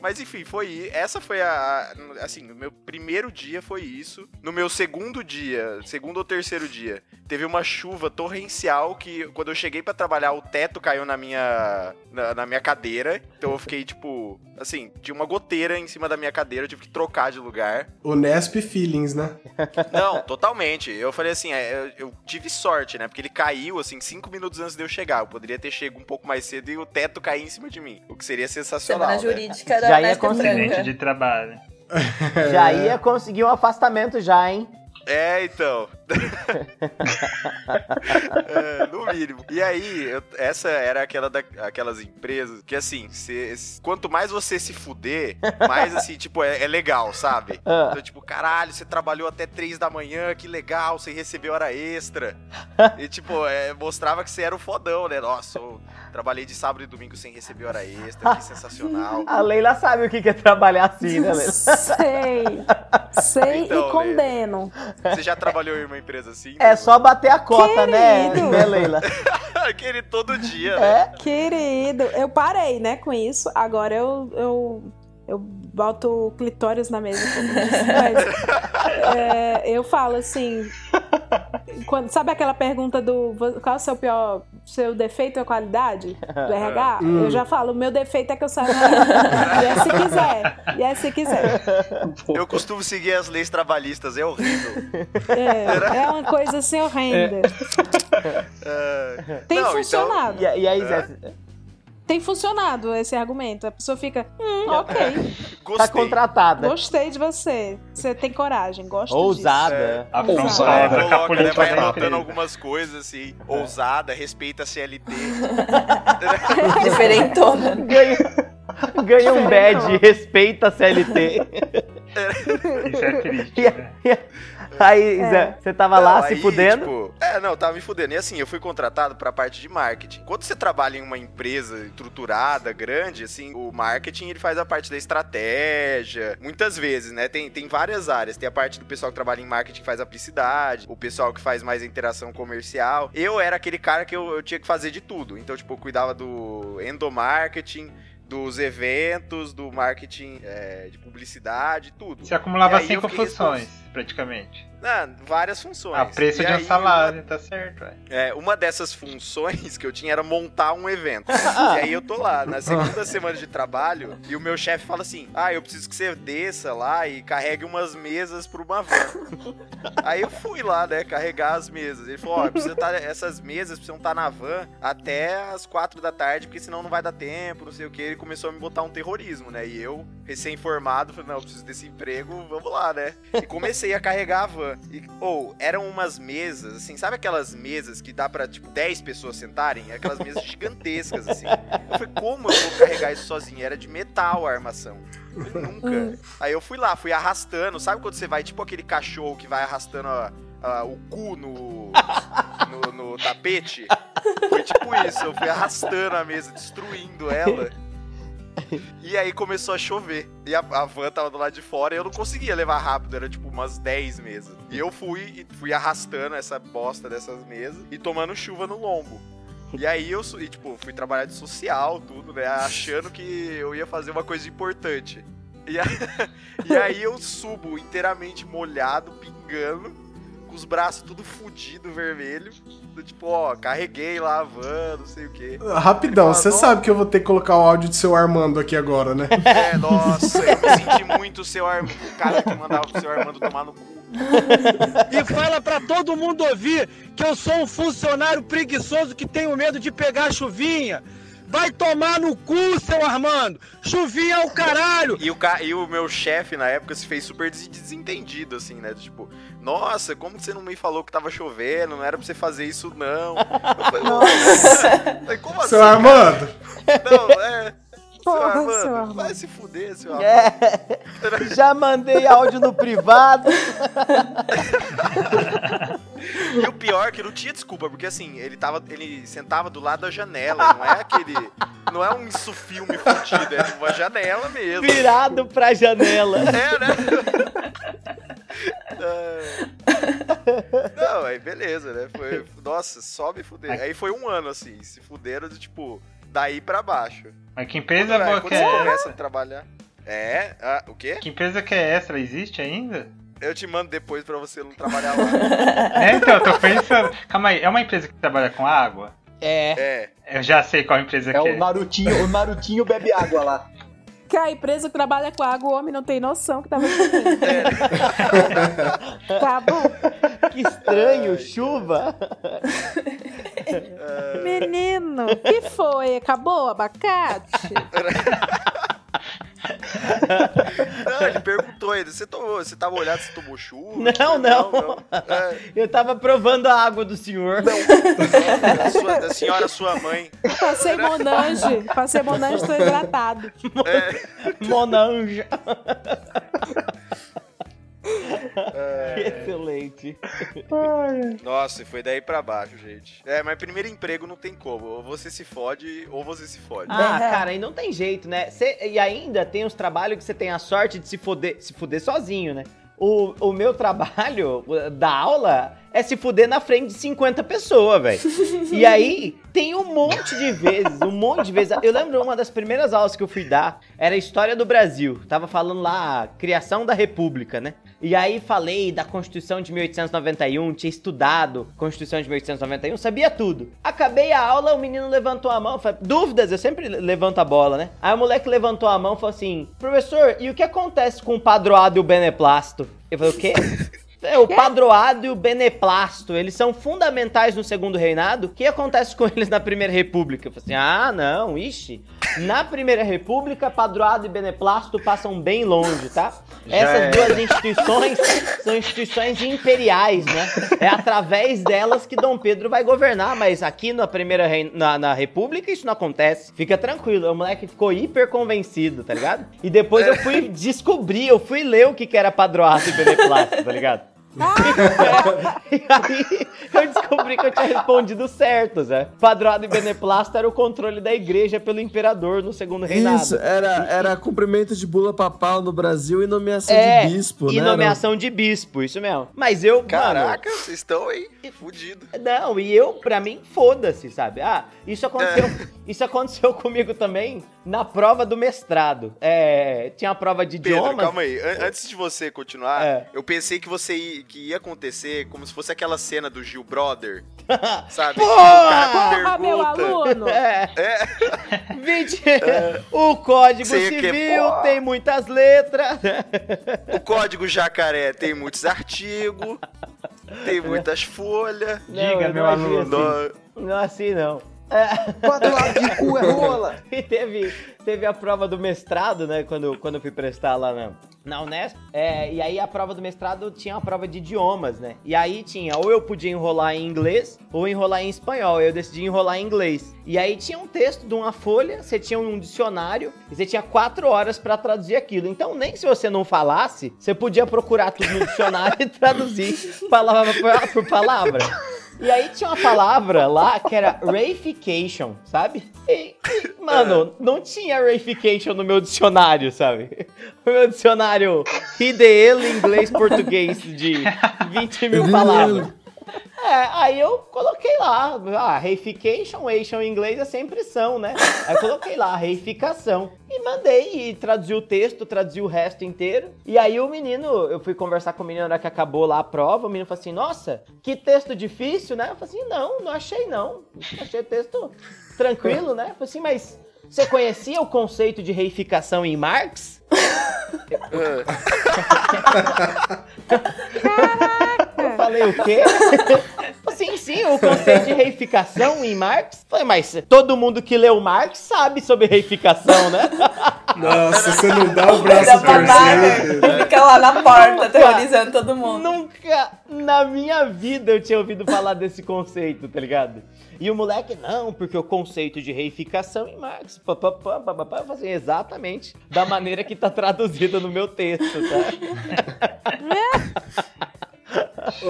Speaker 7: Mas enfim, foi. Essa foi a. a- Assim, o meu primeiro dia foi isso. No meu segundo dia, segundo ou terceiro dia, teve uma chuva torrencial que quando eu cheguei pra trabalhar, o teto caiu na minha. Na, na minha cadeira. Então eu fiquei, tipo. Assim, tinha uma goteira em cima da minha cadeira, eu tive que trocar de lugar.
Speaker 2: O Nesp Feelings, né?
Speaker 7: Não, totalmente. Eu falei assim, é, eu, eu tive sorte, né? Porque ele caiu, assim, cinco minutos antes de eu chegar. Eu poderia ter chego um pouco mais cedo e o teto cair em cima de mim. O que seria sensacional.
Speaker 5: Semana
Speaker 7: né?
Speaker 5: jurídica da
Speaker 1: Já ia
Speaker 5: Unesp
Speaker 3: É,
Speaker 1: conseguir.
Speaker 3: né?
Speaker 5: Branca.
Speaker 8: Acidente né, de trabalho.
Speaker 1: Já ia conseguir um afastamento já, hein?
Speaker 7: É, então. É, no mínimo. E aí, eu- essa era aquela da, aquelas empresas que, assim, cê- quanto mais você se fuder, mais, assim, tipo, é, é legal, sabe?
Speaker 1: Ah.
Speaker 7: Então, tipo, caralho, você trabalhou até três da manhã, que legal, você recebeu hora extra. E, tipo, é, mostrava que você era o fodão, né? Nossa, eu trabalhei de sábado e domingo sem receber hora extra, que sensacional.
Speaker 1: A Leila sabe o que que é trabalhar assim, né, Leila?
Speaker 6: Sei. Sei
Speaker 7: Então,
Speaker 6: e condeno.
Speaker 7: Você já trabalhou em uma empresa assim?
Speaker 1: É só bater a cota, né,
Speaker 6: Querido.
Speaker 1: né, Leila?
Speaker 7: Aquele todo dia, né?
Speaker 1: É?
Speaker 6: Querido, eu parei, né, com isso. Agora eu. eu... Eu boto clitóris na mesa. como diz, Mas, é, eu falo assim. quando- sabe aquela pergunta do vo- qual é o seu pior. Seu defeito é qualidade? Do RH?
Speaker 2: Hum.
Speaker 6: Eu já falo, meu defeito é que eu saio na rua. E é se quiser. E é se quiser.
Speaker 7: Eu costumo seguir as leis trabalhistas, é horrível.
Speaker 6: É, é uma coisa assim horrenda.
Speaker 7: É,
Speaker 6: Tem
Speaker 7: Não, então-
Speaker 6: funcionado.
Speaker 1: E, e aí,
Speaker 7: É,
Speaker 1: Zé, tá
Speaker 6: Tem funcionado esse argumento. A pessoa fica, hum, ok,
Speaker 1: tá
Speaker 7: gostei.
Speaker 1: contratada.
Speaker 6: gostei de você. Você tem coragem, gosto
Speaker 1: Ousada.
Speaker 8: A
Speaker 6: Ousada.
Speaker 8: função
Speaker 7: Aí
Speaker 8: é
Speaker 6: Coloca,
Speaker 8: trocar a
Speaker 7: coloca, né,
Speaker 8: política
Speaker 7: vai
Speaker 8: da
Speaker 7: anotando
Speaker 8: empresa.
Speaker 7: algumas coisas assim, ousada, respeita a CLT.
Speaker 5: Diferentona.
Speaker 1: Ganha, ganha um badge, respeita a CLT.
Speaker 8: Isso é triste.
Speaker 1: E
Speaker 8: né?
Speaker 1: aí- É. aí, Zé, você tava lá
Speaker 7: Não,
Speaker 1: se
Speaker 7: aí,
Speaker 1: fudendo.
Speaker 7: tipo, é, não, tava me fudendo. E assim, eu fui contratado pra parte de marketing. Quando você trabalha em uma empresa estruturada, grande, assim, o marketing ele faz a parte da estratégia. Muitas vezes, né? Tem, tem várias áreas. Tem a parte do pessoal que trabalha em marketing que faz a publicidade, o pessoal que faz mais a interação comercial. Eu era aquele cara que eu, eu tinha que fazer de tudo. Então, tipo, eu cuidava do endomarketing, dos eventos, do marketing é, de publicidade, tudo.
Speaker 8: Você acumulava
Speaker 7: E aí eu
Speaker 8: cinco
Speaker 7: fiquei
Speaker 8: funções, praticamente.
Speaker 7: Ah, várias funções.
Speaker 8: A preço
Speaker 7: E
Speaker 8: de um
Speaker 7: aí,
Speaker 8: salário, tá certo. é.
Speaker 7: é, uma dessas funções que eu tinha era montar um evento.
Speaker 1: Ah.
Speaker 7: e aí eu tô lá, na segunda semana de trabalho, e o meu chefe fala assim: Ah, eu preciso que você desça lá e carregue umas mesas pra uma van. aí eu fui lá, né, carregar as mesas. Ele falou: Ó, precisa tá, essas mesas precisam estar na van até as quatro da tarde, porque senão não vai dar tempo, não sei o que. Ele começou a me botar um terrorismo, né? E eu, recém-formado, falei: Não, eu preciso desse emprego, vamos lá, né? E comecei a carregar a van. E, ou, eram umas mesas, assim, sabe aquelas mesas que dá pra, tipo, 10 pessoas sentarem? Aquelas mesas gigantescas, assim. Eu falei, como eu vou carregar isso sozinho? Era de metal a armação. Eu falei, Nunca. Aí eu fui lá, fui arrastando. Sabe quando você vai, tipo aquele cachorro que vai arrastando a- a- o cu no, no, no tapete? Foi tipo isso, eu fui arrastando a mesa, destruindo ela. E aí começou a chover. E a, a van tava do lado de fora e eu não conseguia levar rápido, era tipo umas 10 mesas. E eu fui e fui arrastando essa bosta dessas mesas e tomando chuva no lombo. E aí eu su- e, tipo, fui trabalhar de social, tudo, né? Achando que eu ia fazer uma coisa importante. E, a- e aí eu subo inteiramente molhado, pingando, com os braços tudo fudido, vermelho. do Tipo, ó, carreguei lá a van, não sei o quê.
Speaker 2: Rapidão,
Speaker 4: Tá
Speaker 7: Ele fala,
Speaker 2: você
Speaker 7: "Não."
Speaker 2: sabe que eu vou ter que colocar o áudio do seu Armando aqui agora, né?
Speaker 7: É, nossa, eu me senti muito o seu Armando. O cara que mandava o seu Armando tomar no cu.
Speaker 9: e fala pra todo mundo ouvir que eu sou um funcionário preguiçoso que tenho medo de pegar chuvinha. Vai tomar no cu, seu Armando! Chuvinha é o caralho!
Speaker 7: E o, ca- e o meu chefe na época se fez super des- desentendido, assim, né? Tipo, nossa, como que você não me falou que tava chovendo? Não era pra você fazer isso, não. Eu falei, nossa. Eu falei, como assim?
Speaker 2: seu Armando!
Speaker 7: cara? Não, é. seu
Speaker 6: Porra,
Speaker 7: Armando,
Speaker 6: seu Armando.
Speaker 7: vai se fuder, seu Armando.
Speaker 1: É. Já mandei áudio no privado.
Speaker 7: E o pior é que não tinha desculpa, porque assim, ele tava. Ele sentava do lado da janela, não é aquele. Não é um isso filme fudido, é uma janela mesmo.
Speaker 1: Virado pra janela.
Speaker 7: É, né? Ah. Não, aí beleza, né? Foi, nossa, só me fuder. Aí foi um ano assim, se fuderam de tipo, daí pra baixo.
Speaker 8: Mas que
Speaker 7: Quando,
Speaker 8: empresa boa
Speaker 7: quando
Speaker 8: que
Speaker 7: você
Speaker 8: é?
Speaker 7: começa a trabalhar. É, ah, o quê?
Speaker 8: Que empresa que é essa? Ela existe ainda?
Speaker 7: Eu te mando depois pra você não trabalhar lá.
Speaker 8: É, então, eu tô pensando. Calma aí, é uma empresa que trabalha com água?
Speaker 1: É.
Speaker 7: É.
Speaker 8: Eu já sei qual empresa
Speaker 4: É
Speaker 8: que
Speaker 4: o
Speaker 8: é.
Speaker 4: Narutinho, o Narutinho bebe água lá.
Speaker 6: Que a empresa que trabalha com água, o homem não tem noção que tava chovendo. tá bom.
Speaker 1: Que estranho, chuva.
Speaker 6: Menino, que foi? Acabou o abacate?
Speaker 7: Não, ele perguntou ainda. Você, tomou, você tava olhado, você tomou chuva?
Speaker 1: Não, não.
Speaker 7: É,
Speaker 1: Eu tava provando a água do senhor.
Speaker 7: não, da, sua- da senhora, sua mãe.
Speaker 6: Passei Monange. Passei Monange, tô hidratado.
Speaker 1: Monanja.
Speaker 7: É.
Speaker 1: Excelente.
Speaker 7: Nossa, e foi daí pra baixo, gente. É, mas primeiro emprego não tem como. Ou você se fode, ou você se fode.
Speaker 1: Ah, cara, e não tem jeito, né? Cê- e ainda tem os trabalhos que você tem a sorte de se fuder, se fuder sozinho, né? O, o meu trabalho o- da aula é se fuder na frente de 50 pessoas, velho. E aí tem um monte de vezes, um monte de vezes. Eu lembro uma das primeiras aulas que eu fui dar era História do Brasil. Tava falando lá, criação da República, né? E aí falei da Constituição de 1891, tinha estudado Constituição de 1891, sabia tudo. Acabei a aula, o menino levantou a mão, falei, dúvidas, eu sempre le- levanto a bola, né? Aí o moleque levantou a mão e falou assim, professor, e o que acontece com o padroado e o beneplácito? Eu falei, o quê? É, O padroado e o beneplasto, eles são fundamentais no segundo reinado. O que acontece com eles na Primeira República? Eu falei assim, ah, não, ixi. Na Primeira República, padroado e beneplasto passam bem longe, tá? Essas
Speaker 8: é.
Speaker 1: duas instituições são instituições imperiais, né? É através delas que Dom Pedro vai governar, mas aqui na Primeira Rein- na, na República isso não acontece. Fica tranquilo, o moleque ficou hiper convencido, tá ligado? E depois eu fui descobrir, eu fui ler o que, que era padroado e beneplasto, tá ligado? E aí eu descobri que eu tinha respondido certo, Zé. Padroado e beneplasto era o controle da igreja pelo imperador no segundo reinado.
Speaker 3: Isso, era, era cumprimento de bula papal no Brasil e nomeação
Speaker 1: É,
Speaker 3: de bispo,
Speaker 1: e
Speaker 3: né?
Speaker 1: nomeação de bispo, isso mesmo. Mas eu, mano,
Speaker 7: Caraca, vocês estão aí fudido.
Speaker 1: Não, e eu, pra mim, foda-se, sabe? Ah, isso
Speaker 7: É.
Speaker 1: aconteceu, isso aconteceu comigo também na prova do mestrado. É, tinha a prova de
Speaker 7: Pedro,
Speaker 1: idiomas.
Speaker 7: calma aí. An- antes de você continuar,
Speaker 1: É.
Speaker 7: eu pensei que você ia, que ia acontecer como se fosse aquela cena do Gil Brother, sabe?
Speaker 1: Porra,
Speaker 7: O cara
Speaker 6: Porra, meu aluno!
Speaker 1: É. Vinte- O Código
Speaker 7: É. Sei que-
Speaker 1: Civil
Speaker 7: Pô.
Speaker 1: tem muitas letras.
Speaker 7: O código jacaré tem muitos artigos, tem
Speaker 1: É.
Speaker 7: muitas folhas.
Speaker 1: eu
Speaker 8: Diga, meu
Speaker 1: não achei
Speaker 8: aluno.
Speaker 7: No-
Speaker 1: Não assim, não. É,
Speaker 4: Quadrado de cu é rola.
Speaker 1: e teve, teve a prova do mestrado, né? Quando, quando eu fui prestar lá na, na Unesp. É, e aí a prova do mestrado tinha a prova de idiomas, né? E aí tinha, ou eu podia enrolar em inglês, ou enrolar em espanhol. Eu decidi enrolar em inglês. E aí tinha um texto de uma folha, você tinha um dicionário, e você tinha quatro horas pra traduzir aquilo. Então, nem se você não falasse, você podia procurar tudo no dicionário e traduzir palavra por, por palavra. E aí tinha uma palavra lá que era reification, sabe? E, e, mano, não tinha reification no meu dicionário, sabe? O meu dicionário IDL inglês português de 20 mil palavras. É, aí eu coloquei lá, ah, reification, ation em inglês é sempre são, né? Aí eu coloquei lá, reificação. E mandei, e traduzi o texto, traduzi o resto inteiro. E aí o menino, eu fui conversar com o menino na hora que acabou lá a prova, o menino falou assim, nossa, que texto difícil, né? Eu falei assim, não, não achei não. Achei o texto tranquilo, né? Eu falei assim, mas você conhecia o conceito de reificação em Marx?
Speaker 5: É.
Speaker 1: Eu falei o quê? sim, sim, o conceito de reificação em Marx. Falei, mas todo mundo que leu Marx sabe sobre reificação, né?
Speaker 2: Nossa, você não dá o braço
Speaker 5: Da
Speaker 2: a torcer. Pedro.
Speaker 5: babada. Fica lá na porta, aterrorizando todo mundo.
Speaker 1: Nunca na minha vida eu tinha ouvido falar desse conceito, tá ligado? E o moleque, não, porque o conceito de reificação em Marx, papapá, papapá, eu falei assim, exatamente da maneira que tá traduzido no meu texto, tá?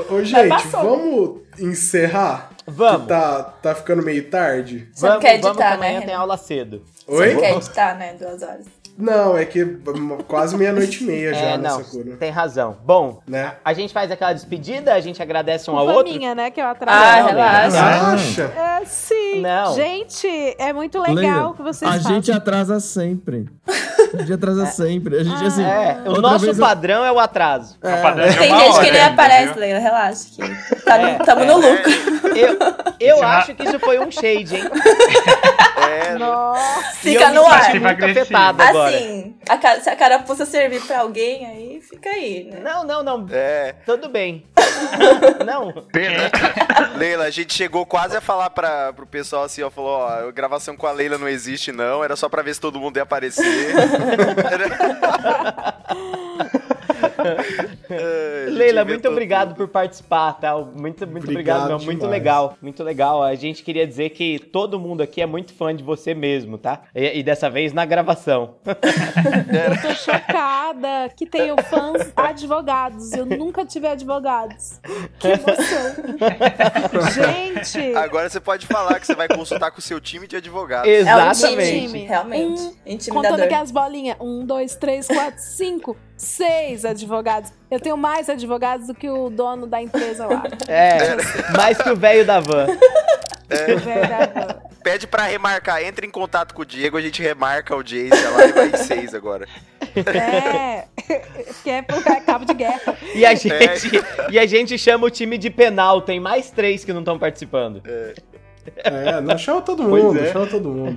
Speaker 2: Ô, ô, gente,
Speaker 5: passou.
Speaker 2: vamos encerrar?
Speaker 1: Vamos.
Speaker 2: Que tá, tá ficando meio tarde.
Speaker 5: Você não
Speaker 1: Vamos,
Speaker 5: quer
Speaker 1: vamos, que
Speaker 5: editar, né,
Speaker 1: amanhã tem
Speaker 5: Renan?
Speaker 1: aula cedo.
Speaker 5: Você
Speaker 2: Oi?
Speaker 5: não quer editar, né? Duas horas.
Speaker 2: Não, é que hum, quase meia-noite e meia já
Speaker 1: É, não,
Speaker 2: nessa cura.
Speaker 1: tem razão. Bom,
Speaker 2: Né?
Speaker 1: a gente faz aquela despedida, a gente agradece um ao
Speaker 6: Culpa
Speaker 1: outro.
Speaker 6: minha, né? Que eu
Speaker 5: Ah,
Speaker 6: atraso.
Speaker 5: relaxa.
Speaker 2: Acha?
Speaker 6: É, sim.
Speaker 1: Não.
Speaker 6: Gente, é muito legal o que vocês
Speaker 3: a
Speaker 6: fazem. É.
Speaker 3: gente é- atrasa sempre. A gente atrasa sempre. A gente, assim,
Speaker 1: É, o
Speaker 3: outra
Speaker 1: nosso
Speaker 3: vez eu-
Speaker 1: padrão é o atraso.
Speaker 8: O padrão de
Speaker 5: Tem
Speaker 8: É uma
Speaker 5: gente
Speaker 8: hora
Speaker 5: que nem
Speaker 8: ainda,
Speaker 5: aparece,
Speaker 8: viu?
Speaker 5: Leila, relaxa. Que tá no-
Speaker 1: É,
Speaker 5: tamo no lucro.
Speaker 1: Eu, eu
Speaker 8: Isso é uma-
Speaker 1: acho que isso foi um shade, hein?
Speaker 7: É,
Speaker 6: Nossa,
Speaker 1: E
Speaker 5: Fica
Speaker 1: eu
Speaker 5: no
Speaker 1: me
Speaker 5: ar.
Speaker 1: senti muito
Speaker 8: Agressivo.
Speaker 1: afetado agora.
Speaker 5: Assim, a ca- se a carapuça servir pra alguém, aí fica aí, né?
Speaker 1: Não, não, não.
Speaker 7: é.
Speaker 1: Tudo bem. Não.
Speaker 8: é
Speaker 7: Pena. Leila, a gente chegou quase a falar pra, pro pessoal assim, ó, falou, ó, a gravação com a Leila não existe não, era só pra ver se todo mundo ia aparecer. Ai, a gente
Speaker 1: Leila,
Speaker 7: inventou
Speaker 1: muito
Speaker 7: tudo.
Speaker 1: obrigado por participar, tá? Muito, muito obrigado,
Speaker 2: Obrigado
Speaker 1: meu. Muito
Speaker 2: demais.
Speaker 1: legal, muito legal. A gente queria dizer que todo mundo aqui é muito fã de você mesmo, tá? E, e dessa vez na gravação.
Speaker 6: Eu tô chocada que tenho fãs advogados. Eu nunca tive advogados. Que emoção. Gente,
Speaker 7: Agora você pode falar que você vai consultar com o seu time de advogados.
Speaker 5: É um
Speaker 1: Exatamente. Hum,
Speaker 5: time, realmente. Intimidador.
Speaker 6: contando aqui as bolinhas. Um, dois, três, quatro, cinco, seis advogados. Eu tenho mais advogados do que o dono da empresa lá.
Speaker 1: É, mais que o velho da van.
Speaker 7: É.
Speaker 6: Verdade.
Speaker 7: Pede pra remarcar, entra em contato com o Diego, a gente remarca a audiência lá e vai em seis agora.
Speaker 6: É, que é por cabo de guerra.
Speaker 1: E a gente, e a gente chama o time de penal. Tem mais três que não estão participando.
Speaker 2: É, não chama todo
Speaker 7: Pois
Speaker 2: mundo,
Speaker 7: é.
Speaker 2: chama todo mundo.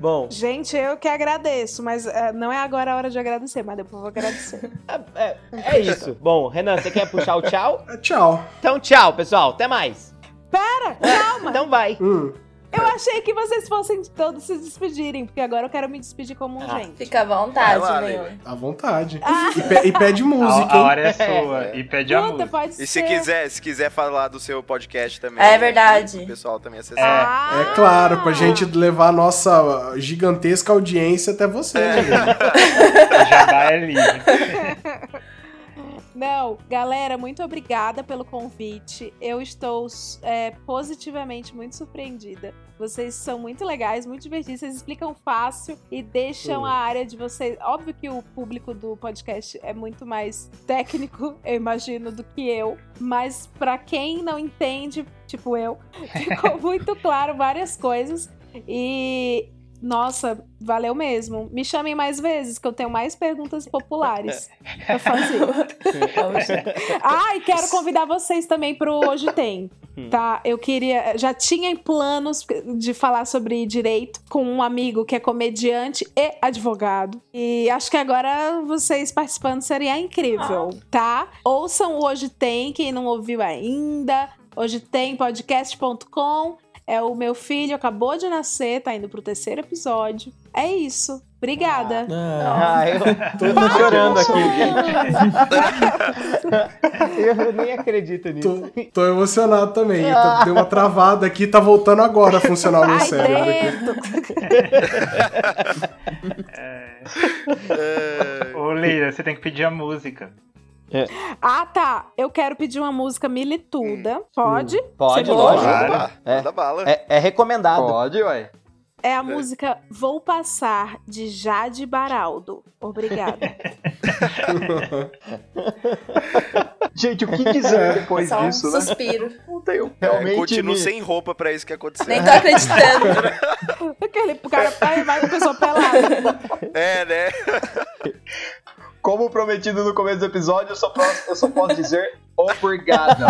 Speaker 1: Bom,
Speaker 6: Gente, eu que agradeço, mas eh, não é agora a hora de agradecer, mas depois eu vou agradecer.
Speaker 1: é, é isso. Bom, Renan, você quer puxar o tchau?
Speaker 2: É, Tchau.
Speaker 1: Então tchau, pessoal. Até mais.
Speaker 6: Pera, calma!
Speaker 1: Então vai.
Speaker 2: Hum.
Speaker 6: Eu achei que vocês fossem todos se despedirem, porque agora eu quero me despedir como um
Speaker 1: Ah.
Speaker 6: gente.
Speaker 5: Fica à
Speaker 8: É,
Speaker 5: vontade,
Speaker 7: Vai lá,
Speaker 5: Leila.
Speaker 2: À vontade. E, pe- e pede
Speaker 8: A,
Speaker 2: música,
Speaker 8: a
Speaker 2: hein?
Speaker 8: hora é sua. E pede a
Speaker 6: Puta,
Speaker 8: música.
Speaker 6: pode ser.
Speaker 7: E se quiser, se quiser falar do seu podcast também.
Speaker 5: É verdade.
Speaker 7: O pessoal também acessar.
Speaker 6: Ah!
Speaker 2: É claro, pra gente levar a nossa gigantesca audiência até
Speaker 5: É.
Speaker 2: você.
Speaker 7: É.
Speaker 2: né?
Speaker 8: O jabá é livre.
Speaker 6: Não, galera, muito obrigada pelo convite. Eu estou é, positivamente muito surpreendida. Vocês são muito legais, muito divertidos, vocês explicam fácil e deixam a área de vocês. Óbvio que o público do podcast é muito mais técnico, eu imagino, do que eu. Mas pra quem não entende, tipo eu, ficou muito claro várias coisas. E. Nossa, valeu mesmo. Me chamem mais vezes, que eu tenho mais perguntas populares pra fazer. Ah, e quero convidar vocês também pro Hoje Tem. Tá, eu queria. Já tinha em planos de falar sobre direito com um amigo que é comediante e advogado. E acho que agora vocês participando seria incrível, tá? Ouçam o Hoje Tem, quem não ouviu ainda. Hoje tem podcast.com. É o meu filho, acabou de nascer, tá indo pro terceiro episódio. É isso. Obrigada.
Speaker 1: Ah, eu tô chorando aqui. Eu nem acredito nisso.
Speaker 2: Tô, tô emocionado também. Eu tô- Deu uma travada aqui, tá voltando agora a funcionar o meu
Speaker 6: Ai,
Speaker 2: cérebro. aqui.
Speaker 6: Dedo.
Speaker 8: É. Ô, Leila, você tem que pedir a música.
Speaker 6: Ah, tá. Eu quero pedir uma música milituda. Pode?
Speaker 1: Pode,
Speaker 6: Você
Speaker 1: lógico.
Speaker 4: Claro.
Speaker 7: Opa,
Speaker 1: É.
Speaker 7: Manda bala.
Speaker 1: É, é recomendado.
Speaker 4: Pode, ué.
Speaker 6: É a música Vou Passar, de Jade Baraldo. Obrigada.
Speaker 4: Gente, o que dizer depois
Speaker 5: Só um
Speaker 4: disso, né?
Speaker 5: suspiro.
Speaker 6: um
Speaker 4: Não tenho.
Speaker 7: É,
Speaker 4: Realmente.
Speaker 7: continuo
Speaker 4: me-
Speaker 7: sem roupa pra isso que aconteceu.
Speaker 5: Nem tá- tô acreditando.
Speaker 6: Aquele cara vai vai com a pessoa pelada.
Speaker 7: É, né?
Speaker 4: Como prometido no começo do episódio, eu só posso, eu só posso dizer obrigado.